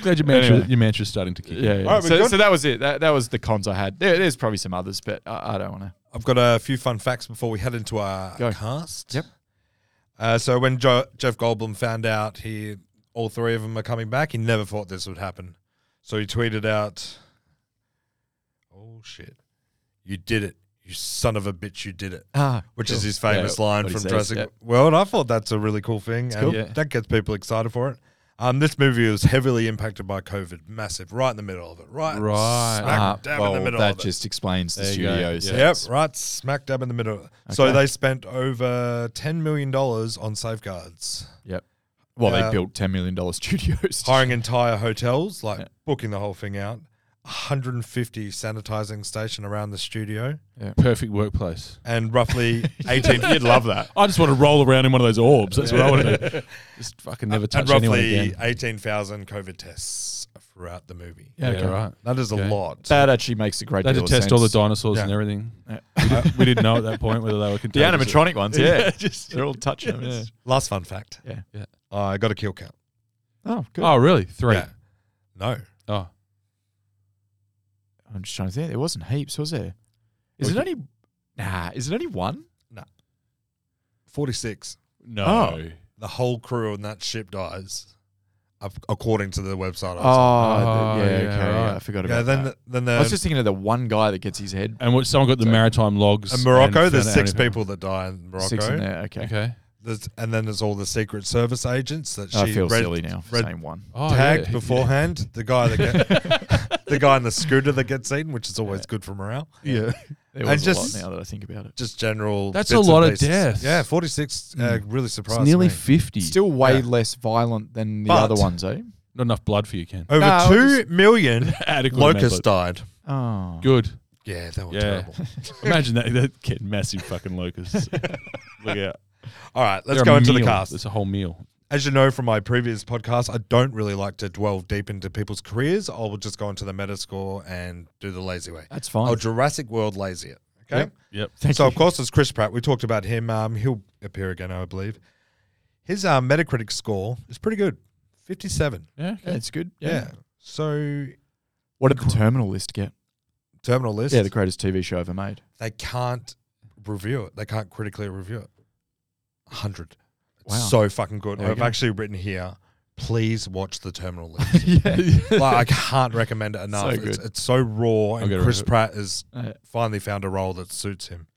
Speaker 2: your mantra,
Speaker 3: Anyway.
Speaker 2: your mantra's starting to kick in.
Speaker 3: yeah. yeah.
Speaker 1: Alright, we're
Speaker 3: so,
Speaker 1: good.
Speaker 3: so that was it. That, that was the cons I had. There, there's probably some others, but I, I don't want to.
Speaker 1: I've got a few fun facts before we head into our
Speaker 3: Go.
Speaker 1: cast.
Speaker 3: Yep.
Speaker 1: Uh, so when jo- Jeff Goldblum found out he all three of them are coming back, he never thought this would happen. So he tweeted out, "Oh shit, you did it, you son of a bitch, you did it."
Speaker 3: Ah,
Speaker 1: Which
Speaker 3: cool.
Speaker 1: is his famous
Speaker 3: Yeah,
Speaker 1: line
Speaker 3: what he
Speaker 1: from
Speaker 3: says,
Speaker 1: Jurassic
Speaker 3: yeah.
Speaker 1: World. I thought that's a really cool thing, and
Speaker 3: cool.
Speaker 2: Yeah.
Speaker 1: that gets people excited for it. Um, this movie was heavily impacted by COVID, massive, right in the middle of it, right,
Speaker 2: Right.
Speaker 1: smack
Speaker 3: Ah,
Speaker 1: dab
Speaker 3: well,
Speaker 1: in the middle
Speaker 3: that
Speaker 1: of it.
Speaker 3: just explains the
Speaker 2: There you go.
Speaker 3: studios.
Speaker 2: Yeah.
Speaker 1: Yep, right smack dab in the middle. So
Speaker 3: Okay.
Speaker 1: they spent over ten million dollars on safeguards,
Speaker 3: Yep. Well,
Speaker 1: Yeah.
Speaker 3: they built ten million dollar studios.
Speaker 1: hiring entire hotels, like
Speaker 3: Yeah.
Speaker 1: booking the whole thing out. 150 sanitizing station around the studio,
Speaker 2: Perfect workplace.
Speaker 1: and roughly 18.
Speaker 3: You'd love that.
Speaker 2: I just want to roll around in one of those orbs. That's what I want to do. Just fucking never touch
Speaker 1: and
Speaker 2: anyone
Speaker 1: roughly
Speaker 2: again.
Speaker 1: 18,000 COVID tests throughout the movie.
Speaker 2: Yeah,
Speaker 3: okay.
Speaker 2: right.
Speaker 1: That is a
Speaker 2: Okay.
Speaker 1: lot.
Speaker 3: That actually makes a great
Speaker 2: They had
Speaker 3: deal
Speaker 2: to
Speaker 3: of
Speaker 2: test all the
Speaker 3: sense.
Speaker 2: dinosaurs and
Speaker 1: Yeah.
Speaker 2: everything. We, did, we didn't know at that point whether they were
Speaker 3: The
Speaker 2: contagious. or-
Speaker 3: animatronic ones, yeah. just they're all touching them. It's-
Speaker 1: Last fun fact.
Speaker 3: Yeah.
Speaker 2: Yeah.
Speaker 1: I got a kill count.
Speaker 3: Oh, good.
Speaker 2: Oh, really? Three.
Speaker 1: Yeah. No.
Speaker 2: Oh,
Speaker 3: I'm just trying to think. There wasn't heaps, was there? Is
Speaker 2: We
Speaker 3: it
Speaker 2: could-
Speaker 3: only? Nah. Is it only one?
Speaker 1: 46.
Speaker 2: no.
Speaker 3: Oh.
Speaker 1: The whole crew on that ship dies, ac- according to the website. I was on.
Speaker 3: Oh,
Speaker 2: Oh,
Speaker 3: yeah,
Speaker 2: yeah,
Speaker 3: okay.
Speaker 2: right.
Speaker 3: I forgot about
Speaker 1: Yeah, then
Speaker 3: that.
Speaker 1: the, um, then
Speaker 3: I was just
Speaker 1: the,
Speaker 3: thinking of the one guy that gets his head
Speaker 2: And what, someone got the
Speaker 3: So-
Speaker 2: maritime logs.
Speaker 1: in
Speaker 2: and
Speaker 1: Morocco.
Speaker 2: found
Speaker 1: There's
Speaker 2: out
Speaker 1: six
Speaker 2: how many-
Speaker 1: people that die in Morocco.
Speaker 3: six in there. Okay.
Speaker 2: Okay.
Speaker 1: There's, and then there's all the Secret Service agents that she
Speaker 3: Oh, I feel
Speaker 1: red,
Speaker 3: silly now.
Speaker 1: red
Speaker 3: Same one.
Speaker 2: Oh,
Speaker 1: tagged
Speaker 2: yeah, yeah.
Speaker 1: beforehand. The guy that get, the guy in the scooter that gets eaten, which is always good for morale.
Speaker 3: Yeah. There
Speaker 1: I
Speaker 3: was a
Speaker 1: just-
Speaker 3: lot now that I think about it.
Speaker 1: Just general.
Speaker 2: That's
Speaker 1: bits
Speaker 2: a
Speaker 1: and
Speaker 2: lot of
Speaker 1: pieces.
Speaker 2: deaths.
Speaker 1: Yeah, 46.
Speaker 3: Mm.
Speaker 1: Uh, really surprised.
Speaker 2: It's nearly
Speaker 1: me.
Speaker 2: 50.
Speaker 3: Still way less violent than the
Speaker 1: But-
Speaker 3: other ones, eh?
Speaker 2: Not enough blood for you, Ken.
Speaker 1: Over
Speaker 3: No,
Speaker 1: two million
Speaker 2: Adequate amount of
Speaker 1: locusts
Speaker 2: blood.
Speaker 1: died.
Speaker 3: Oh.
Speaker 2: Good.
Speaker 1: Yeah, that was
Speaker 2: Yeah.
Speaker 1: terrible.
Speaker 2: Imagine that. That get massive fucking locusts. Look out.
Speaker 1: All right, let's
Speaker 2: They're a
Speaker 1: go into the
Speaker 2: meal.
Speaker 1: cast.
Speaker 2: It's a whole meal.
Speaker 1: As you know from my previous podcast, I don't really like to dwell deep into people's careers. I will just go into the Metascore and do the lazy way.
Speaker 3: That's fine.
Speaker 1: I'll Jurassic World lazy it. Okay.
Speaker 2: Yep.
Speaker 1: so of course it's Chris Pratt. We talked about him. Um, he'll appear again, I believe. His uh, Metacritic score is pretty good, fifty-seven.
Speaker 2: Yeah. okay.
Speaker 3: That's good.
Speaker 1: Yeah. So
Speaker 3: What did the Terminal List get?
Speaker 1: terminal list.
Speaker 3: Yeah, the greatest TV show ever made.
Speaker 1: they can't review it. They can't critically review it. Hundred. It's
Speaker 3: Wow.
Speaker 1: So fucking good.
Speaker 3: There you
Speaker 1: I've
Speaker 3: go.
Speaker 1: actually written here. Please watch the terminal list.
Speaker 3: yeah.
Speaker 1: like I can't recommend it enough.
Speaker 3: So
Speaker 1: it's,
Speaker 3: good.
Speaker 1: it's so raw, and
Speaker 2: gonna
Speaker 1: Chris
Speaker 2: remember
Speaker 1: Pratt has
Speaker 3: Yeah.
Speaker 1: finally found a role that suits him.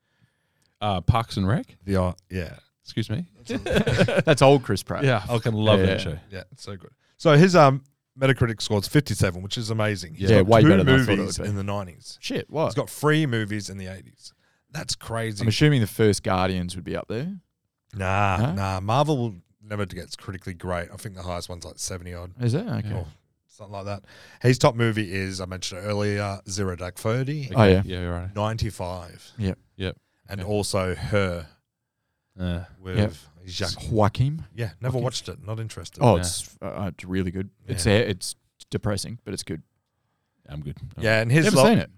Speaker 2: uh, Parks and Rec.
Speaker 1: The art, yeah,
Speaker 2: Excuse me.
Speaker 3: That's old Chris Pratt.
Speaker 2: Yeah, I fucking love that
Speaker 3: Yeah. Oh,
Speaker 2: show.
Speaker 1: yeah, it's so good. So his um Metacritic score is fifty seven, which is amazing. He's
Speaker 3: Yeah,
Speaker 1: got
Speaker 3: way
Speaker 1: two
Speaker 3: better than I thought it
Speaker 1: movies
Speaker 3: would be.
Speaker 1: in the nineties.
Speaker 3: Shit, what?
Speaker 1: He's got three movies in the eighties. That's crazy.
Speaker 3: I'm assuming the first Guardians would be up there.
Speaker 1: nah,
Speaker 3: Huh?
Speaker 1: nah. Marvel will never gets critically great. I think the highest one's like seventy odd.
Speaker 3: Is it? Okay.
Speaker 1: Or something like that. His top movie is I mentioned it earlier, Zero Dark Thirty,
Speaker 3: Oh, yeah.
Speaker 2: Yeah, you're right.
Speaker 1: ninety five,
Speaker 3: Yep.
Speaker 2: Yep.
Speaker 1: and also Her
Speaker 2: Uh,
Speaker 1: with
Speaker 3: Yep.
Speaker 1: Jacques.
Speaker 3: Joaquin.
Speaker 1: Yeah, never
Speaker 3: Okay.
Speaker 1: watched it. Not interested.
Speaker 3: Oh,
Speaker 2: Yeah.
Speaker 3: it's uh, uh, it's really good. It's
Speaker 1: Yeah.
Speaker 3: uh, it's depressing, but it's good.
Speaker 2: I'm good. I'm
Speaker 1: yeah, and
Speaker 3: I've
Speaker 1: his
Speaker 3: Never
Speaker 1: lo-
Speaker 3: seen it.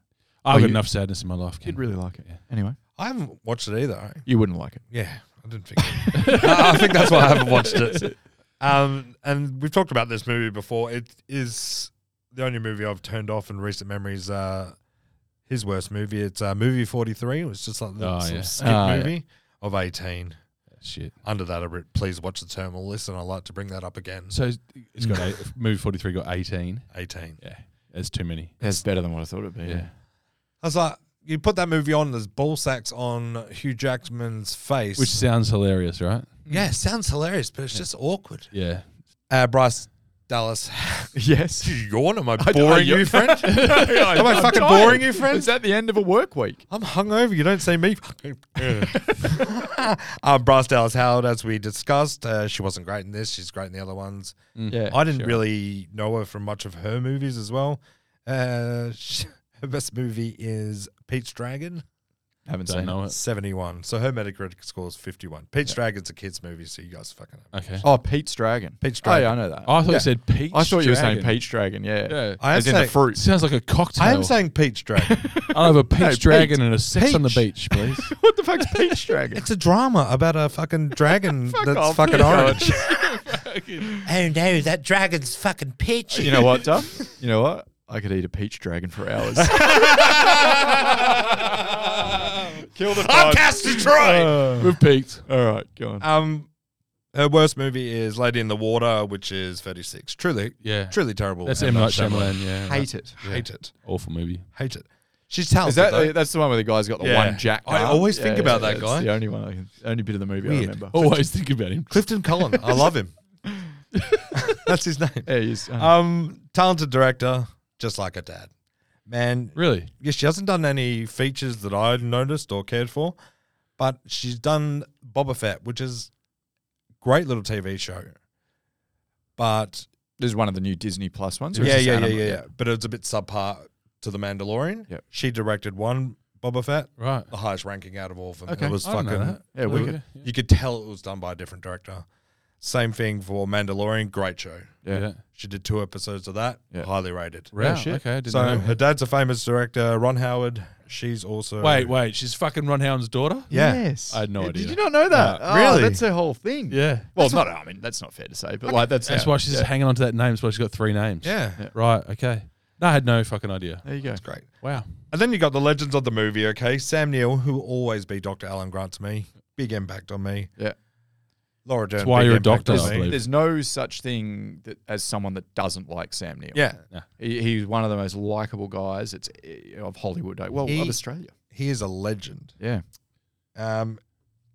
Speaker 2: I've
Speaker 3: Oh,
Speaker 2: got
Speaker 3: you-
Speaker 2: enough sadness in my life. Ken.
Speaker 3: You'd really like it. Anyway,
Speaker 1: I haven't watched it either. eh?
Speaker 3: you wouldn't like it.
Speaker 1: Yeah, I didn't think. I I think that's why I haven't watched it. Um, and we've talked about this movie before. It is the only movie I've turned off in recent memories. Uh, his worst movie. It's uh, movie forty three. It was just like the
Speaker 2: Oh,
Speaker 1: sort
Speaker 2: yeah.
Speaker 1: of skip
Speaker 3: Ah, yeah.
Speaker 1: movie of eighteen.
Speaker 2: Shit.
Speaker 1: Under that, I wrote, please watch the terminal list, and I like to bring that up again.
Speaker 2: So it's- it's got eight, movie 43 got 18.
Speaker 1: Eighteen.
Speaker 2: Yeah, that's too many.
Speaker 3: That's better than what I thought it'd be.
Speaker 2: Yeah.
Speaker 1: I was like, you put that movie on. There's ball sacks on Hugh Jackman's face, Mm.
Speaker 2: Which sounds hilarious, right?
Speaker 1: yeah sounds hilarious, but it's just awkward.
Speaker 2: Yeah.
Speaker 1: Uh, Bryce Dallas
Speaker 3: Yes.
Speaker 1: You yawn? Am I
Speaker 3: I-
Speaker 1: boring
Speaker 3: I-
Speaker 1: you, friend? Am I
Speaker 3: I'm
Speaker 1: fucking
Speaker 3: tired.
Speaker 1: boring you, friend?
Speaker 3: It's at the end of a work week.
Speaker 1: I'm hungover. You don't see me. um, Bryce Dallas Howard, as we discussed, uh, she wasn't great in this. She's great in the other ones.
Speaker 3: Yeah.
Speaker 1: I didn't really know her from much of her movies as well. Uh, sh her best movie is Peach Dragon,
Speaker 3: haven't
Speaker 2: Don't
Speaker 3: seen
Speaker 2: know it.
Speaker 1: 71. So her Metacritic score is 51. Peach Dragon's a kid's movie, so you guys fucking know.
Speaker 2: Okay.
Speaker 3: it. Oh, Pete's Dragon.
Speaker 1: Pete's
Speaker 3: Oh,
Speaker 1: Dragon.
Speaker 3: yeah, I know that.
Speaker 2: Oh, I thought you said peach.
Speaker 3: I thought you were saying
Speaker 2: dragon.
Speaker 3: Peach Dragon. Yeah.
Speaker 2: Yeah.
Speaker 1: I am
Speaker 3: As in the
Speaker 1: saying-
Speaker 3: fruit.
Speaker 2: Sounds like a cocktail.
Speaker 1: I am saying Peach Dragon.
Speaker 2: I'll have a peach
Speaker 3: No,
Speaker 2: dragon
Speaker 3: peach.
Speaker 2: and a sex on the beach,
Speaker 3: Peach.
Speaker 2: please.
Speaker 3: what the fuck's Peach Dragon?
Speaker 1: It's a drama about a fucking dragon that's
Speaker 3: off.
Speaker 1: fucking
Speaker 3: Yeah, go
Speaker 1: orange. oh no, that dragon's fucking peach.
Speaker 3: you know what, Duff? You know what? I could eat a Peach Dragon for hours. Kill the
Speaker 1: I'm
Speaker 3: pod.
Speaker 1: Castor Troy.
Speaker 3: Uh, We've peaked. All right, go on.
Speaker 1: Uh, Um, her worst movie is Lady in the Water, which is 36. Truly,
Speaker 2: Yeah.
Speaker 1: truly terrible.
Speaker 2: That's M.
Speaker 1: M.
Speaker 2: Night Shyamalan. Yeah.
Speaker 3: Hate it.
Speaker 1: Shyamalan. Hate it,
Speaker 2: Awful movie.
Speaker 1: hate it. She's talented.
Speaker 3: Is that
Speaker 1: though.
Speaker 3: uh, that's the one where the guy's got the
Speaker 1: Yeah.
Speaker 3: one jack?
Speaker 1: I
Speaker 3: arm?
Speaker 1: always think about that
Speaker 3: that's
Speaker 1: guy.
Speaker 3: The only one, I can, only bit of the movie I
Speaker 1: Weird. Oh.
Speaker 3: remember.
Speaker 2: Always think about him.
Speaker 1: Clifton Cullen? I love him. that's his name.
Speaker 3: yeah, he's, uh,
Speaker 1: Um, talented director, just like her dad. Man,
Speaker 2: Really?
Speaker 1: yeah, she hasn't done any features that I noticed or cared for, but she's done Boba Fett, which is great little TV show. But
Speaker 3: this is one of the new Disney Plus ones. or
Speaker 1: yeah,
Speaker 3: is this
Speaker 1: yeah, yeah,
Speaker 3: Animal-
Speaker 1: yeah, yeah. But it's a bit subpar to The Mandalorian.
Speaker 3: Yep.
Speaker 1: She directed one Boba Fett,
Speaker 2: Right.
Speaker 1: the highest ranking out of all of them.
Speaker 3: Okay,
Speaker 1: It Oh, was
Speaker 2: I didn't know
Speaker 1: fucking.
Speaker 2: that.
Speaker 3: Yeah, wicked.
Speaker 1: You could tell it was done by a different director. Same thing for Mandalorian. Great show.
Speaker 3: yeah.
Speaker 1: She did two episodes of that.
Speaker 3: Yeah.
Speaker 1: Highly rated.
Speaker 2: Wow,
Speaker 3: shit.
Speaker 2: Okay. I didn't
Speaker 1: So
Speaker 2: know
Speaker 1: her
Speaker 2: that.
Speaker 1: dad's a famous director, Ron Howard. She's also
Speaker 2: Wait, wait. She's fucking Ron Howard's daughter?
Speaker 1: Yeah.
Speaker 3: Yes.
Speaker 2: I had no
Speaker 3: Yeah,
Speaker 2: idea.
Speaker 3: Did you not know that?
Speaker 1: No.
Speaker 3: Oh,
Speaker 1: Really?
Speaker 3: That's her whole thing.
Speaker 2: Yeah.
Speaker 3: Well, not. I mean, that's not fair to say, but like that's
Speaker 2: That's
Speaker 3: how-
Speaker 2: why she's just hanging on to that name. That's why she's got three names.
Speaker 1: Yeah.
Speaker 2: Right. Okay. No, I had no fucking idea.
Speaker 3: There you go.
Speaker 1: Great.
Speaker 2: Wow.
Speaker 1: And then you got the legends of the movie, okay? Sam Neill, who will always be Dr. Alan Grant to me. Big impact on me.
Speaker 3: Yeah.
Speaker 1: Laura Dern.
Speaker 2: why
Speaker 1: big
Speaker 2: you're a
Speaker 1: impact
Speaker 2: doctor,
Speaker 1: on
Speaker 2: I
Speaker 1: me.
Speaker 2: believe.
Speaker 3: There's no such thing that, as someone that doesn't like Sam Neill.
Speaker 1: Yeah.
Speaker 3: He, he's one of the most likable guys. It's uh, of Hollywood. like, Well,
Speaker 1: He-
Speaker 3: of Australia.
Speaker 1: He is a legend.
Speaker 3: Yeah.
Speaker 1: Um,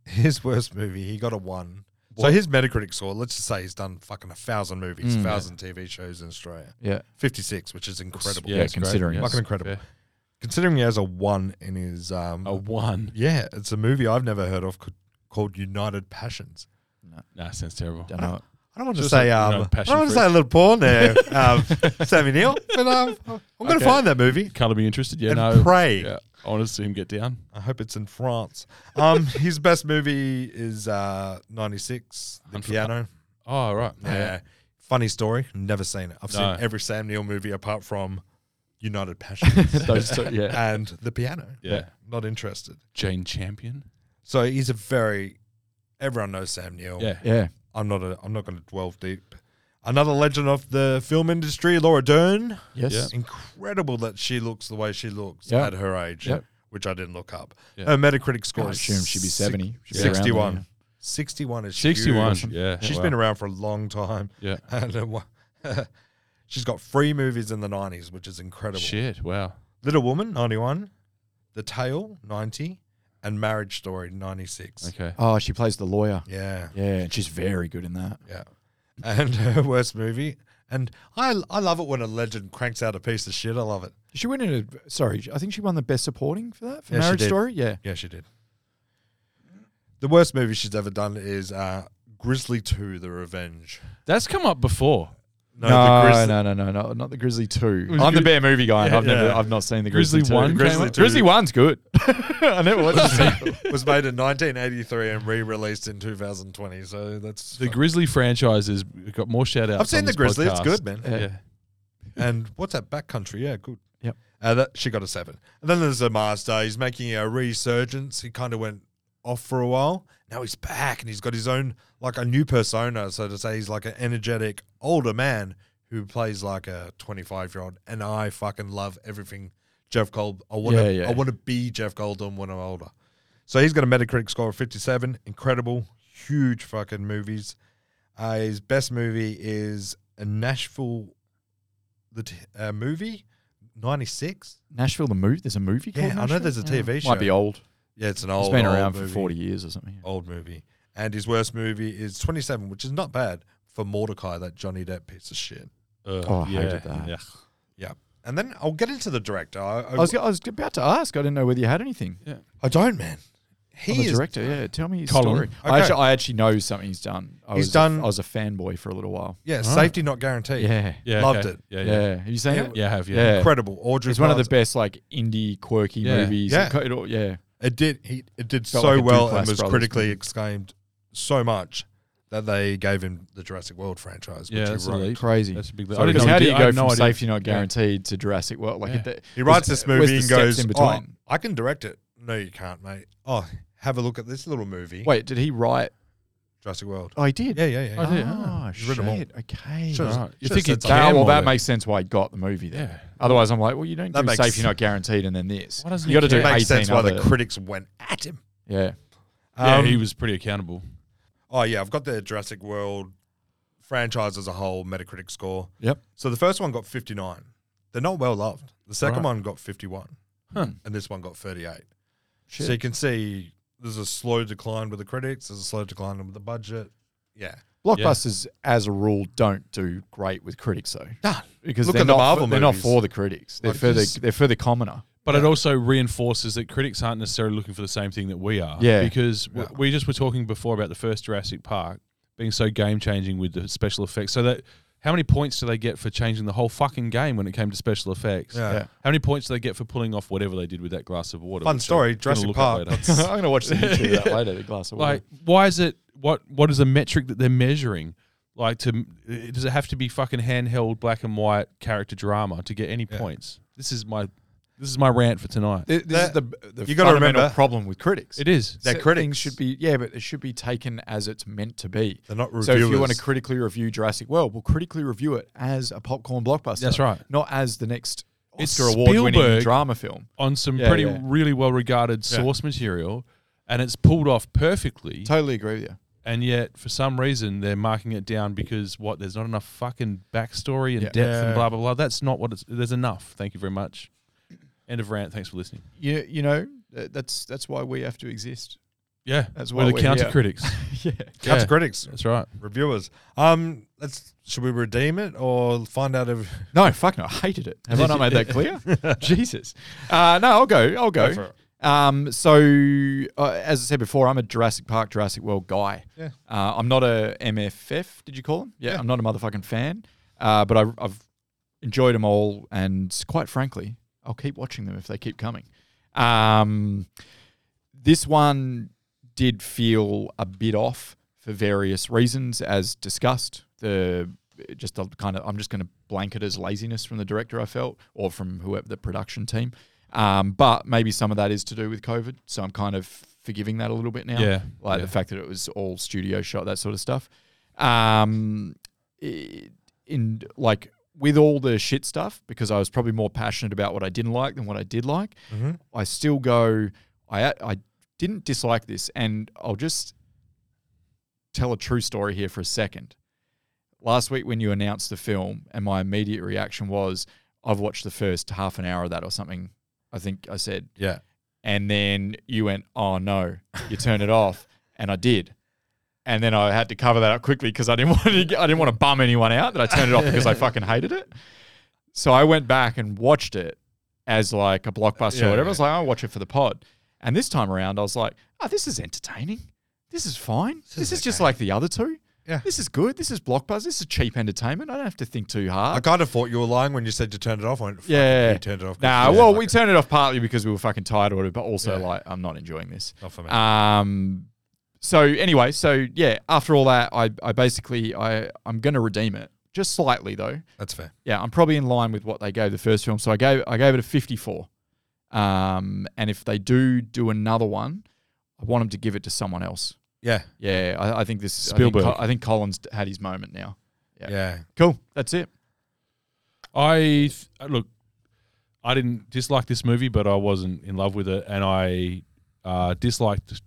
Speaker 1: his worst movie, he got a one. So his Metacritic score, let's just say he's done fucking a thousand movies,
Speaker 2: Mm.
Speaker 1: a thousand TV shows in Australia.
Speaker 3: Yeah.
Speaker 1: 56, which is incredible.
Speaker 3: Yeah,
Speaker 2: it's great.
Speaker 3: considering
Speaker 2: Yeah.
Speaker 3: it's-
Speaker 1: Fucking incredible.
Speaker 2: Fair.
Speaker 1: Considering he has a one in his. Um,
Speaker 2: A one.
Speaker 1: Yeah, it's a movie I've never heard of c- called United Passions.
Speaker 2: Nah, sounds terrible.
Speaker 3: Don't know. it.
Speaker 1: I don't want to
Speaker 2: Just
Speaker 1: say
Speaker 2: a-
Speaker 1: um,
Speaker 2: no
Speaker 1: I
Speaker 2: passion
Speaker 1: don't want to
Speaker 2: fruit.
Speaker 1: say a little porn there, um, Sammy Neil, but um, I'm going to find that movie
Speaker 2: Colour me interested. Yeah.
Speaker 1: and
Speaker 2: no.
Speaker 1: pray.
Speaker 2: Yeah. I want to see him get down.
Speaker 1: I hope it's in France. Um, his best movie is uh, '96, The
Speaker 2: Unfor-
Speaker 1: Piano.
Speaker 2: Oh, right.
Speaker 1: Yeah. funny story. Never seen it. I've
Speaker 2: No.
Speaker 1: seen every Sam Neill movie apart from United Passions
Speaker 3: Those two, yeah.
Speaker 1: and The Piano.
Speaker 2: Yeah.
Speaker 1: not interested.
Speaker 2: Jane Champion.
Speaker 1: So he's a very everyone knows Sam Neill.
Speaker 2: Yeah.
Speaker 3: Oh. Yeah.
Speaker 1: I'm not a, I'm not going to dwell deep. Another legend of the film industry, Laura Dern.
Speaker 3: Yes.
Speaker 2: Yeah.
Speaker 1: It's incredible that she looks the way she looks
Speaker 3: Yeah.
Speaker 1: at her age,
Speaker 3: Yeah.
Speaker 1: which I didn't look up.
Speaker 2: Yeah.
Speaker 1: Her Metacritic score
Speaker 3: I
Speaker 1: is
Speaker 3: assume she'd be
Speaker 1: six-
Speaker 3: 70. She'd be around there,
Speaker 1: 61.
Speaker 3: yeah.
Speaker 1: 61 is
Speaker 2: 61.
Speaker 1: huge.
Speaker 2: Yeah.
Speaker 1: She's
Speaker 2: Wow.
Speaker 1: been around for a long time.
Speaker 2: Yeah.
Speaker 1: And uh, wha- she's got three movies in the 90s, which is incredible.
Speaker 2: Shit. Wow.
Speaker 1: Little Woman, 91. The Tale, 90. and Marriage Story '96.
Speaker 2: Okay.
Speaker 3: Oh, she plays the lawyer.
Speaker 1: Yeah,
Speaker 3: Yeah, and she's very good in that.
Speaker 1: yeah. And her worst movie. And I, I love it when a legend cranks out a piece of shit. I love it.
Speaker 3: She went in a sorry. I think she won the best supporting for that for
Speaker 1: Yeah, she
Speaker 3: Marriage
Speaker 1: did.
Speaker 3: Story. Yeah.
Speaker 1: Yeah, she did. The worst movie she's ever done is uh, Grizzly 2 The Revenge.
Speaker 2: That's come up before.
Speaker 1: No, the Grizzly,
Speaker 3: no, no, no, no, not the Grizzly Two.
Speaker 2: was
Speaker 3: I'm the
Speaker 2: good.
Speaker 3: bear movie guy. and
Speaker 1: Yeah,
Speaker 3: I've never,
Speaker 1: yeah.
Speaker 3: I've not seen the
Speaker 2: Grizzly
Speaker 3: Grizzly,
Speaker 2: One
Speaker 3: Two.
Speaker 2: came
Speaker 3: Grizzly,
Speaker 2: out?
Speaker 3: Grizzly One's good. I never watched the sequel.
Speaker 1: was made in 1983 and re-released in 2020. So that's
Speaker 2: The Grizzly franchise has got more shout outs.
Speaker 1: I've seen the Grizzly. It's good, man.
Speaker 3: Yeah.
Speaker 2: Yeah. Uh,
Speaker 1: And what's that backcountry? Yeah, good.
Speaker 3: Yep.
Speaker 1: Uh, that she got a seven. And then there's the Master. He's making a resurgence. He kind of went off for a while. Now he's back and he's got his own like a new persona. So to say, he's like an energetic older man who plays like a 25 year old. And I fucking love everything Jeff Gold. I want to.
Speaker 3: Yeah, yeah.
Speaker 1: I want to be Jeff Goldblum when I'm older. So he's got a Metacritic score of 57. Incredible, huge fucking movies. Uh, his best movie is a Nashville, the t- uh, movie, 96.
Speaker 3: Nashville, the movie. There's a movie.
Speaker 1: Yeah,
Speaker 3: called
Speaker 1: I know there's a
Speaker 3: Nashville?
Speaker 1: TV show.
Speaker 3: Might be old.
Speaker 1: Yeah, it's an old.
Speaker 3: it's been
Speaker 1: old
Speaker 3: around for
Speaker 1: movie,
Speaker 3: forty years or something.
Speaker 1: Old movie. And his worst movie is 27, which is not bad for Mordecai, that Johnny Depp piece of shit.
Speaker 2: Uh,
Speaker 3: Oh, I
Speaker 2: yeah.
Speaker 3: hated that.
Speaker 2: Yeah.
Speaker 1: Yeah. And then I'll get into the director. I, I,
Speaker 3: I was, I was about to ask. I didn't know whether you had anything.
Speaker 1: I don't, man. He
Speaker 3: Oh, the
Speaker 1: is.
Speaker 3: director, yeah. Tell me his
Speaker 2: Colin.
Speaker 3: story.
Speaker 1: Okay.
Speaker 3: I, actually, I actually know something he's done. I
Speaker 1: He's
Speaker 3: was
Speaker 1: done-
Speaker 3: A, I was a fanboy for a little while.
Speaker 1: Yeah, safety not guaranteed.
Speaker 3: Yeah, yeah,
Speaker 2: Yeah,
Speaker 1: Loved
Speaker 2: okay.
Speaker 1: it.
Speaker 2: Yeah.
Speaker 3: yeah.
Speaker 2: Yeah.
Speaker 3: Have you seen
Speaker 1: Yeah.
Speaker 3: it?
Speaker 2: Yeah, I have you?
Speaker 3: Yeah.
Speaker 1: Incredible. Audrey.
Speaker 3: It's one of the
Speaker 1: Plaza.
Speaker 3: best like indie quirky
Speaker 2: Yeah.
Speaker 3: movies.
Speaker 1: Yeah.
Speaker 3: It co- it all- yeah.
Speaker 1: It did. He, it did
Speaker 3: Felt
Speaker 1: so
Speaker 3: like a
Speaker 1: well and
Speaker 3: Duplass
Speaker 1: was
Speaker 3: Brothers
Speaker 1: critically
Speaker 3: movie.
Speaker 1: exclaimed so much that they gave him the Jurassic World franchise.
Speaker 2: Yeah,
Speaker 1: which
Speaker 2: that's
Speaker 1: he, wrote.
Speaker 2: elite.
Speaker 3: Crazy.
Speaker 2: That's a big. I
Speaker 3: Sorry,
Speaker 2: didn't
Speaker 3: because
Speaker 2: know-
Speaker 3: how do
Speaker 2: I
Speaker 3: you
Speaker 2: had
Speaker 3: go
Speaker 2: no
Speaker 3: from
Speaker 2: idea.
Speaker 3: Safety
Speaker 2: Yeah.
Speaker 3: Not Guaranteed to Jurassic World? Like,
Speaker 2: Yeah.
Speaker 3: the,
Speaker 1: he writes this
Speaker 3: where's
Speaker 1: movie
Speaker 3: the
Speaker 1: and goes,
Speaker 3: steps in
Speaker 1: "Oh,
Speaker 3: between?"
Speaker 1: I can direct it." No, you can't, mate. Oh, have a look at this little movie,
Speaker 3: Wait, did he write?
Speaker 1: Jurassic World.
Speaker 3: Oh, he did.
Speaker 1: Yeah, yeah, yeah.
Speaker 2: I did,
Speaker 3: Oh,
Speaker 1: He's written 'em all.
Speaker 3: shit. Okay.
Speaker 1: Should've-
Speaker 3: Right.
Speaker 2: You
Speaker 1: should've
Speaker 2: think
Speaker 1: said
Speaker 2: it's
Speaker 1: something.
Speaker 3: That, well,
Speaker 2: Cameron.
Speaker 3: that makes sense why he got the movie. Then.
Speaker 2: Yeah.
Speaker 3: Otherwise, I'm like, well, you don't
Speaker 1: That
Speaker 3: do
Speaker 1: makes-
Speaker 3: Safety Not Guaranteed and then this.
Speaker 2: Why doesn't
Speaker 3: you
Speaker 2: he
Speaker 3: got to do
Speaker 1: It makes
Speaker 3: 18
Speaker 1: sense why
Speaker 3: other,
Speaker 1: the critics went at him.
Speaker 3: Yeah.
Speaker 2: Yeah,
Speaker 1: Um,
Speaker 2: he was pretty accountable.
Speaker 1: oh yeah, I've got the Jurassic World franchise as a whole Metacritic score.
Speaker 3: Yep.
Speaker 1: So the first one got 59. They're not well loved. The second
Speaker 2: Right.
Speaker 1: one got 51,
Speaker 2: Huh.
Speaker 1: and this one got 38.
Speaker 3: Shit.
Speaker 1: So you can see there's a slow decline with the critics, there's a slow decline with the budget. Yeah.
Speaker 3: Blockbusters, as a rule, don't do great with critics, though.
Speaker 1: No.
Speaker 3: Because
Speaker 1: Look
Speaker 3: they're,
Speaker 1: at the
Speaker 3: not,
Speaker 1: Marvel
Speaker 3: they're not
Speaker 1: movies.
Speaker 3: for the critics. They're,
Speaker 1: Like
Speaker 3: for
Speaker 1: this-
Speaker 3: the, they're for the commoner.
Speaker 2: But it also reinforces that critics aren't necessarily looking for the same thing that we are.
Speaker 3: Yeah.
Speaker 2: Because w we just were talking before about the first Jurassic Park being so game changing with the special effects. So that how many points do they get for changing the whole fucking game when it came to special effects?
Speaker 1: Yeah.
Speaker 3: Yeah.
Speaker 2: How many points do they get for pulling off whatever they did with that glass of water?
Speaker 1: Fun
Speaker 2: which I'm
Speaker 1: story,
Speaker 2: gonna
Speaker 1: Jurassic
Speaker 2: look up
Speaker 1: Park.
Speaker 2: later.
Speaker 3: I'm going to watch the YouTube of that later, the glass of water.
Speaker 2: like, why is it? What What is the metric that they're measuring? Like, to uh, does it have to be fucking handheld black and white character drama to get any points? This is my this is my rant for tonight.
Speaker 3: Th- this is
Speaker 1: That-
Speaker 3: the, the
Speaker 1: you gotta
Speaker 3: fundamental
Speaker 1: remember-
Speaker 3: problem with critics.
Speaker 2: it is.
Speaker 1: They're
Speaker 3: So
Speaker 1: critics.
Speaker 3: Things should be yeah, but it should be taken as it's meant to be.
Speaker 1: They're not
Speaker 3: So if you want
Speaker 1: reviewers.
Speaker 3: to critically review Jurassic World, well, critically review it as a popcorn blockbuster.
Speaker 2: That's right.
Speaker 3: Not as the next
Speaker 2: It's
Speaker 3: Oscar award-winning
Speaker 2: Spielberg.
Speaker 3: drama film.
Speaker 2: on some
Speaker 3: Yeah,
Speaker 2: pretty
Speaker 3: yeah.
Speaker 2: really well regarded source material and it's pulled off perfectly
Speaker 3: Totally agree with you.
Speaker 2: and yet for some reason they're marking it down because what there's not enough fucking backstory and
Speaker 3: Yeah.
Speaker 2: depth and blah blah blah that's not what it's there's enough thank you very much end of rant thanks for listening
Speaker 3: You you know th- that's that's why we have to exist.
Speaker 2: yeah
Speaker 3: That's
Speaker 2: we're
Speaker 3: why
Speaker 2: the
Speaker 3: we're
Speaker 2: counter
Speaker 3: here.
Speaker 2: critics
Speaker 3: yeah.
Speaker 1: Cut
Speaker 2: Yeah.
Speaker 1: to critics,
Speaker 2: that's right
Speaker 1: reviewers. Um, let's should we redeem it or find out if
Speaker 3: No, fuck no, I hated it. Have I not made that clear? Jesus. Uh, no, I'll go. I'll go.
Speaker 1: for
Speaker 3: um, so, uh, as I said before, I'm a Jurassic Park, Jurassic World guy.
Speaker 1: Yeah.
Speaker 3: Uh, I'm not a MFF. Did you call them? Yeah.
Speaker 1: Yeah.
Speaker 3: I'm not a motherfucking fan. Uh, but I've, I've enjoyed them all, and quite frankly, I'll keep watching them if they keep coming. Um, this one did feel a bit off for various reasons, as discussed. The just the kind of I'm just going to blanket as laziness from the director. I felt, or from whoever the production team. Um, but maybe some of that is to do with COVID, so I'm kind of forgiving that a little bit now.
Speaker 2: Yeah,
Speaker 3: like
Speaker 2: yeah.
Speaker 3: the fact that it was all studio shot, that sort of stuff. Um, i- in like with all the shit stuff, because I was probably more passionate about what I didn't like than what I did like. I still go. I I didn't dislike this, and I'll just tell a true story here for a second. Last week, when you announced the film, and my immediate reaction was, "I've watched the first half an hour of that or something." I think I said,
Speaker 1: yeah,
Speaker 3: And then you went, oh no, you turned it off. And I did. And then I had to cover that up quickly because I didn't want to get, I didn't want to bum anyone out that I turned it off because I fucking hated it. So I went back and watched it as like a blockbuster
Speaker 1: Yeah,
Speaker 3: or whatever.
Speaker 1: yeah.
Speaker 3: I was like, I'll watch it for the pod. And this time around, I was like, oh, this is entertaining. This is fine. This, is, just like the other two.
Speaker 1: Yeah.
Speaker 3: This is good. This is blockbuster. This is cheap entertainment. I don't have to think too
Speaker 1: I
Speaker 3: hard.
Speaker 1: kind of thought you were lying when you said you turned it off. I went, "Fuck it,
Speaker 3: Yeah.
Speaker 1: you turned it off.
Speaker 3: Nah,
Speaker 1: Yeah,
Speaker 3: well,
Speaker 1: fuck
Speaker 3: we
Speaker 1: it.
Speaker 3: turned it off partly because we were fucking tired of it, but also
Speaker 1: Yeah.
Speaker 3: like I'm not enjoying this.
Speaker 1: Not for me.
Speaker 3: Um so anyway, so yeah, after all that, I, I basically I I'm gonna redeem it. Just slightly though.
Speaker 1: That's fair.
Speaker 3: Yeah, I'm probably in line with what they gave the first film. So I gave I gave it a fifty four. Um and if they do do another one, I want them to give it to someone else.
Speaker 1: Yeah,
Speaker 3: Yeah, I, I think this
Speaker 2: Spielberg.
Speaker 3: I think, Col- I think Collins had his moment now. Yeah.
Speaker 1: yeah.
Speaker 3: Cool. That's it.
Speaker 2: I th- uh, look, I didn't dislike this movie, but I wasn't in love with it, and I uh, disliked.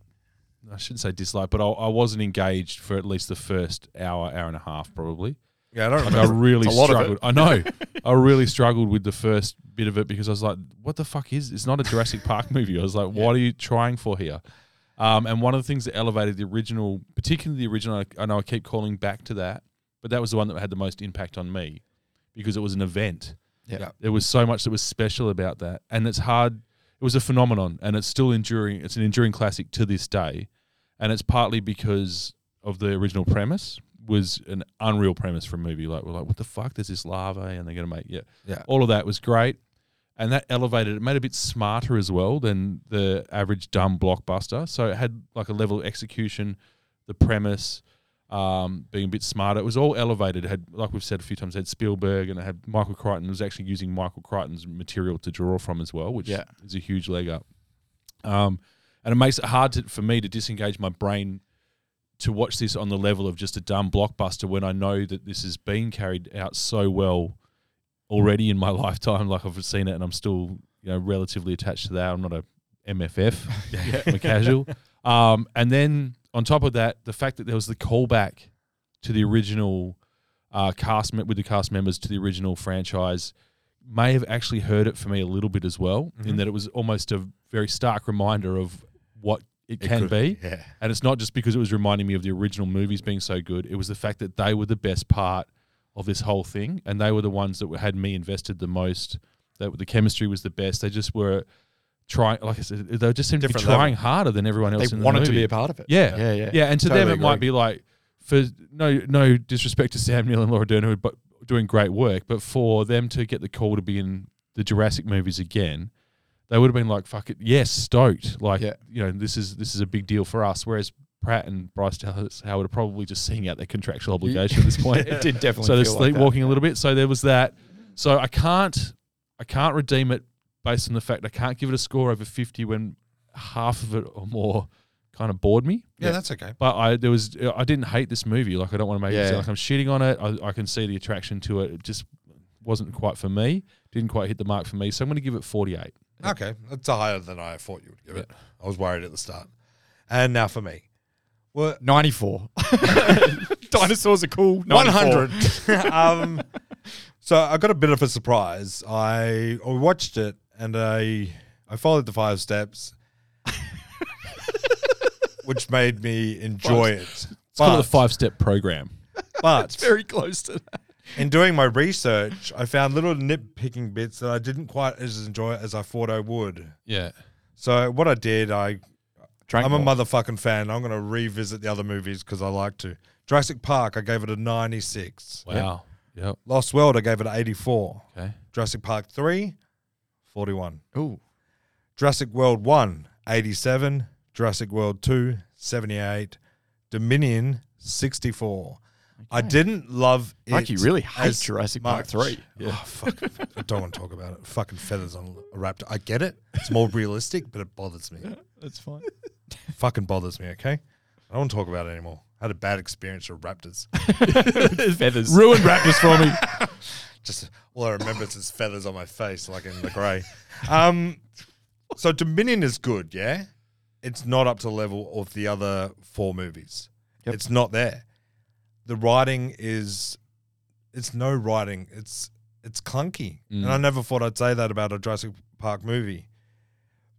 Speaker 2: I shouldn't say dislike, but I, I wasn't engaged for at least the first hour, hour and a half, probably.
Speaker 1: Yeah, I don't
Speaker 2: I
Speaker 1: remember.
Speaker 2: really
Speaker 3: it's a lot of
Speaker 2: struggled. I know. I really struggled with the first bit of it because I was like, "What the fuck is? It's not a Jurassic Park movie." I was like, "What are you trying for here?" Um, and one of the things that elevated the original, particularly the original, I, I know I keep calling back to that, but that was the one that had the most impact on me because it was an event.
Speaker 1: Yeah.
Speaker 2: There was so much that was special about that, and it's hard. It was a phenomenon, and it's still enduring. It's an enduring classic to this day, and it's partly because of the original premise was an unreal premise for a movie. Like we're like, what the fuck? There's this lava, and they're gonna make yeah,
Speaker 1: Yeah.
Speaker 2: All of that was great, and that elevated it, made it a bit smarter as well than the average dumb blockbuster. So it had like a level of execution, the premise, um, being a bit smarter. It was all elevated. It had like we've said a few times, it had Spielberg and it had Michael Crichton. It was actually using Michael Crichton's material to draw from as well, which
Speaker 3: Yeah.
Speaker 2: is a huge leg up. Um, and it makes it hard to, for me to disengage my brain to watch this on the level of just a dumb blockbuster when I know that this has been carried out so well already in my lifetime. Like I've seen it, and I'm still you know relatively attached to that. I'm not a MFF, I'm a casual. Um, and then on top of that, the fact that there was the callback to the original uh, cast me- with the cast members to the original franchise may have actually hurt it for me a little bit as well, in that it was almost a very stark reminder of what it can
Speaker 1: could-
Speaker 2: be.
Speaker 1: yeah.
Speaker 2: And it's not just because it was reminding me of the original movies being so good. It was the fact that they were the best part of this whole thing, and they were the ones that were- had me invested the most. That the chemistry was the best. They just were trying, like I said, they just seemed
Speaker 1: Different
Speaker 2: to be trying harder than everyone else.
Speaker 3: They
Speaker 2: in
Speaker 3: wanted
Speaker 2: the
Speaker 3: to
Speaker 2: movie.
Speaker 3: be a part of it.
Speaker 2: Yeah,
Speaker 3: Yeah, yeah.
Speaker 2: yeah. And to them,
Speaker 1: Totally
Speaker 2: it might
Speaker 1: agree.
Speaker 2: be like for no no disrespect to Sam Neill and Laura Dern, who are bu- doing great work, but for them to get the call to be in the Jurassic movies again, they would have been like, "Fuck it, yes, stoked!" Like,
Speaker 3: Yeah.
Speaker 2: you know, this is this is a big deal for us. Whereas Pratt and Bryce Dallas Howard are probably just seeing out their contractual obligation at this point.
Speaker 3: It did definitely
Speaker 2: so they're
Speaker 3: feel like that.
Speaker 2: sleepwalking a little bit. So there was that. So I can't I can't redeem it based on the fact I can't give it a score over fifty when half of it or more kind of bored me.
Speaker 1: Yeah, that's okay.
Speaker 2: But I there was I didn't hate this movie. Like I don't want to make it
Speaker 3: Yeah.
Speaker 2: sound like I'm shitting on it. I, I can see the attraction to it. It just wasn't quite for me. Didn't quite hit the mark for me. So I'm going to give it 48.
Speaker 1: Okay, that's higher than I thought you would give it. I was worried at the start. And now for me. Well,
Speaker 3: 94. Dinosaurs are cool. 94.
Speaker 1: 100. um, so I got a bit of a surprise. I, I watched it and I I followed the five steps, which made me enjoy it.
Speaker 2: It's called the
Speaker 1: But-
Speaker 2: five step program.
Speaker 1: But
Speaker 3: Very close to that.
Speaker 1: in doing my research, I found little nitpicking bits that I didn't quite as enjoy as I thought I would.
Speaker 2: Yeah.
Speaker 1: So what I did, I
Speaker 3: Drank
Speaker 1: I'm a motherfucking fan. I'm going to revisit the other movies because I like to. Jurassic Park, I gave it a 96.
Speaker 2: Wow. Yep.
Speaker 1: Lost World, I gave it an 84.
Speaker 2: Okay.
Speaker 1: Jurassic Park 3, 41.
Speaker 3: Ooh.
Speaker 1: Jurassic World 1, 87. Jurassic World 2, 78. Dominion, 64. I didn't love it.
Speaker 3: Mike, you really hate
Speaker 1: as
Speaker 3: Jurassic Park
Speaker 1: much.
Speaker 3: 3.
Speaker 1: Oh, fuck. I don't want to talk about it. Fucking feathers on a raptor. I get it. It's more realistic, but it bothers me.
Speaker 3: That's fine.
Speaker 1: fucking bothers me, okay? I don't want to talk about it anymore. I had a bad experience with raptors.
Speaker 3: Feathers.
Speaker 2: Ruined Raptors for me.
Speaker 1: Just all I remember is its feathers on my face, like in the grey. Um, so Dominion is good, yeah? It's not up to the level of the other four movies.
Speaker 3: Yep.
Speaker 1: It's not there. The writing is it's no writing. It's it's clunky. And I never thought I'd say that about a Jurassic Park movie.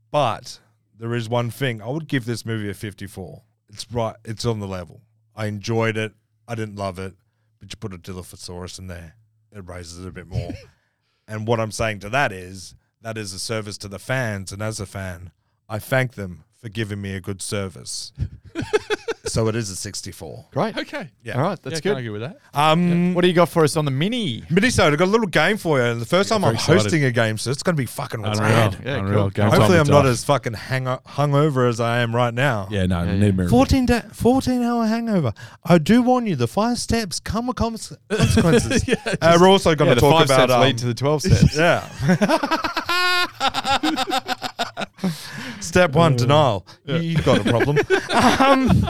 Speaker 1: But there is one thing I would give this movie a 54. It's right. It's on the level. I enjoyed it. I didn't love it, but you put a Dilophosaurus in there, it raises it a bit more. and what I'm saying to that is that is a service to the fans, and as a fan, I thank them for giving me a good service. so it is a 64.
Speaker 3: Great.
Speaker 2: Okay.
Speaker 1: Yeah.
Speaker 3: All right. That's
Speaker 2: yeah, Can I
Speaker 3: good.
Speaker 2: agree with that?
Speaker 1: Um,
Speaker 3: What do you got for us on the mini?
Speaker 1: Minnesota, I've got a little game for you. And the first time I'm
Speaker 2: very excited.
Speaker 1: hosting a game, so it's going to be fucking
Speaker 2: Unreal.
Speaker 1: rad.
Speaker 3: Yeah,
Speaker 2: Unreal.
Speaker 3: cool.
Speaker 2: Game
Speaker 1: Hopefully,
Speaker 2: time
Speaker 1: I'm
Speaker 2: is
Speaker 1: not
Speaker 2: up.
Speaker 1: as fucking hang- hungover as I am right now.
Speaker 2: Yeah, no,
Speaker 3: Yeah,
Speaker 2: need
Speaker 3: yeah.
Speaker 2: miracle.
Speaker 1: 14, da 14 hour hangover. I do warn you, the five steps come with cons- consequences. uh, we're also going
Speaker 3: Yeah,
Speaker 1: to
Speaker 3: the
Speaker 1: talk
Speaker 3: five
Speaker 1: about.
Speaker 3: steps
Speaker 1: Um,
Speaker 3: lead to the 12 steps.
Speaker 1: yeah. Step one, denial. You've got a problem. Oh. um,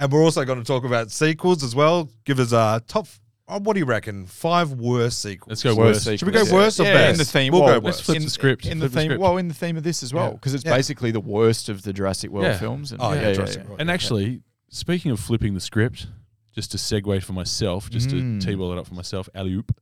Speaker 1: and we're also going to talk about sequels as well. Give us a top, uh, what do you reckon? Five worst sequels.
Speaker 2: Let's go
Speaker 3: Worst
Speaker 2: worst.
Speaker 3: sequel.
Speaker 1: Should we go
Speaker 3: Yeah.
Speaker 1: worst or
Speaker 3: Yeah,
Speaker 1: best?
Speaker 3: in the theme-
Speaker 1: We'll
Speaker 3: well,
Speaker 1: go
Speaker 3: let's
Speaker 1: worst.
Speaker 2: flip
Speaker 3: in,
Speaker 2: the script.
Speaker 3: in the
Speaker 2: Flip the
Speaker 3: theme.
Speaker 2: script.
Speaker 3: Well, in the theme of this as well,
Speaker 2: Yeah.
Speaker 3: because it's
Speaker 1: Yeah.
Speaker 3: basically the worst of the Jurassic World
Speaker 2: Yeah.
Speaker 3: films. And
Speaker 1: Oh, yeah,
Speaker 3: yeah,
Speaker 1: Jurassic World.
Speaker 2: And actually, speaking of flipping the script, just to segue for myself, just
Speaker 3: Mm.
Speaker 2: to t-ball it up for myself, alley oop.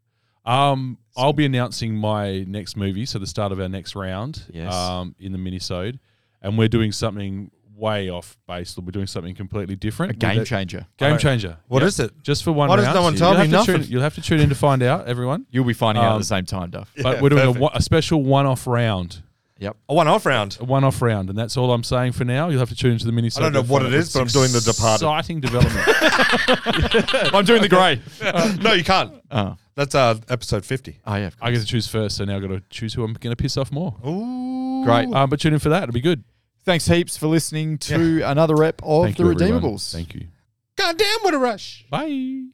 Speaker 2: Um, I'll be announcing my next movie, so the start of our next round.
Speaker 3: Yes.
Speaker 2: Um, in the minisode, and we're doing something way off base. We're doing something completely different.
Speaker 3: A game
Speaker 2: With
Speaker 3: changer.
Speaker 2: a- Game
Speaker 1: Alright.
Speaker 2: changer.
Speaker 1: What
Speaker 2: What is
Speaker 1: is it?
Speaker 2: Just for one
Speaker 1: Why does
Speaker 2: round.
Speaker 1: no one tell
Speaker 2: You'll
Speaker 1: me
Speaker 2: have to tune-
Speaker 1: nothing?
Speaker 2: you'll have to tune in to find out, everyone.
Speaker 3: You'll be finding out at
Speaker 2: Um,
Speaker 3: the same time, Duff.
Speaker 2: but we're doing a, one- a special one-off round,
Speaker 3: Yep.
Speaker 1: A one off round.
Speaker 2: a one-off round, and that's all I'm saying for now. You'll have to tune into the mini.
Speaker 1: I don't know what it is, but I'm doing The Departed.
Speaker 2: Exciting development.
Speaker 3: I'm doing the grey.
Speaker 1: no, you can't.
Speaker 3: Oh,
Speaker 1: That's uh, episode 50.
Speaker 3: oh, yeah. of
Speaker 2: I get to choose first, so now I've got to choose who I'm going to piss off more.
Speaker 1: Ooh.
Speaker 3: course. Great.
Speaker 2: Um, but tune in for that; it'll be good.
Speaker 3: Thanks heaps for listening to another rep of
Speaker 2: Thank
Speaker 3: The
Speaker 2: you, everyone.
Speaker 3: Redeemables.
Speaker 2: Thank you.
Speaker 1: Goddamn, what a rush.
Speaker 2: Bye.